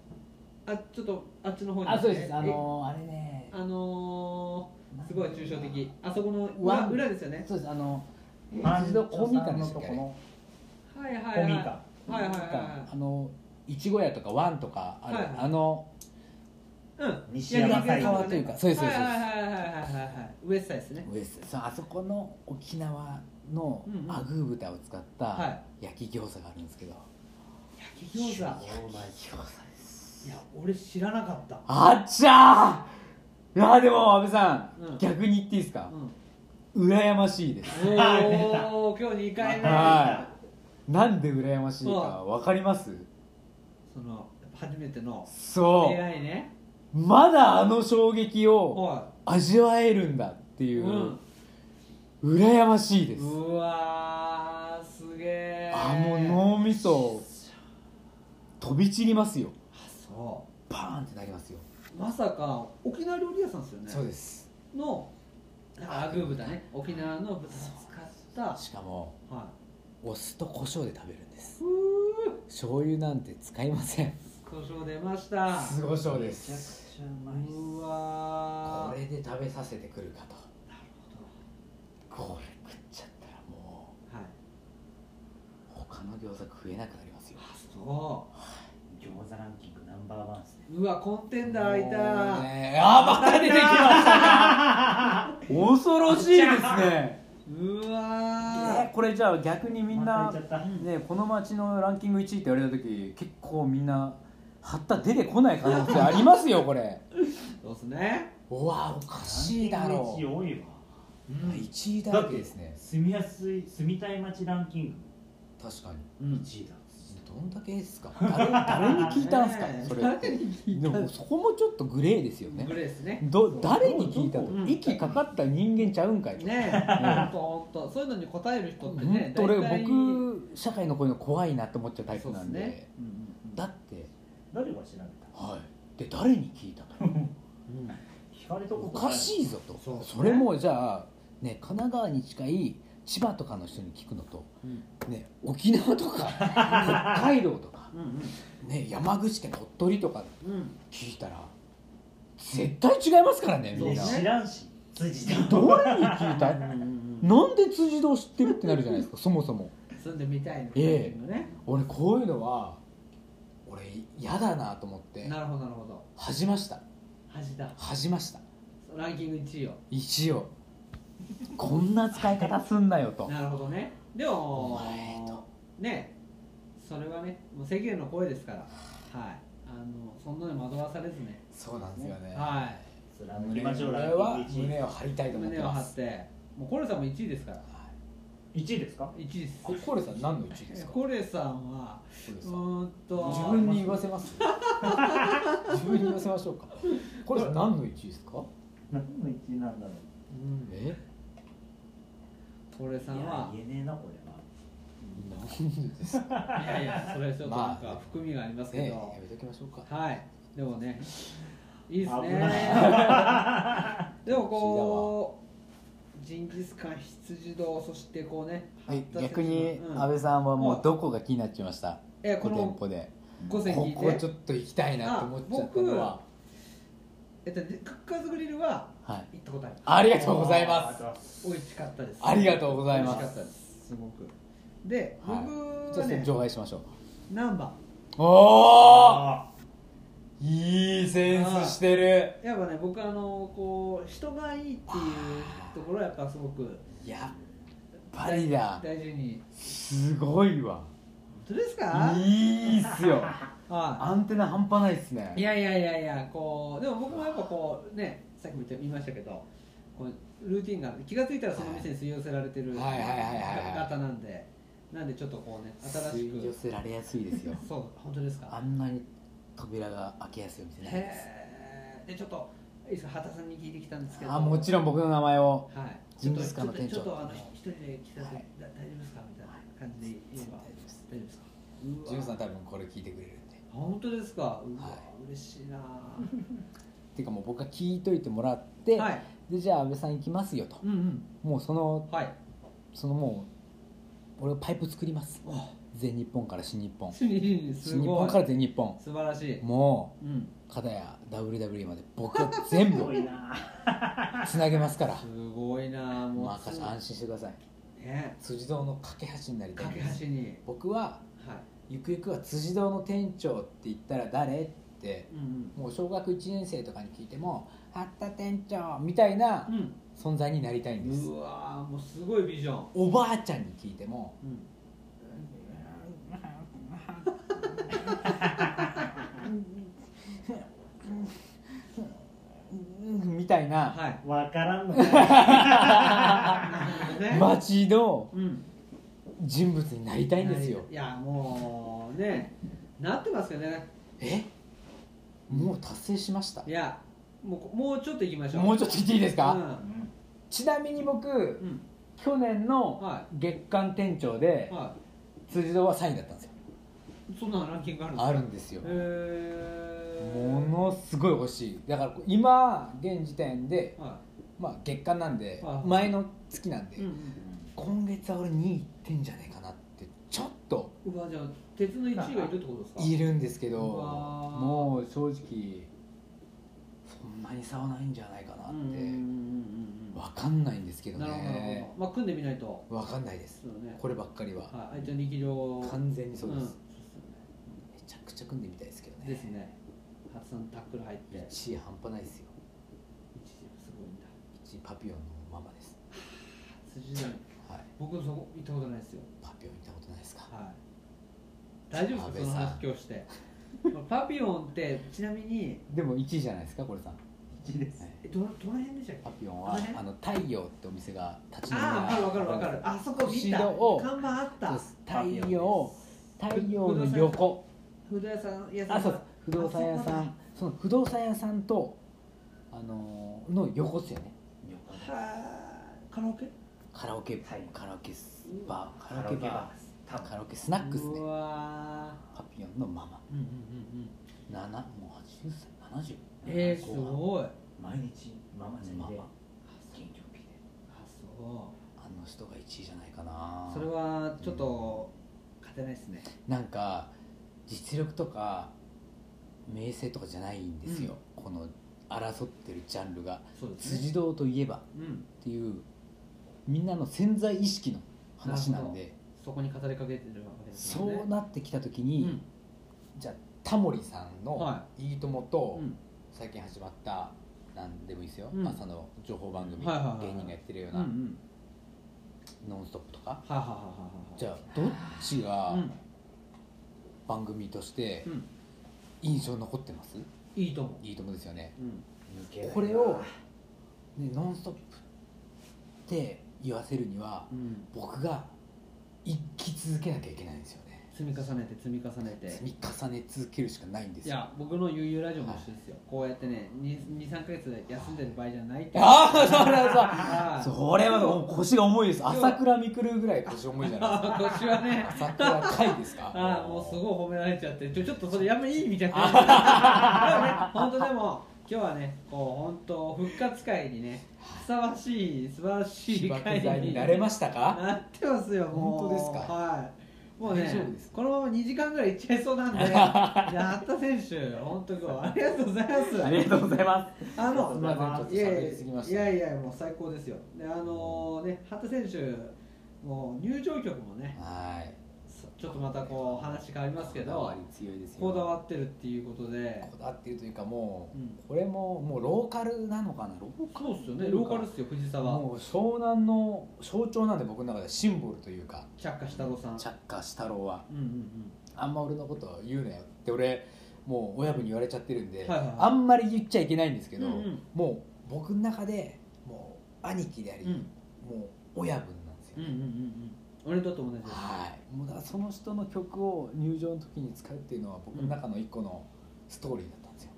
[SPEAKER 1] あちょっとあっちの方に
[SPEAKER 2] あそうです
[SPEAKER 1] え
[SPEAKER 2] あのーあれね
[SPEAKER 1] あのーすごい抽象的あそこの裏
[SPEAKER 2] わ
[SPEAKER 1] 裏ですよね
[SPEAKER 2] そうですあの
[SPEAKER 3] パン
[SPEAKER 2] 一度公民
[SPEAKER 3] さ
[SPEAKER 2] 館
[SPEAKER 3] ん
[SPEAKER 2] で
[SPEAKER 3] の
[SPEAKER 2] した
[SPEAKER 3] と
[SPEAKER 2] っけ
[SPEAKER 3] こ
[SPEAKER 2] あれ
[SPEAKER 1] はいはい
[SPEAKER 3] の
[SPEAKER 1] はい
[SPEAKER 3] 古民
[SPEAKER 1] はい
[SPEAKER 3] 家
[SPEAKER 1] はいはい
[SPEAKER 2] あのいちご屋とかワンとかある、
[SPEAKER 1] はいはい
[SPEAKER 2] あの
[SPEAKER 1] うん
[SPEAKER 3] 西
[SPEAKER 1] 焼
[SPEAKER 3] 山
[SPEAKER 1] 肉屋
[SPEAKER 2] 川というかそうですそうです
[SPEAKER 1] はいはいはいはいはいはいはいウエストですね
[SPEAKER 2] ウエスそうあそこの沖縄の
[SPEAKER 1] うんうん
[SPEAKER 2] アグー豚を使っ
[SPEAKER 1] は
[SPEAKER 2] た焼き餃子があるんですけど、
[SPEAKER 1] 焼き餃子
[SPEAKER 2] 焼き餃子です
[SPEAKER 1] いや俺知らなかった
[SPEAKER 2] あっちゃーいやでも阿部さん、
[SPEAKER 1] うん
[SPEAKER 2] 逆に言っていいですか
[SPEAKER 1] う、ん
[SPEAKER 2] 羨ましいです
[SPEAKER 1] お お今日2回目
[SPEAKER 2] はなんで羨ましいかわかります
[SPEAKER 1] その初めての
[SPEAKER 2] そ
[SPEAKER 1] 出会いね
[SPEAKER 2] うまだあの衝撃を
[SPEAKER 1] は
[SPEAKER 2] 味わえるんだって
[SPEAKER 1] い
[SPEAKER 2] いうう、羨ましいです
[SPEAKER 1] うわーすげえ
[SPEAKER 2] あもう脳みそ飛び散りますよ
[SPEAKER 1] あそ
[SPEAKER 2] バーンってなりますよ、
[SPEAKER 1] うまさか沖縄料理屋さんですよね
[SPEAKER 2] そうです
[SPEAKER 1] のアグー豚ね沖縄の豚を使った
[SPEAKER 2] しかも
[SPEAKER 1] は
[SPEAKER 2] お酢と胡椒で食べるん
[SPEAKER 1] い
[SPEAKER 2] です
[SPEAKER 1] ふう
[SPEAKER 2] 醤油なんて使いません
[SPEAKER 1] 胡椒出ました
[SPEAKER 2] 酢胡椒で
[SPEAKER 3] めちゃく
[SPEAKER 2] す
[SPEAKER 3] ちゃうまいっす
[SPEAKER 1] うわ
[SPEAKER 2] こ
[SPEAKER 1] ー
[SPEAKER 2] れで食べさせてくるかとこれ食っちゃったらも
[SPEAKER 1] はいう
[SPEAKER 2] 他の餃子食えなくなりますよ
[SPEAKER 1] あそ
[SPEAKER 3] 餃子ランキングナンバーワンですね
[SPEAKER 1] ううわコンテンダー開いた、
[SPEAKER 2] もうねあまた出てきました恐ろしいですね
[SPEAKER 1] う
[SPEAKER 2] え
[SPEAKER 1] わ
[SPEAKER 2] ーこれじゃあ逆にみん
[SPEAKER 3] ま
[SPEAKER 2] な
[SPEAKER 3] た行っちゃった
[SPEAKER 2] ねこの町のランキング1位って言われた時結構みんなはった出てこない可能性ありますよこれ
[SPEAKER 1] ーそうですね、
[SPEAKER 2] うわおかしいだろ
[SPEAKER 3] ランキン
[SPEAKER 2] う
[SPEAKER 3] グ一位多いわ
[SPEAKER 2] 1位だらけですね
[SPEAKER 3] 住みやすい住みたい街ランキン
[SPEAKER 2] 確かに
[SPEAKER 1] うん
[SPEAKER 3] グ1位だ
[SPEAKER 2] どんだけですか誰誰に聞いた んすか
[SPEAKER 1] ねえ
[SPEAKER 2] それ
[SPEAKER 1] 誰に聞い
[SPEAKER 2] で
[SPEAKER 1] たん
[SPEAKER 2] もそこもちょっとグレーですよね
[SPEAKER 1] グレーですね
[SPEAKER 2] ど誰に聞いたと
[SPEAKER 1] うん
[SPEAKER 2] 息かかった人間ちゃうんかいと
[SPEAKER 1] ねえ、ほんとほんと、そういうのに答える人ってね、
[SPEAKER 2] と
[SPEAKER 1] 大
[SPEAKER 2] 俺
[SPEAKER 1] 体
[SPEAKER 2] 僕社会のこういうの怖いなと思っちゃうタイ
[SPEAKER 1] そう
[SPEAKER 2] プな
[SPEAKER 1] す
[SPEAKER 2] んで
[SPEAKER 1] ねうんうんうん
[SPEAKER 2] だって
[SPEAKER 3] 誰が調べた
[SPEAKER 2] はいで誰に聞いた
[SPEAKER 1] う
[SPEAKER 2] と
[SPEAKER 1] ん
[SPEAKER 3] 聞かれたこ
[SPEAKER 2] お
[SPEAKER 3] と
[SPEAKER 2] かしいぞと
[SPEAKER 1] そう
[SPEAKER 2] それもじゃあ、ね、神奈川に近い千葉とかの人に聞くのと、
[SPEAKER 1] うん
[SPEAKER 2] ね、沖縄と か北海道とか、
[SPEAKER 1] うん
[SPEAKER 2] ね、山口県鳥取とか
[SPEAKER 1] うんうん
[SPEAKER 2] 聞いたら絶対違いますからねみ
[SPEAKER 1] い
[SPEAKER 2] ん
[SPEAKER 3] ね
[SPEAKER 2] な、
[SPEAKER 1] そうね
[SPEAKER 3] 知らんし辻田
[SPEAKER 2] どれに聞いた
[SPEAKER 1] うんうんうん
[SPEAKER 2] なんで辻堂知ってるってなるじゃないですかそもそも
[SPEAKER 1] 住んでみたいの
[SPEAKER 2] え
[SPEAKER 1] ね
[SPEAKER 2] 俺こういうのは俺嫌だなと思って
[SPEAKER 1] なるほどなるほど
[SPEAKER 2] 恥じました
[SPEAKER 1] 恥だ
[SPEAKER 2] 恥じました
[SPEAKER 1] ランキング1位を
[SPEAKER 2] 一応こんな使い方すんなよと
[SPEAKER 1] なるほどねで
[SPEAKER 2] お
[SPEAKER 1] も
[SPEAKER 2] 前と
[SPEAKER 1] ねそれはねもう世間の声ですからはいあのそんなの惑わされずね
[SPEAKER 2] そうなんですよね
[SPEAKER 1] は
[SPEAKER 3] 貫きましょうラン
[SPEAKER 2] は
[SPEAKER 3] キング
[SPEAKER 2] 胸を張りたい
[SPEAKER 1] い
[SPEAKER 2] と思って
[SPEAKER 1] 胸を
[SPEAKER 2] ま
[SPEAKER 1] 張
[SPEAKER 2] す
[SPEAKER 1] っ。てもうコレさんも1位ですから
[SPEAKER 3] 1位1位ですか
[SPEAKER 1] 1位です
[SPEAKER 2] こコレさん何の一位ですか。コ
[SPEAKER 1] コレさんは
[SPEAKER 2] レ
[SPEAKER 1] う
[SPEAKER 2] さん
[SPEAKER 1] ーんと
[SPEAKER 2] 自分に言わせます。自分に言わせましょうか。コレさん何の一位ですか。
[SPEAKER 3] 何の1位なんだろ
[SPEAKER 1] う
[SPEAKER 3] う
[SPEAKER 1] ん
[SPEAKER 2] え、
[SPEAKER 1] コレさ
[SPEAKER 3] い
[SPEAKER 1] ん
[SPEAKER 3] や
[SPEAKER 1] は
[SPEAKER 3] 言えねえなこれは
[SPEAKER 2] なんでですか。
[SPEAKER 1] いやいやそれはちょっとなん
[SPEAKER 2] まあ
[SPEAKER 1] か含みがありますけ
[SPEAKER 2] ね、や
[SPEAKER 1] ど
[SPEAKER 2] めときましょうか。
[SPEAKER 1] はいでもねいいです
[SPEAKER 3] 危
[SPEAKER 1] ねでもこうジンギスカン羊堂そしてこうね
[SPEAKER 2] はい
[SPEAKER 1] 発達
[SPEAKER 2] 逆に
[SPEAKER 1] うん
[SPEAKER 2] 安倍さんはも
[SPEAKER 1] う
[SPEAKER 2] うんどこが気になっちゃいました。
[SPEAKER 1] えこ
[SPEAKER 2] この店
[SPEAKER 1] の
[SPEAKER 2] 舗で。
[SPEAKER 1] 5選
[SPEAKER 2] こ
[SPEAKER 1] 聞いて
[SPEAKER 2] こちょっと行きたいなと思っちゃったのは。
[SPEAKER 1] えっとねクッカーズグリルは
[SPEAKER 2] は
[SPEAKER 1] 行
[SPEAKER 2] い。
[SPEAKER 1] ったことある
[SPEAKER 2] ありがとうございます。
[SPEAKER 3] す
[SPEAKER 1] 美味しかったです
[SPEAKER 2] ありがとうございます
[SPEAKER 1] 美味しかったですすごくで
[SPEAKER 2] はい
[SPEAKER 1] 僕
[SPEAKER 2] ちょ
[SPEAKER 1] は
[SPEAKER 2] っと
[SPEAKER 1] ね
[SPEAKER 2] 除外しましょう。
[SPEAKER 1] ナンバ
[SPEAKER 2] おお。
[SPEAKER 3] あ
[SPEAKER 2] いいセンスしてる
[SPEAKER 1] ーやっぱね僕あのこう人がいいっていうところはやっぱすごく
[SPEAKER 2] やっぱりだ
[SPEAKER 1] 大事に
[SPEAKER 2] すごいわ
[SPEAKER 1] 本当ですか
[SPEAKER 2] いいっすよ
[SPEAKER 1] は
[SPEAKER 2] アンテナ半端ないっすね
[SPEAKER 1] いいやいやいやいやこうでも僕もやっぱこうねさっきも言いましたけどこうルーティンが気が付いたらその店に吸い寄せられてる
[SPEAKER 2] はいはいはいはいはい
[SPEAKER 1] 方なんでなんでちょっとこうね新し
[SPEAKER 2] 吸い寄
[SPEAKER 1] く
[SPEAKER 2] せられやすいですよ
[SPEAKER 1] そう本当ですか
[SPEAKER 2] あんなに扉が開けやすいお店ないです
[SPEAKER 1] へえでちょっといいですか畑さんに聞いてきたんですけど
[SPEAKER 2] あもちろん僕の名前を
[SPEAKER 1] はい
[SPEAKER 2] ジンギスカンの店長
[SPEAKER 1] ちょっとちょっとあの一人で来た時、
[SPEAKER 2] はい
[SPEAKER 1] だ大丈夫ですかみたいな感じで言えば
[SPEAKER 2] 大丈夫です
[SPEAKER 1] 大丈夫ですかうわ
[SPEAKER 2] ジュンさん多分これ聞いてくれるんで
[SPEAKER 1] 本当ですかうわ、
[SPEAKER 2] は
[SPEAKER 1] 嬉しいな
[SPEAKER 2] っていうかもう僕が聞いといてもらって、
[SPEAKER 1] はい
[SPEAKER 2] でじゃあ安倍さん行きますよと
[SPEAKER 1] うんうん
[SPEAKER 2] もうその
[SPEAKER 1] はい
[SPEAKER 2] そのもう俺はパイプ作ります全日本から新日本
[SPEAKER 1] す
[SPEAKER 2] 新日
[SPEAKER 1] ご
[SPEAKER 2] 本
[SPEAKER 1] い
[SPEAKER 2] から全日本
[SPEAKER 1] 素晴らしい
[SPEAKER 2] も
[SPEAKER 1] うん
[SPEAKER 2] う片や WWE まで僕は全
[SPEAKER 3] すご い
[SPEAKER 2] 部
[SPEAKER 3] な
[SPEAKER 2] つなげますから
[SPEAKER 1] すごいなあもう
[SPEAKER 2] もう赤ちゃん安心してください
[SPEAKER 1] ね
[SPEAKER 2] 辻堂の架け橋になりた
[SPEAKER 1] 架
[SPEAKER 2] い
[SPEAKER 1] け
[SPEAKER 2] です
[SPEAKER 1] 橋に
[SPEAKER 2] 僕は
[SPEAKER 1] はい
[SPEAKER 2] ゆくゆくは辻堂の店長って言ったら誰って
[SPEAKER 1] うん
[SPEAKER 2] もう小学1年生とかに聞いても「あった店長」みたいな
[SPEAKER 1] うん
[SPEAKER 2] 存在になりたいん
[SPEAKER 1] う
[SPEAKER 2] です
[SPEAKER 1] んうわあもうすごいビジョン
[SPEAKER 2] おばあちゃんに聞いても
[SPEAKER 1] うん
[SPEAKER 2] うんみたいな
[SPEAKER 1] はい
[SPEAKER 3] わからんのか
[SPEAKER 1] ね
[SPEAKER 2] 街の
[SPEAKER 1] うん
[SPEAKER 2] 人物になりたいんですよ
[SPEAKER 1] いやもうねなってますけどね
[SPEAKER 2] えもう達成しました
[SPEAKER 1] いやもうもうちょっといきましょう
[SPEAKER 2] もうちょっと言っていいですか、
[SPEAKER 3] う
[SPEAKER 2] ちなみに僕
[SPEAKER 1] うん、うん
[SPEAKER 2] 去年の
[SPEAKER 1] は
[SPEAKER 2] 月間店長で
[SPEAKER 1] いは
[SPEAKER 2] 辻堂は3位だったんですよ
[SPEAKER 1] いそんなランキングあるんですか
[SPEAKER 2] あるんですよ
[SPEAKER 1] えー、
[SPEAKER 2] ものすごい欲しいだから今現時点で、
[SPEAKER 1] は
[SPEAKER 2] まあ、月間なんで
[SPEAKER 1] はい
[SPEAKER 2] 前の月なんで、
[SPEAKER 1] い、うんうん
[SPEAKER 2] 今月は俺2位いってんじゃねえかなってちょっと
[SPEAKER 1] うわじゃあ鉄の1位がいるってことですか
[SPEAKER 2] いるんですけど
[SPEAKER 1] うわー
[SPEAKER 2] もう正直そんなに差はないんじゃないかな
[SPEAKER 1] うんうんうん
[SPEAKER 2] っ
[SPEAKER 1] うん
[SPEAKER 2] てわかんないんですけ
[SPEAKER 1] うん
[SPEAKER 2] ど
[SPEAKER 1] なるほどなる
[SPEAKER 2] ね
[SPEAKER 1] ほどまあ組んでみないと
[SPEAKER 2] わかんないで
[SPEAKER 1] そ
[SPEAKER 2] す
[SPEAKER 1] うだね
[SPEAKER 2] こればっかりは
[SPEAKER 1] はい相手の力量を
[SPEAKER 2] 完全にそうです、
[SPEAKER 1] ん
[SPEAKER 2] めちゃくちゃ組んでみたいですけどね
[SPEAKER 1] ですね初のタックル入って一
[SPEAKER 2] 1位半端ないですよ
[SPEAKER 1] すごいんだ
[SPEAKER 2] 1位パピオンのママです
[SPEAKER 1] 辻さん
[SPEAKER 2] はい
[SPEAKER 1] 僕そこ行ったことないですよ
[SPEAKER 2] パピオン見たことないですか
[SPEAKER 1] はい大丈夫
[SPEAKER 2] 安
[SPEAKER 1] です
[SPEAKER 2] 倍
[SPEAKER 1] かその
[SPEAKER 2] さん
[SPEAKER 1] 話今日してパピオンってちなみに
[SPEAKER 2] でも1位じゃないですかこれさん、
[SPEAKER 3] ん1です
[SPEAKER 2] はい
[SPEAKER 1] えどどの辺でしたっけ
[SPEAKER 2] パピオン
[SPEAKER 1] あ
[SPEAKER 2] は
[SPEAKER 1] のね
[SPEAKER 2] あの太陽ってお店が立ち飲み
[SPEAKER 1] ああ分かる分かる分かるあそこ見た
[SPEAKER 2] 後ろを
[SPEAKER 1] 看板あった
[SPEAKER 2] そうです太陽太陽の
[SPEAKER 1] 不
[SPEAKER 2] 横
[SPEAKER 1] 不動産屋さん
[SPEAKER 2] あそうです不動産屋さ
[SPEAKER 1] あそこ
[SPEAKER 2] んその不動産屋さんとあのーの横っすよね
[SPEAKER 3] 横
[SPEAKER 1] だはあカラオケ
[SPEAKER 2] カラオケ、
[SPEAKER 3] はい
[SPEAKER 2] カラオケス
[SPEAKER 1] う
[SPEAKER 2] バ
[SPEAKER 1] わ
[SPEAKER 2] ーカラオケバ
[SPEAKER 3] ー
[SPEAKER 2] ーカラオケスナックス
[SPEAKER 1] う
[SPEAKER 2] ね
[SPEAKER 1] わ
[SPEAKER 2] パピオンのママ
[SPEAKER 1] ーうんうんうんうん
[SPEAKER 2] 7もう80歳70
[SPEAKER 1] えー、す
[SPEAKER 2] い
[SPEAKER 1] ごいあ
[SPEAKER 3] 毎日ママちゃんで
[SPEAKER 2] ママ
[SPEAKER 3] 元気元気で
[SPEAKER 1] そ
[SPEAKER 2] あの人が1位じゃないかな
[SPEAKER 1] うそれはちょっと勝てないですね
[SPEAKER 2] なんか実力とか名声とかじゃないんですよ、この争ってるジャンルが
[SPEAKER 1] そうですね
[SPEAKER 2] 辻堂といえば
[SPEAKER 1] うん
[SPEAKER 2] っていうみんなの潜在意識の話なんで
[SPEAKER 1] そこに語りかけてるわけですよ
[SPEAKER 2] そ
[SPEAKER 1] ね
[SPEAKER 2] うなってきた時
[SPEAKER 1] う
[SPEAKER 2] に、
[SPEAKER 1] ん
[SPEAKER 2] じゃあタモリさんの
[SPEAKER 1] は
[SPEAKER 2] 「いいとも」と
[SPEAKER 1] うん
[SPEAKER 2] 最近始まったなんでもいいですよ、
[SPEAKER 1] うん
[SPEAKER 2] 朝の情報番組、
[SPEAKER 1] はいはいはいはい
[SPEAKER 2] 芸人がやってるよう
[SPEAKER 1] うんう
[SPEAKER 2] な
[SPEAKER 1] ん
[SPEAKER 2] 「ノンストップ!」とか
[SPEAKER 1] はあはあはあはあは
[SPEAKER 2] じ
[SPEAKER 1] ゃ
[SPEAKER 2] ゃあどっちが
[SPEAKER 1] うん
[SPEAKER 2] 番組として
[SPEAKER 1] うん
[SPEAKER 2] 印象残ってます
[SPEAKER 1] いいと思
[SPEAKER 2] いいともですよね
[SPEAKER 1] ううん
[SPEAKER 3] 抜けないな
[SPEAKER 2] これを「ね、ノンストップ!」って言わせるには
[SPEAKER 1] うん
[SPEAKER 2] 僕が生き続けなきゃいけないんですよね
[SPEAKER 1] 積み重ねて積み重ねて
[SPEAKER 2] 積み重ね続けるしかないんです
[SPEAKER 1] い
[SPEAKER 2] よ
[SPEAKER 1] や僕の悠々ラジオも一緒ですよ、こうやってね23か月で休んでる場合じゃないって
[SPEAKER 2] ああそれは
[SPEAKER 1] あ
[SPEAKER 2] そ
[SPEAKER 1] ー
[SPEAKER 2] うそれは腰が重いです
[SPEAKER 1] 今日
[SPEAKER 2] 朝倉未来ぐらい腰重いじゃないで
[SPEAKER 1] 腰はね
[SPEAKER 2] すか朝倉海ですか
[SPEAKER 1] ああもうす
[SPEAKER 2] い
[SPEAKER 1] ごい褒められちゃってちょちょっとそれやめいいみたいなでもね本当でも今日はねこう本当復活会にねふさわしい素晴らし
[SPEAKER 2] 起
[SPEAKER 1] い
[SPEAKER 2] 爆
[SPEAKER 1] 会
[SPEAKER 2] 剤
[SPEAKER 1] に
[SPEAKER 2] になれましたか
[SPEAKER 1] なってますよもう
[SPEAKER 2] 本当ですか
[SPEAKER 1] はいもうね
[SPEAKER 2] 大丈夫です
[SPEAKER 1] このまま2時間ぐらいいっちゃいそう なんでやった選手本当今日 はありがとうございます
[SPEAKER 2] ありがとうございま
[SPEAKER 1] あ
[SPEAKER 2] す
[SPEAKER 1] の
[SPEAKER 2] すみませんちょっと
[SPEAKER 1] いや
[SPEAKER 2] 喋りすぎまし
[SPEAKER 1] い
[SPEAKER 2] た
[SPEAKER 1] やいやもう最高ですよであのね畑選手もう入場曲もね
[SPEAKER 2] はい
[SPEAKER 1] ちょっとまたこう話変わりますけ
[SPEAKER 2] こだ
[SPEAKER 1] ど
[SPEAKER 2] わり強いですよ
[SPEAKER 1] こだわってるっていうことで
[SPEAKER 2] こだわってるというかもう、
[SPEAKER 1] うん
[SPEAKER 2] これももうローカルなのかなローカル
[SPEAKER 1] そうっすよねローカルっすよ藤沢
[SPEAKER 2] もう湘南の象徴なんで僕の中ではシンボルというか
[SPEAKER 1] チャッカ下郎さん
[SPEAKER 2] チャッカシ太郎は
[SPEAKER 1] うんうん
[SPEAKER 2] あんま俺のこと言うなよって俺もう親分に言われちゃってるんで、
[SPEAKER 1] はいはいはい
[SPEAKER 2] あんまり言っちゃいけないんですけど、
[SPEAKER 1] うんうん
[SPEAKER 2] もう僕の中でもう兄貴であり、
[SPEAKER 1] うん
[SPEAKER 2] もう親分なんですよ、
[SPEAKER 1] うんうんうんうんうん俺と友達です
[SPEAKER 2] はいもうだからその人の曲を入場の時に使うっていうのは僕の中の一個のストーリーだったんですよ、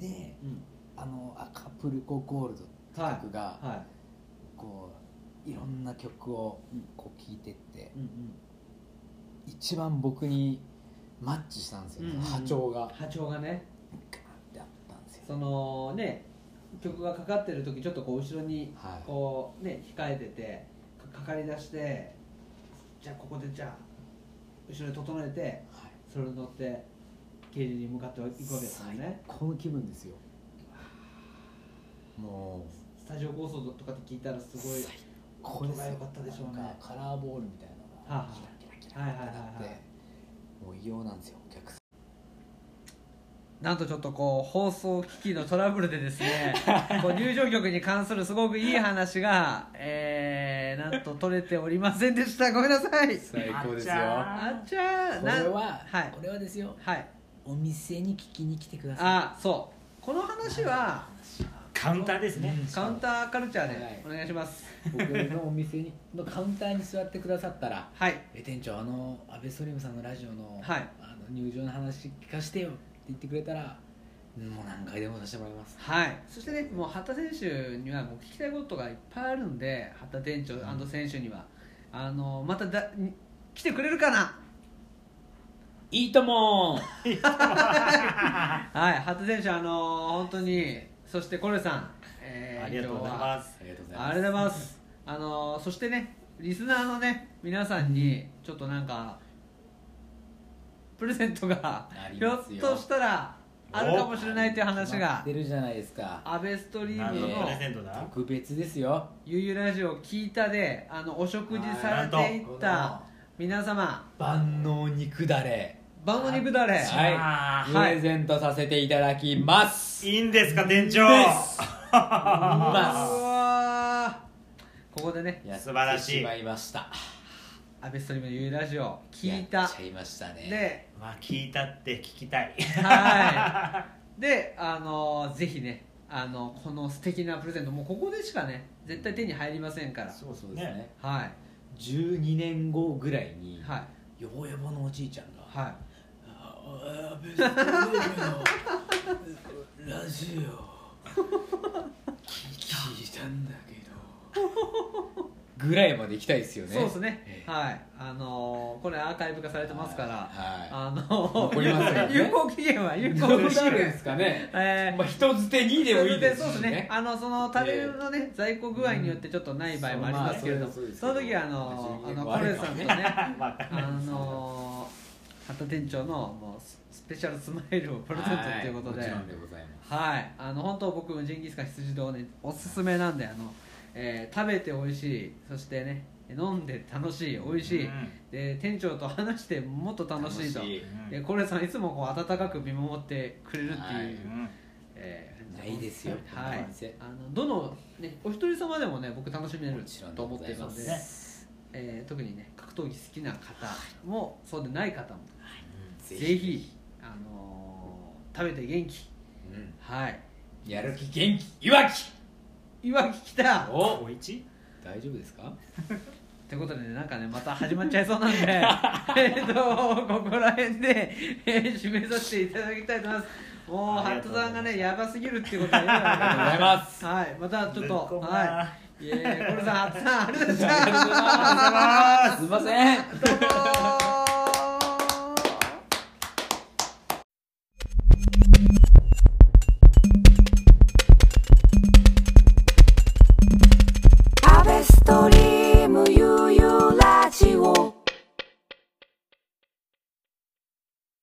[SPEAKER 2] で
[SPEAKER 1] うん
[SPEAKER 2] あの「アカプルコゴールド」って曲が、
[SPEAKER 1] は
[SPEAKER 2] こういろんな曲を
[SPEAKER 1] うん
[SPEAKER 2] こう聴いてって
[SPEAKER 1] いうんうん
[SPEAKER 2] 一番僕にマッチしたんですよ、
[SPEAKER 1] うんうんうん
[SPEAKER 2] 波長が
[SPEAKER 1] 波長がね
[SPEAKER 2] ガーン
[SPEAKER 1] そのね曲がかかってる時ちょっとこう後ろに
[SPEAKER 2] はい
[SPEAKER 1] こうね控えててかかかりだしてじゃあここでじゃあ後ろに整えて
[SPEAKER 2] はい
[SPEAKER 1] それに乗ってケージに向かっていくわけですよね
[SPEAKER 2] 最高の気分ですよも
[SPEAKER 1] スタジオ構想とかって聞いたらす
[SPEAKER 2] う
[SPEAKER 1] ごい
[SPEAKER 2] 最高で
[SPEAKER 1] 音
[SPEAKER 2] す
[SPEAKER 1] が良かったでしょうね
[SPEAKER 2] なんかカラーボールみたいなの
[SPEAKER 1] は
[SPEAKER 2] がキラキラキラ
[SPEAKER 1] はい
[SPEAKER 2] キ
[SPEAKER 1] はいは
[SPEAKER 2] ラ
[SPEAKER 1] い
[SPEAKER 2] なって
[SPEAKER 1] はい
[SPEAKER 2] もう異様なんですよお客さん
[SPEAKER 1] なんとちょっとこう放送機器のトラブルでですねこう入場曲に関するすごくいい話が、えー、なんと取れておりませんでしたごめんなさい
[SPEAKER 2] 最高ですよ
[SPEAKER 3] あ
[SPEAKER 1] あっちゃー
[SPEAKER 2] これは、
[SPEAKER 1] はい
[SPEAKER 2] これはですよ
[SPEAKER 1] はい
[SPEAKER 2] お店に聞きに来てください
[SPEAKER 1] あそうこの話は
[SPEAKER 3] カウンターですね、
[SPEAKER 1] カウンターカルチャーで、
[SPEAKER 2] はい
[SPEAKER 1] お願いします
[SPEAKER 2] 僕のお店にのカウンターに座ってくださったら
[SPEAKER 1] はい
[SPEAKER 2] 「え店長あの安倍ソリムさんのラジオの,、
[SPEAKER 1] はい
[SPEAKER 2] あの入場の話聞かせてよ」って言ってくれたらもう何回でもさせてもらいます
[SPEAKER 1] はい、そしてね、もう畑選手にはもう聞きたいことがいっぱいあるんで、畑店長選手には、あのまただに来てくれるかな、
[SPEAKER 2] いいとも
[SPEAKER 1] はい、畑選手、あの本当に、そしてコレさん、えー
[SPEAKER 3] ありがとうござい
[SPEAKER 1] 今日は
[SPEAKER 3] ます
[SPEAKER 2] ありがとうございます
[SPEAKER 1] ありがとうございます、あのそしてね、リスナーのね、皆さんに、ちょっとなんか、プレゼントが
[SPEAKER 2] あ、り
[SPEAKER 1] ひょ
[SPEAKER 2] ま
[SPEAKER 1] っ
[SPEAKER 2] すよ
[SPEAKER 1] としたら、あるかもしれないという話
[SPEAKER 2] 決まっ
[SPEAKER 1] が
[SPEAKER 2] て、るじゃないですか
[SPEAKER 1] アベストリー
[SPEAKER 3] 何
[SPEAKER 1] ム
[SPEAKER 3] のプ
[SPEAKER 1] の
[SPEAKER 3] レ。ゼントだ
[SPEAKER 2] 特別ですよ
[SPEAKER 1] ゆうゆうラジオ聞いたであのお食事されていっ
[SPEAKER 2] は
[SPEAKER 1] た皆様
[SPEAKER 2] 万能肉だれ
[SPEAKER 1] 晩の肉だれ
[SPEAKER 2] は
[SPEAKER 3] あ
[SPEAKER 2] い、
[SPEAKER 3] あ
[SPEAKER 1] ー
[SPEAKER 2] プレゼントさせていただきます
[SPEAKER 3] いいんですか店長
[SPEAKER 2] です
[SPEAKER 1] う
[SPEAKER 2] ま
[SPEAKER 1] わーここでね
[SPEAKER 2] すやって
[SPEAKER 3] 素晴らしい
[SPEAKER 2] しまいました
[SPEAKER 1] 安倍ストリームのゆうゆうラジオ聞い
[SPEAKER 2] や
[SPEAKER 1] た
[SPEAKER 2] っちゃいましたね
[SPEAKER 1] で
[SPEAKER 3] まあ聞いたって聞きたい
[SPEAKER 1] はいであのぜひねあのこの素敵なプレゼントもうここでしかね絶対手に入りませんから
[SPEAKER 2] そうそうですね
[SPEAKER 3] ね
[SPEAKER 1] はい
[SPEAKER 2] 12年後ぐらいに、
[SPEAKER 1] はい
[SPEAKER 2] ヨボヨボのおじいちゃんが
[SPEAKER 1] はい
[SPEAKER 2] あベストテレビのラジオ聞いたんだけどぐらいまで行きたいですよね
[SPEAKER 1] そうですね
[SPEAKER 2] ええ
[SPEAKER 1] はいあのこれアーカイブ化されてますから
[SPEAKER 2] は
[SPEAKER 1] あの
[SPEAKER 2] 残りますよね
[SPEAKER 1] 有効期限はい有
[SPEAKER 2] 有
[SPEAKER 1] 効
[SPEAKER 2] 効
[SPEAKER 1] 期
[SPEAKER 2] なる
[SPEAKER 1] 限
[SPEAKER 2] んですかね、
[SPEAKER 1] えー
[SPEAKER 2] まあ、人づてにでもいいですし
[SPEAKER 1] そうですね
[SPEAKER 2] ね
[SPEAKER 1] あのそのタレのね、在庫具合によってちょっとない場合もありますけれども、
[SPEAKER 2] まあそうです
[SPEAKER 1] その時はあの
[SPEAKER 2] まあ
[SPEAKER 1] あの
[SPEAKER 2] まあ
[SPEAKER 1] コレさんとね
[SPEAKER 3] わかん
[SPEAKER 1] あ
[SPEAKER 3] ない
[SPEAKER 1] の畑店長のもうススペシャルスマイルをプレゼントということで
[SPEAKER 2] は
[SPEAKER 1] はい
[SPEAKER 2] もちろん
[SPEAKER 1] い、
[SPEAKER 2] でございます
[SPEAKER 1] あの本当僕ジンギスカン羊丼ねおすすめなんであの、えー食べて美味しいそしてね飲んで楽しい美味しい、
[SPEAKER 3] うん
[SPEAKER 1] で店長と話してもっと楽しいと
[SPEAKER 2] 楽
[SPEAKER 3] うん
[SPEAKER 1] でコレさんいつもこう温かく見守ってくれるっていう、
[SPEAKER 2] はい
[SPEAKER 3] うん
[SPEAKER 1] えー
[SPEAKER 2] ないですよ
[SPEAKER 1] はい
[SPEAKER 2] この店、
[SPEAKER 1] あのどの、ね、お一人様でもね僕楽しめる
[SPEAKER 2] もちろんで
[SPEAKER 1] と思
[SPEAKER 2] ご
[SPEAKER 1] っ
[SPEAKER 2] ざ
[SPEAKER 1] てい
[SPEAKER 2] い
[SPEAKER 1] ま
[SPEAKER 2] ますす
[SPEAKER 1] ので、えー特にね格闘技好きな方もそうでない方もぜひあのー食べて元気
[SPEAKER 2] うん
[SPEAKER 1] はい
[SPEAKER 2] やる気元気いわき
[SPEAKER 1] いわき来た
[SPEAKER 2] お
[SPEAKER 3] おいち
[SPEAKER 2] 大丈夫ですか
[SPEAKER 1] ということでねなんかねまた始まっちゃいそう なんでえっとここら辺で、えー締めさせていただきたいと思いますもう
[SPEAKER 3] あ
[SPEAKER 1] ハッ
[SPEAKER 3] りが
[SPEAKER 1] ト
[SPEAKER 3] とうござ
[SPEAKER 1] さ
[SPEAKER 3] います
[SPEAKER 1] んがねやばすぎるってことは言うのは
[SPEAKER 2] ありがとう ございます
[SPEAKER 1] はいまたちょっと
[SPEAKER 3] ぶっこむな
[SPEAKER 1] はいいえーコルさんハットさんありがとうございました
[SPEAKER 2] ありがとうございますすいません
[SPEAKER 1] どうもー